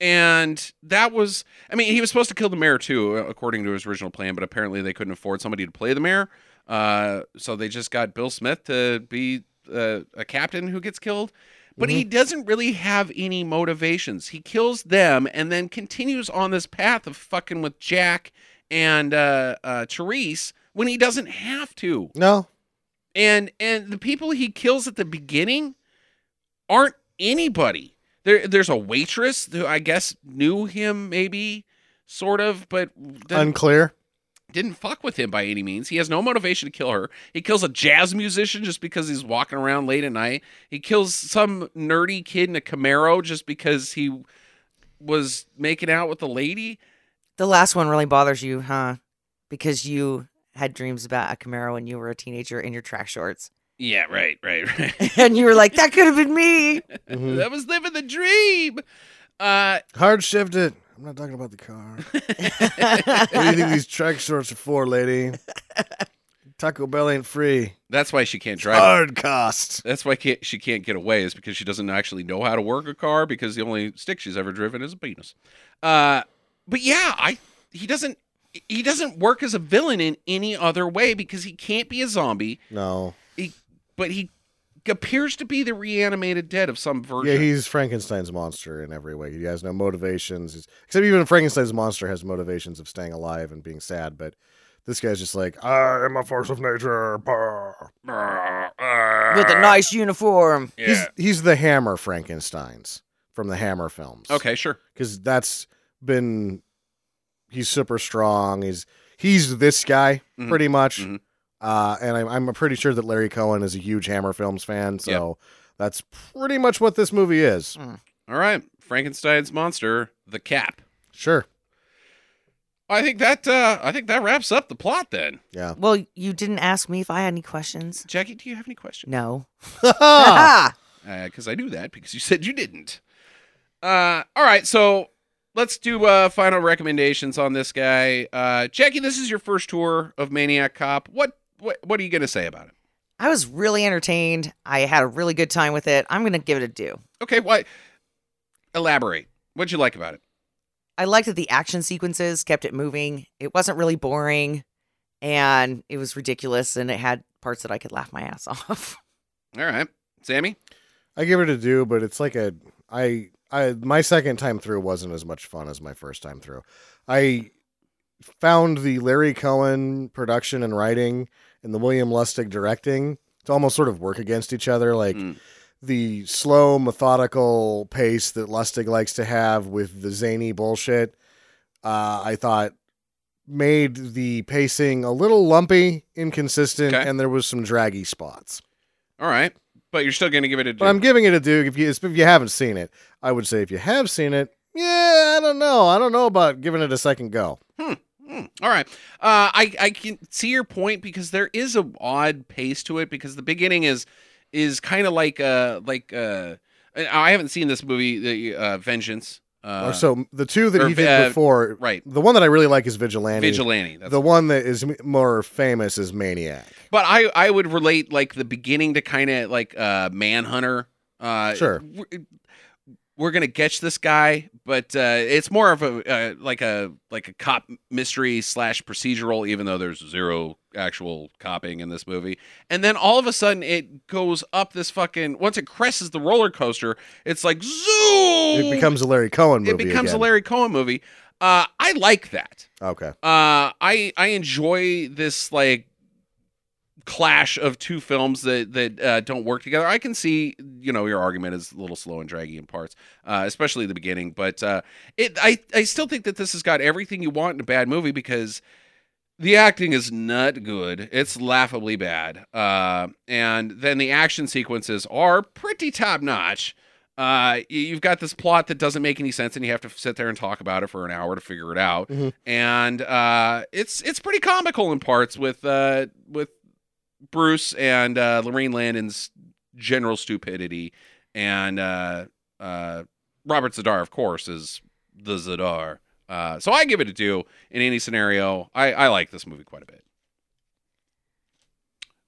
Speaker 1: and that was I mean, he was supposed to kill the mayor too uh, according to his original plan, but apparently they couldn't afford somebody to play the mayor. Uh so they just got Bill Smith to be uh, a captain who gets killed but he doesn't really have any motivations. He kills them and then continues on this path of fucking with Jack and uh, uh, Therese when he doesn't have to.
Speaker 8: No,
Speaker 1: And and the people he kills at the beginning aren't anybody. There, there's a waitress who I guess knew him maybe, sort of, but then
Speaker 8: unclear.
Speaker 1: didn't fuck with him by any means. He has no motivation to kill her. He kills a jazz musician just because he's walking around late at night. He kills some nerdy kid in a Camaro just because he was making out with a lady.
Speaker 7: The last one really bothers you, huh? Because you had dreams about a Camaro when you were a teenager in your track shorts.
Speaker 1: Yeah, right, right, right.
Speaker 7: and you were like, that could have been me.
Speaker 8: Mhm.
Speaker 1: that was living the dream. Uh,
Speaker 8: Hard shifted. I'm not talking about the car. what do you think these track shorts are for, lady? Taco Bell ain't free.
Speaker 1: that's why she can't drive.
Speaker 8: Hard cost.
Speaker 1: That's why can't, she can't get away is because she doesn't actually know how to work a car because the only stick she's ever driven is a penis. Uh, but yeah, I he doesn't he doesn't work as a villain in any other way because he can't be a zombie.
Speaker 8: No.
Speaker 1: He, but he appears to be the reanimated dead of some version.
Speaker 8: Yeah, he's Frankenstein's monster in every way. He has no motivations, He's- except even Frankenstein's monster has motivations of staying alive and being sad. But this guy's just like, I am a force of nature. bah."
Speaker 7: With a nice uniform.
Speaker 8: He's he's the Hammer Frankenstein's from the Hammer films.
Speaker 1: okay, sure.
Speaker 8: because that's been he's super strong. He's he's this guy
Speaker 1: Mhm.
Speaker 8: pretty much.
Speaker 1: Mhm.
Speaker 8: Uh, and I'm I'm pretty sure that Larry Cohen is a huge Hammer films fan, so that's pretty much what this movie is.
Speaker 1: All right, Frankenstein's monster, the cap.
Speaker 8: Sure.
Speaker 1: I think that uh, I think that wraps up the plot. Then,
Speaker 8: Yeah.
Speaker 7: Well, you didn't ask me if I had any questions.
Speaker 1: Jackie, do you have any questions?
Speaker 7: No.
Speaker 8: yeah.
Speaker 7: Ah!
Speaker 1: Because Uh, I knew that because you said you didn't. Uh, all right, so let's do uh, final recommendations on this guy, uh, Jackie. This is your first tour of Maniac Cop. What what what are you gonna say about it?
Speaker 7: I was really entertained. I had a really good time with it. I'm going to give it a do.
Speaker 1: Okay, why? Elaborate. What'd you like about it?
Speaker 7: I liked that the action sequences kept it moving. It wasn't really boring and it was ridiculous and it had parts that I could laugh my ass off.
Speaker 1: All right, Sammy.
Speaker 8: I give it a do, but it's like a I I my second time through wasn't as much fun as my first time through. I found the Larry Cohen production and writing and the William Lustig directing to almost sort of work against each other like
Speaker 1: Mm.
Speaker 8: the slow methodical pace that Lustig likes to have with the zany bullshit uh, I thought made the pacing a little lumpy, inconsistent,
Speaker 1: Okay.
Speaker 8: and there was some draggy spots.
Speaker 1: All right, but you're still gonna give it a.
Speaker 8: But I'm giving it a do. If you if you haven't seen it, I would say if you have seen it, yeah, I don't know. I don't know about giving it a second go.
Speaker 1: Hmm. All right. Uh, I I can see your point because there is a odd pace to it because the beginning is is kind of like uh like uh and I haven't seen this movie the uh, Vengeance uh
Speaker 8: Or so the two that
Speaker 1: or
Speaker 8: he did
Speaker 1: vi- uh,
Speaker 8: before,
Speaker 1: right.
Speaker 8: The one that I really like is Vigilante.
Speaker 1: Vigilante. That's
Speaker 8: The one that is m- more famous is Maniac.
Speaker 1: but I I would relate like the beginning to kind of like uh Manhunter. Uh,
Speaker 8: Sure.
Speaker 1: We're, we're gonna catch this guy, but uh, it's more of a uh, like a like a cop mystery slash procedural, even though there's zero actual copying in this movie. And then all of a sudden, it goes up this fucking. Once it crests the roller coaster, it's like zoom.
Speaker 8: It becomes a Larry Cohen movie.
Speaker 1: it becomes a
Speaker 8: again.
Speaker 1: Larry Cohen movie. Uh, I like that
Speaker 8: Okay.
Speaker 1: uh i i enjoy this like clash of two films that that uh, don't work together i can see you know your argument is a little slow and draggy in parts uh especially the beginning but uh it i i still think that this has got everything you want in a bad movie because the acting is not good it's laughably bad uh and then the action sequences are pretty top notch uh y- you've got this plot that doesn't make any sense and you have to sit there and talk about it for an hour to figure it out
Speaker 8: Mm-hmm.
Speaker 1: and uh, it's it's pretty comical in parts with uh, with Bruce and uh, Lorraine Landon's general stupidity, and uh, uh, Robert Zadar, of course, is the Zadar. Uh, so I give it a do in any scenario. I, I like this movie quite a bit.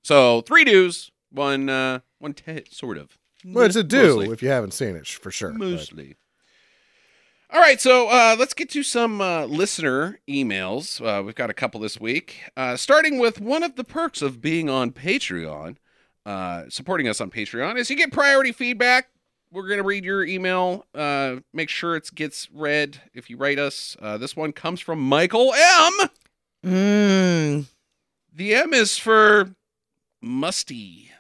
Speaker 1: So three do's, one uh, one t- sort of.
Speaker 8: Well, it's a do
Speaker 1: Mostly.
Speaker 8: if you haven't seen it sh- for sure. but-
Speaker 1: Mostly. All right, so uh, let's get to some uh, listener emails. Uh, we've got a couple this week, uh, starting with one of the perks of being on Patreon. Uh, supporting us on Patreon is you get priority feedback. We're going to read your email. Uh, make sure it gets read if you write us. Uh, this one comes from Michael M.
Speaker 7: Mmm.
Speaker 1: The M is for musty.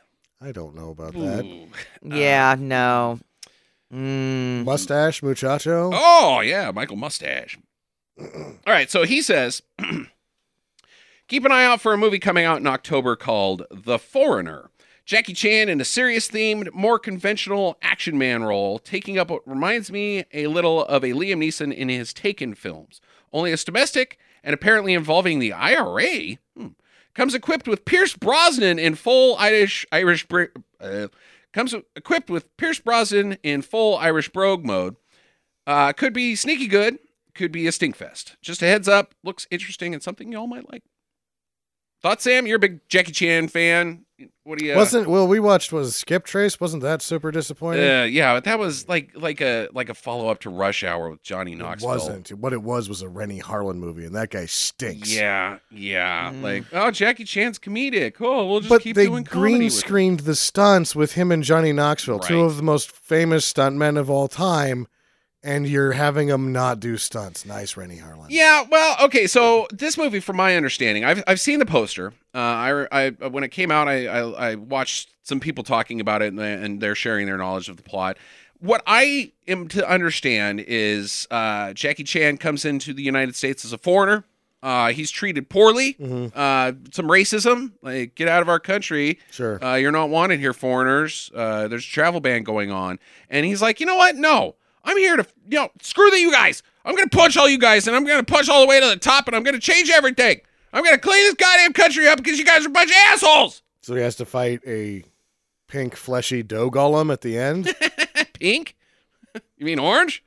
Speaker 8: I don't know about that.
Speaker 1: Ooh.
Speaker 7: Yeah, no. Mmm.
Speaker 8: Mustache muchacho.
Speaker 1: Oh, yeah, Michael Mustache. All right, so he says Keep an eye out for a movie coming out in October called The Foreigner. Jackie Chan in a serious themed, more conventional action man role, taking up what reminds me a little of a Liam Neeson in his Taken films, only it's domestic and apparently involving the IRA. Hmm. Comes equipped with Pierce Brosnan in full Irish Irish bri- uh, comes equipped with Pierce Brosnan in full Irish brogue mode. Uh, could be sneaky good, could be a stink fest. Just a heads up, looks interesting and something y'all might like. Thought, Sam, you're a big Jackie Chan fan. What do you?
Speaker 8: Wasn't well we watched was Skip Trace? Wasn't that super disappointing?
Speaker 1: Uh, yeah, but that was like like a like a follow up to Rush Hour with Johnny
Speaker 8: it
Speaker 1: Knoxville.
Speaker 8: wasn't. What it was was a Rennie Harlan movie, and that guy stinks.
Speaker 1: Yeah, yeah.
Speaker 7: Mm.
Speaker 1: Like, oh, Jackie Chan's comedic. Cool. We'll just
Speaker 8: but
Speaker 1: keep
Speaker 8: they
Speaker 1: doing comedy.
Speaker 8: green
Speaker 1: with him.
Speaker 8: screened the stunts with him and Johnny Knoxville, two
Speaker 1: Right.
Speaker 8: of the most famous stuntmen of all time, and you're having them not do stunts. Nice, Rennie Harlan.
Speaker 1: Yeah, well, okay. So this movie, from my understanding, I've I've seen the poster. Uh, I, I when it came out, I, I I watched some people talking about it and, they- and they're sharing their knowledge of the plot. What I am to understand is uh, Jackie Chan comes into the United States as a foreigner. Uh, he's treated poorly. Uh, some racism, like get out of our country.
Speaker 8: Sure.
Speaker 1: Uh, you're not wanted here, foreigners. Uh, there's a travel ban going on. And he's like, you know what? No, I'm here to, you know, screw that, you guys. I'm gonna punch all you guys, and I'm gonna punch all the way to the top, and I'm gonna change everything. I'm gonna clean this goddamn country up because you guys are a bunch of assholes.
Speaker 8: So he has to fight a pink fleshy dough golem at the end.
Speaker 1: Pink? You mean orange?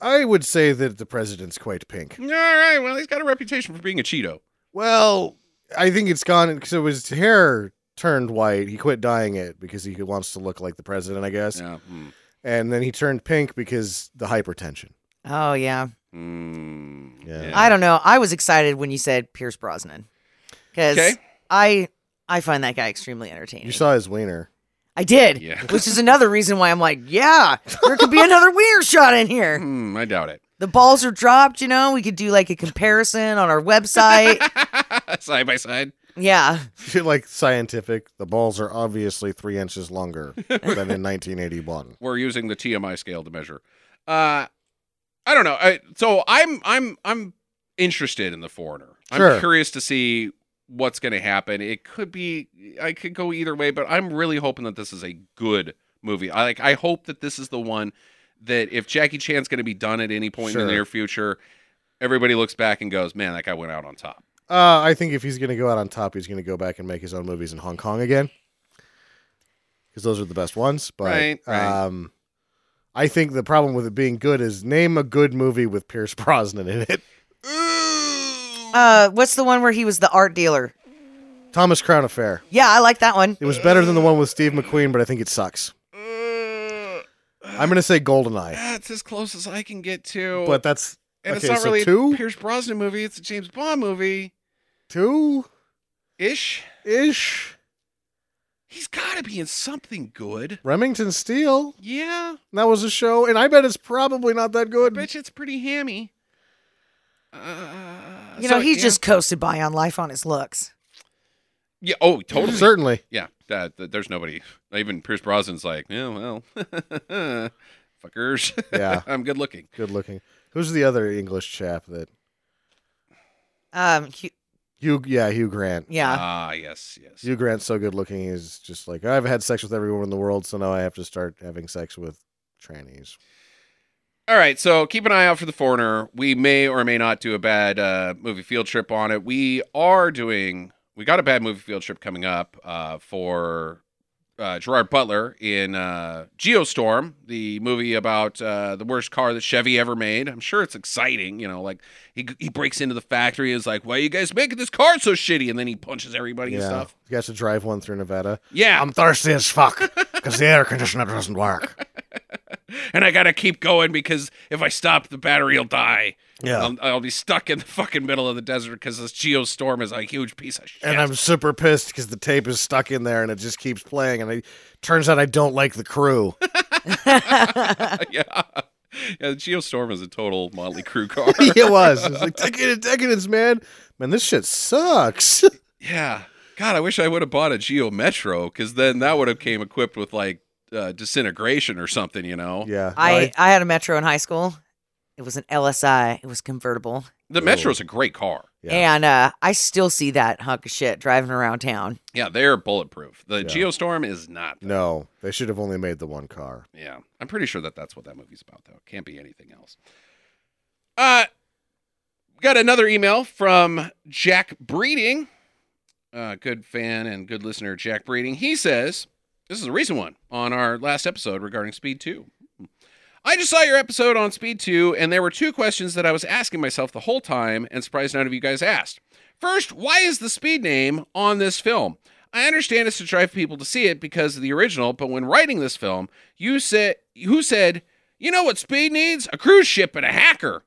Speaker 8: I would say that the president's quite pink.
Speaker 1: All right. Well, he's got a reputation for being a Cheeto.
Speaker 8: Well, I think it's gone because his hair turned white. He quit dyeing it because he wants to look like the president, I guess.
Speaker 1: Yeah. mm,
Speaker 8: And then he turned pink because the hypertension.
Speaker 7: Oh yeah.
Speaker 1: mm,
Speaker 8: Yeah.
Speaker 7: I don't know. I was excited when you said Pierce Brosnan because
Speaker 1: Okay.
Speaker 7: I I find that guy extremely entertaining.
Speaker 8: You saw his wiener.
Speaker 7: I did,
Speaker 1: Yeah.
Speaker 7: which is another reason why I'm like, yeah, there could be another wiener shot in here.
Speaker 1: Mm, I doubt it.
Speaker 7: The balls are dropped. You know, we could do like a comparison on our website.
Speaker 1: side by side.
Speaker 7: yeah,
Speaker 8: like scientific, the balls are obviously three inches longer than in 1981.
Speaker 1: We're using the TMI scale to measure. Uh, I don't know. I, so I'm I'm I'm interested in the foreigner. I'm
Speaker 8: Sure.
Speaker 1: curious to see what's going to happen. It could be I could go either way, but I'm really hoping that this is a good movie. I like I hope that this is the one that if Jackie Chan's going to be done at any point in
Speaker 8: Sure.
Speaker 1: the near future, everybody looks back and goes, "Man, that guy went out on top."
Speaker 8: Uh, I think if he's going to go out on top, he's going to go back and make his own movies in Hong Kong again. Because those are the best ones. But
Speaker 1: Right, right.
Speaker 8: Um, I think the problem with it being good is name a good movie with Pierce Brosnan in it.
Speaker 7: uh, what's the one where he was the art dealer?
Speaker 8: Thomas Crown Affair.
Speaker 7: Yeah, I like that one.
Speaker 8: It was better than the one with Steve McQueen, but I think it sucks. I'm going to say Goldeneye,
Speaker 1: That's as close as I can get to.
Speaker 8: but that's
Speaker 1: and
Speaker 8: okay.
Speaker 1: it's not
Speaker 8: so
Speaker 1: really
Speaker 8: two,
Speaker 1: a Pierce Brosnan movie. It's a James Bond movie
Speaker 8: two
Speaker 1: ish.
Speaker 8: ish.
Speaker 1: He's got to be in something good.
Speaker 8: Remington Steele.
Speaker 1: Yeah,
Speaker 8: That was a show, and I bet it's probably not that
Speaker 1: I
Speaker 8: good.
Speaker 1: bet you it's pretty hammy. Uh,
Speaker 7: You know,
Speaker 1: so,
Speaker 7: he's
Speaker 1: yeah.
Speaker 7: just coasted by on life on his looks.
Speaker 1: yeah. Oh, totally.
Speaker 8: Certainly.
Speaker 1: Yeah, that, that- there's nobody. Even Pierce Brosnan's like, yeah, well, fuckers.
Speaker 8: Yeah.
Speaker 1: I'm good looking.
Speaker 8: Good looking. Who's the other English chap that
Speaker 7: Um, he-
Speaker 8: Hugh? Yeah, Hugh Grant.
Speaker 7: yeah,
Speaker 1: Ah, yes, yes.
Speaker 8: Hugh Grant's so good looking. He's just like I've had sex with everyone in the world, so now I have to start having sex with trannies.
Speaker 1: All right, so keep an eye out for the foreigner. We may or may not do a bad uh, movie field trip on it. We are doing. We got a bad movie field trip coming up uh, for uh, Gerard Butler in uh, Geostorm, the movie about uh, the worst car that Chevy ever made. I'm sure it's exciting, you know. Like he he breaks into the factory, and is like, "Why are you guys making this car so shitty?" And then he punches everybody and
Speaker 8: Yeah, Um,
Speaker 1: stuff.
Speaker 8: he has to drive one through Nevada.
Speaker 1: Yeah,
Speaker 8: I'm thirsty as fuck because the air conditioner doesn't work.
Speaker 1: and I gotta keep going because if I stop, the battery will die.
Speaker 8: Yeah.
Speaker 1: I'll, I'll be stuck in the fucking middle of the desert because this geostorm is a huge piece of shit.
Speaker 8: And I'm super pissed because the tape is stuck in there and it just keeps playing. And it turns out I don't like the crew.
Speaker 1: yeah. Yeah, the geostorm is a total Motley Crue car.
Speaker 8: it was. It was like decadent, decadence, man. Man, this shit sucks.
Speaker 1: yeah. God, I wish I would have bought a Geo Metro because then that would have came equipped with like uh, disintegration or something, you know.
Speaker 8: yeah,
Speaker 7: I I had a Metro in high school. It was an LSI. It was convertible,
Speaker 1: The Metro's a great car.
Speaker 8: Yeah.
Speaker 7: and uh, I still see that hunk of shit driving around town.
Speaker 1: Yeah, they're bulletproof. The
Speaker 8: Yeah.
Speaker 1: geostorm is not.
Speaker 8: No, they should have only made the one car.
Speaker 1: Yeah, I'm pretty sure that that's what that movie's about, though. It can't be anything else. Uh, got another email from Jack Breeding, uh, good fan and good listener, Jack Breeding. He says, "This is a recent one on our last episode regarding Speed Two. I just saw your episode on Speed Two, and there were two questions that I was asking myself the whole time, and surprised none of you guys asked. First, why is the speed name on this film?" I understand it's to drive people to see it because of the original, but when writing this film, you said who said, "You know what speed needs? A cruise ship and a hacker."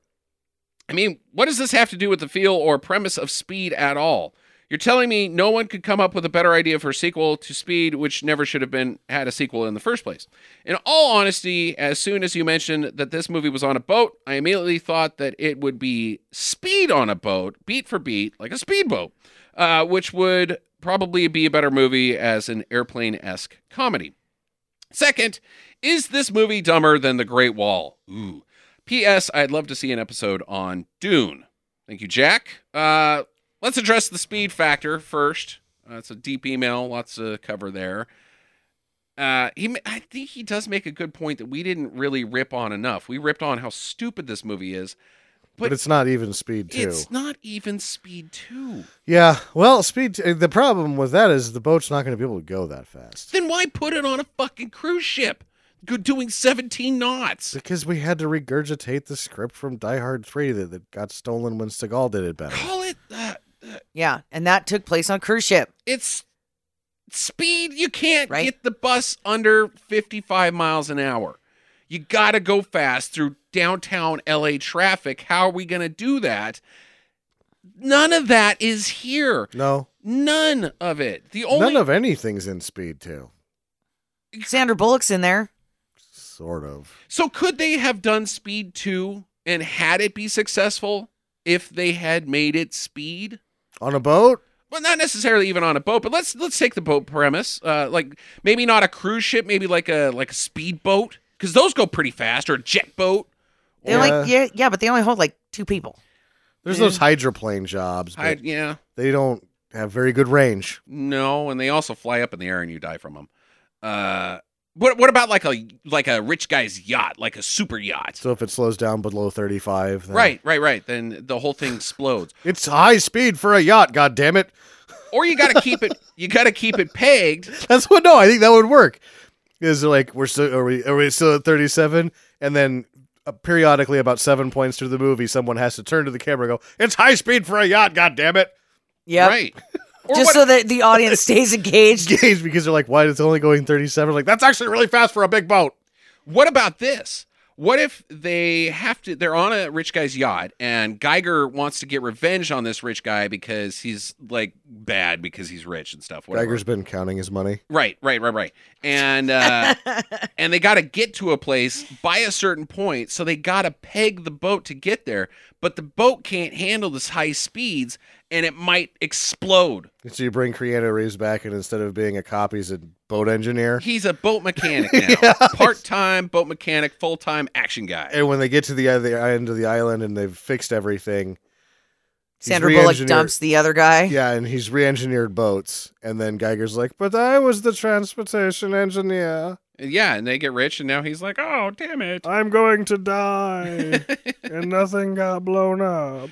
Speaker 1: I mean, what does this have to do with the feel or premise of Speed at all? You're telling me no one could come up with a better idea for a sequel to Speed, which never should have been had a sequel in the first place. In all honesty, as soon as you mentioned that this movie was on a boat, I immediately thought that it would be Speed on a boat, beat for beat, like a speedboat, uh, which would probably be a better movie as an airplane esque comedy. Second, is this movie dumber than The Great Wall? Ooh. P.S. I'd love to see an episode on Dune. Thank you, Jack. Uh, let's address the speed factor first. Uh, it's a deep email, lots to cover there. Uh, he, ma- I think he does make a good point that we didn't really rip on enough. We ripped on how stupid this movie is.
Speaker 8: But,
Speaker 1: But-
Speaker 8: it's not even Speed 2.
Speaker 1: It's not even Speed Two.
Speaker 8: Yeah. Well, Speed t- the problem with that is the boat's not going to be able to go that fast.
Speaker 1: Then why put it on a fucking cruise ship? Go doing seventeen knots.
Speaker 8: Because we had to regurgitate the script from Die Hard 3 that, that got stolen when Seagal did it better.
Speaker 1: Call it. Uh,
Speaker 7: Yeah, and that took place on a cruise ship.
Speaker 1: it's speed. You can't
Speaker 7: Right.
Speaker 1: get the bus under 55 miles an hour. You got to go fast through downtown LA traffic. How are we going to do that? None of that is here.
Speaker 8: No.
Speaker 1: None of it. The only
Speaker 8: None of anything's in Speed 2.
Speaker 7: Sandra Bullock's in there.
Speaker 8: Sort of.
Speaker 1: So could they have done Speed 2 and had it be successful if they had made it Speed?
Speaker 8: On a boat?
Speaker 1: well, not necessarily even on a boat, but let's let's take the boat premise. Uh, like maybe not a cruise ship, maybe like a like a speedboat because those go pretty fast, or a jet boat,
Speaker 7: They're
Speaker 8: Yeah.
Speaker 7: like, yeah, yeah, but they only hold like two people.
Speaker 8: There's those hydroplane jobs, but
Speaker 1: I, yeah,
Speaker 8: they don't have very good range.
Speaker 1: no, and they also fly up in the air and you die from them. Uh, what what about like a like a rich guy's yacht, like a super yacht?
Speaker 8: So if it slows down below 35,
Speaker 7: uh,
Speaker 8: then
Speaker 1: Right, right, right. Then the whole thing explodes.
Speaker 8: It's high speed for a yacht, god damn it.
Speaker 1: Or you got to keep it. You got to keep it pegged.
Speaker 8: That's what. No, I think that would work. Is like we're still are we are we still at thirty seven? And then uh, periodically, about seven points through the movie, someone has to turn to the camera and go, "It's high speed for a yacht, god damn it!"
Speaker 7: Yeah,
Speaker 1: Right. Or
Speaker 7: just
Speaker 1: what-
Speaker 7: so that the audience stays engaged.
Speaker 8: Games because they're like, "Why is it only going thirty seven? Like that's actually really fast for a big boat."
Speaker 1: What about this? What if they have to? They're on a rich guy's yacht, and Geiger wants to get revenge on this rich guy because he's like bad because he's rich and stuff. Whatever.
Speaker 8: Geiger's been counting his money.
Speaker 1: Right, right, right, right. And uh, and they got to get to a place by a certain point, so they got to peg the boat to get there. But the boat can't handle this high speeds, and it might explode.
Speaker 8: So you bring Keanu Reeves back, and instead of being a cop, he's a boat engineer.
Speaker 1: He's a boat mechanic now, part time boat mechanic, full time action guy.
Speaker 8: And when they get to the other end of the island and they've fixed everything, he's
Speaker 7: Sandra Bullock
Speaker 8: re-engineered-
Speaker 7: dumps the other guy.
Speaker 8: Yeah, and he's re-engineered boats, and then Geiger's like, "But I was the transportation engineer.
Speaker 1: Yeah, and they get rich, and now he's like, oh damn it.
Speaker 8: I'm going to die, and nothing got blown up."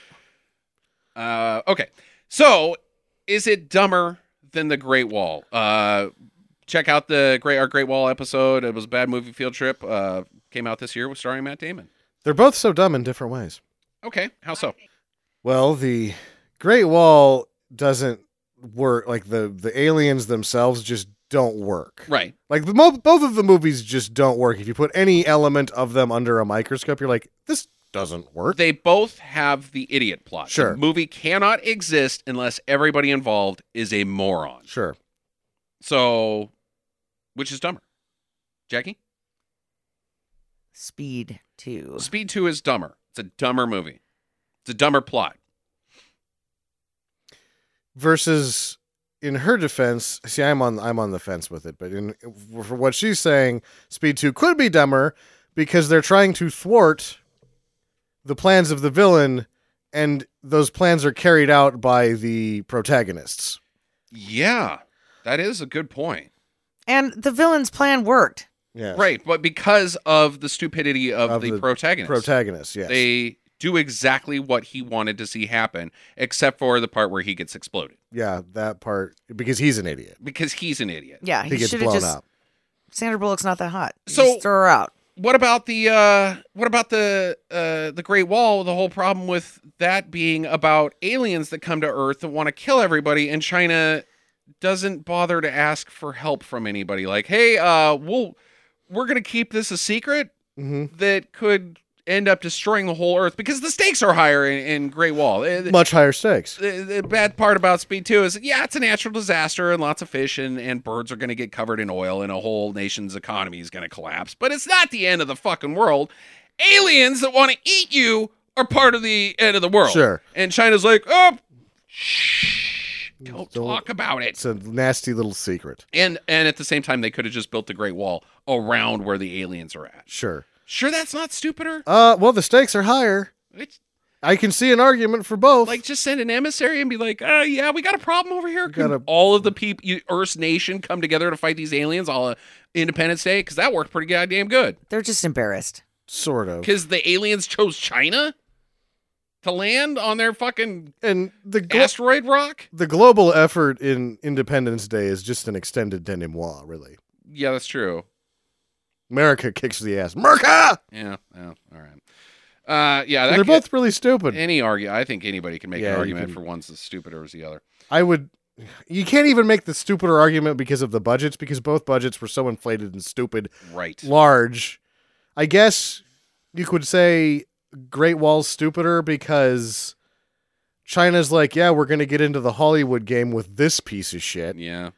Speaker 1: Uh, okay. So, is it dumber than the Great Wall? Uh, check out the Great Our Great Wall episode. It was a bad movie field trip. Uh, came out this year with starring Matt Damon.
Speaker 8: They're both so dumb in different ways.
Speaker 1: Okay, how so?
Speaker 8: Well, the Great Wall doesn't work. Like the the aliens themselves just don't work.
Speaker 1: Right.
Speaker 8: Like the mo- both of the movies just don't work. If you put any element of them under a microscope, you're like, this doesn't work.
Speaker 1: They both have the idiot plot.
Speaker 8: Sure.
Speaker 1: The movie cannot exist unless everybody involved is a moron.
Speaker 8: sure.
Speaker 1: So, which is dumber? Jackie?
Speaker 7: Speed two.
Speaker 1: Speed 2 is dumber. It's a dumber movie. It's a dumber plot.
Speaker 8: versus in her defense see i'm on i'm on the fence with it but in for what she's saying speed 2 could be dumber because they're trying to thwart the plans of the villain and those plans are carried out by the protagonists
Speaker 1: Yeah. That is a good point.
Speaker 7: And the villain's plan worked.
Speaker 8: yeah
Speaker 1: Right, but because of the stupidity of,
Speaker 8: Of
Speaker 1: the,
Speaker 8: the
Speaker 1: protagonist,
Speaker 8: protagonists yes
Speaker 1: they do exactly what he wanted to see happen, except for the part where he gets exploded
Speaker 8: yeah that part because he's an idiot
Speaker 1: because he's an idiot.
Speaker 7: Yeah,
Speaker 8: he gets
Speaker 7: should
Speaker 8: blown
Speaker 7: have just.
Speaker 8: up
Speaker 7: Sandra Bullock's not that hot. You
Speaker 1: So-
Speaker 7: just throw her out.
Speaker 1: What about the uh, what about the uh, the Great Wall? The whole problem with that being about aliens that come to Earth that want to kill everybody, and China doesn't bother to ask for help from anybody. Like, hey, uh, we'll we're gonna keep this a secret.
Speaker 8: hmm
Speaker 1: that could end up destroying the whole Earth because the stakes are higher in, in Great Wall. Uh, The,
Speaker 8: much higher stakes
Speaker 1: the- the bad part about Speed 2 is, yeah, it's a natural disaster and lots of fish and, and birds are going to get covered in oil and a whole nation's economy is going to collapse. But it's not the end of the fucking world. Aliens that want to eat you are part of the end of the world.
Speaker 8: Sure.
Speaker 1: And China's like, oh, shh, don't
Speaker 8: Don't-
Speaker 1: talk about it.
Speaker 8: it's a nasty little secret
Speaker 1: And and at the same time, they could have just built the Great Wall around where the aliens are at.
Speaker 8: sure
Speaker 1: Sure, that's not stupider.
Speaker 8: uh well the stakes are higher
Speaker 1: It's
Speaker 8: I can see an argument for both.
Speaker 1: Like, just send an emissary and be like, uh, yeah, we got a problem over here. Could
Speaker 8: gotta-
Speaker 1: all of the people, Earth's nation, come together to fight these aliens all uh, Independence Day? Because that worked pretty goddamn good.
Speaker 7: They're just embarrassed.
Speaker 8: sort of.
Speaker 1: Because the aliens chose China to land on their fucking
Speaker 8: And the glo-
Speaker 1: asteroid rock?
Speaker 8: the global effort in Independence Day is just an extended denouement, really.
Speaker 1: Yeah, that's true.
Speaker 8: America kicks the ass. Merca!
Speaker 1: Yeah, yeah, all right. Uh, yeah, that
Speaker 8: They're
Speaker 1: could-
Speaker 8: both really stupid.
Speaker 1: any argument. I think anybody can make
Speaker 8: Yeah,
Speaker 1: an
Speaker 8: you
Speaker 1: argument
Speaker 8: can-
Speaker 1: for one's as stupid as the other.
Speaker 8: I would. You can't even make the stupider argument because of the budgets, because both budgets were so inflated and stupid
Speaker 1: Right.
Speaker 8: large. I guess you could say Great Wall's stupider because China's like, yeah, we're going to get into the Hollywood game with this piece of shit.
Speaker 1: Yeah.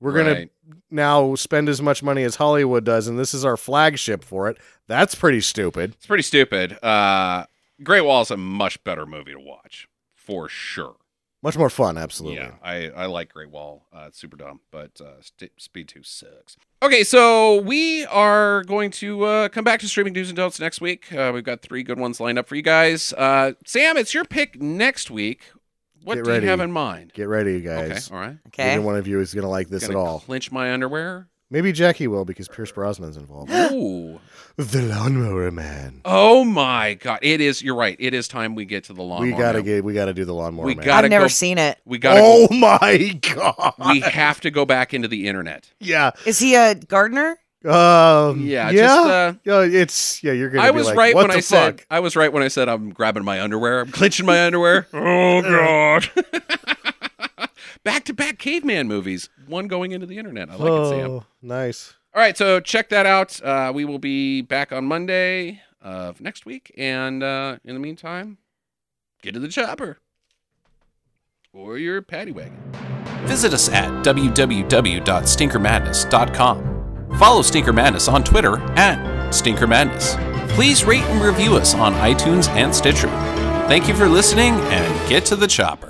Speaker 8: We're going
Speaker 1: right.
Speaker 8: to now spend as much money as Hollywood does, and this is our flagship for it. That's pretty stupid.
Speaker 1: It's pretty stupid. Uh, Great Wall is a much better movie to watch for sure.
Speaker 8: Much more fun, absolutely.
Speaker 1: Yeah, I, I like Great Wall. Uh, it's super dumb, but uh, St- Speed 2 sucks. Okay, so we are going to uh, come back to streaming do's and don'ts next week. Uh, we've got three good ones lined up for you guys. Uh, Sam, it's your pick next week. What
Speaker 8: Get
Speaker 1: do
Speaker 8: ready.
Speaker 1: you have in mind?
Speaker 8: Get ready, you
Speaker 1: Okay,
Speaker 8: guys.
Speaker 1: all right.
Speaker 7: Okay.
Speaker 8: Neither one of you is going to like this
Speaker 1: Gonna
Speaker 8: at all.
Speaker 1: Clinch my underwear.
Speaker 8: Maybe Jackie will because Pierce Brosnan's involved.
Speaker 1: Ooh.
Speaker 8: the Lawnmower Man.
Speaker 1: Oh my god! It is. You're right. It is time we get to the lawnmower.
Speaker 8: we gotta
Speaker 1: man.
Speaker 8: get. We gotta do the Lawnmower
Speaker 1: We
Speaker 8: Man.
Speaker 1: gotta
Speaker 7: I've never
Speaker 1: go-
Speaker 7: seen it.
Speaker 1: We gotta.
Speaker 8: oh my god!
Speaker 1: go- we have to go back into the internet.
Speaker 8: yeah.
Speaker 7: Is he a gardener?
Speaker 8: Um,
Speaker 1: Yeah,
Speaker 8: yeah.
Speaker 1: just, uh,
Speaker 8: Yeah, It's yeah. You're gonna.
Speaker 1: I
Speaker 8: be
Speaker 1: was
Speaker 8: like,
Speaker 1: right
Speaker 8: what
Speaker 1: when
Speaker 8: the
Speaker 1: I
Speaker 8: fuck?
Speaker 1: said. I was right when I said I'm grabbing my underwear. I'm clinching my underwear. oh god! back to back caveman movies. One going into the internet. I like it, Sam.
Speaker 8: oh, nice.
Speaker 1: All right, so check that out. Uh, we will be back on Monday of next week, and uh, in the meantime, get to the chopper or your paddy wagon. Visit us at www.stinkermadness.com. Follow Stinker Madness on Twitter at Stinker Madness. Please rate and review us on iTunes and Stitcher. Thank you for listening and get to the chopper.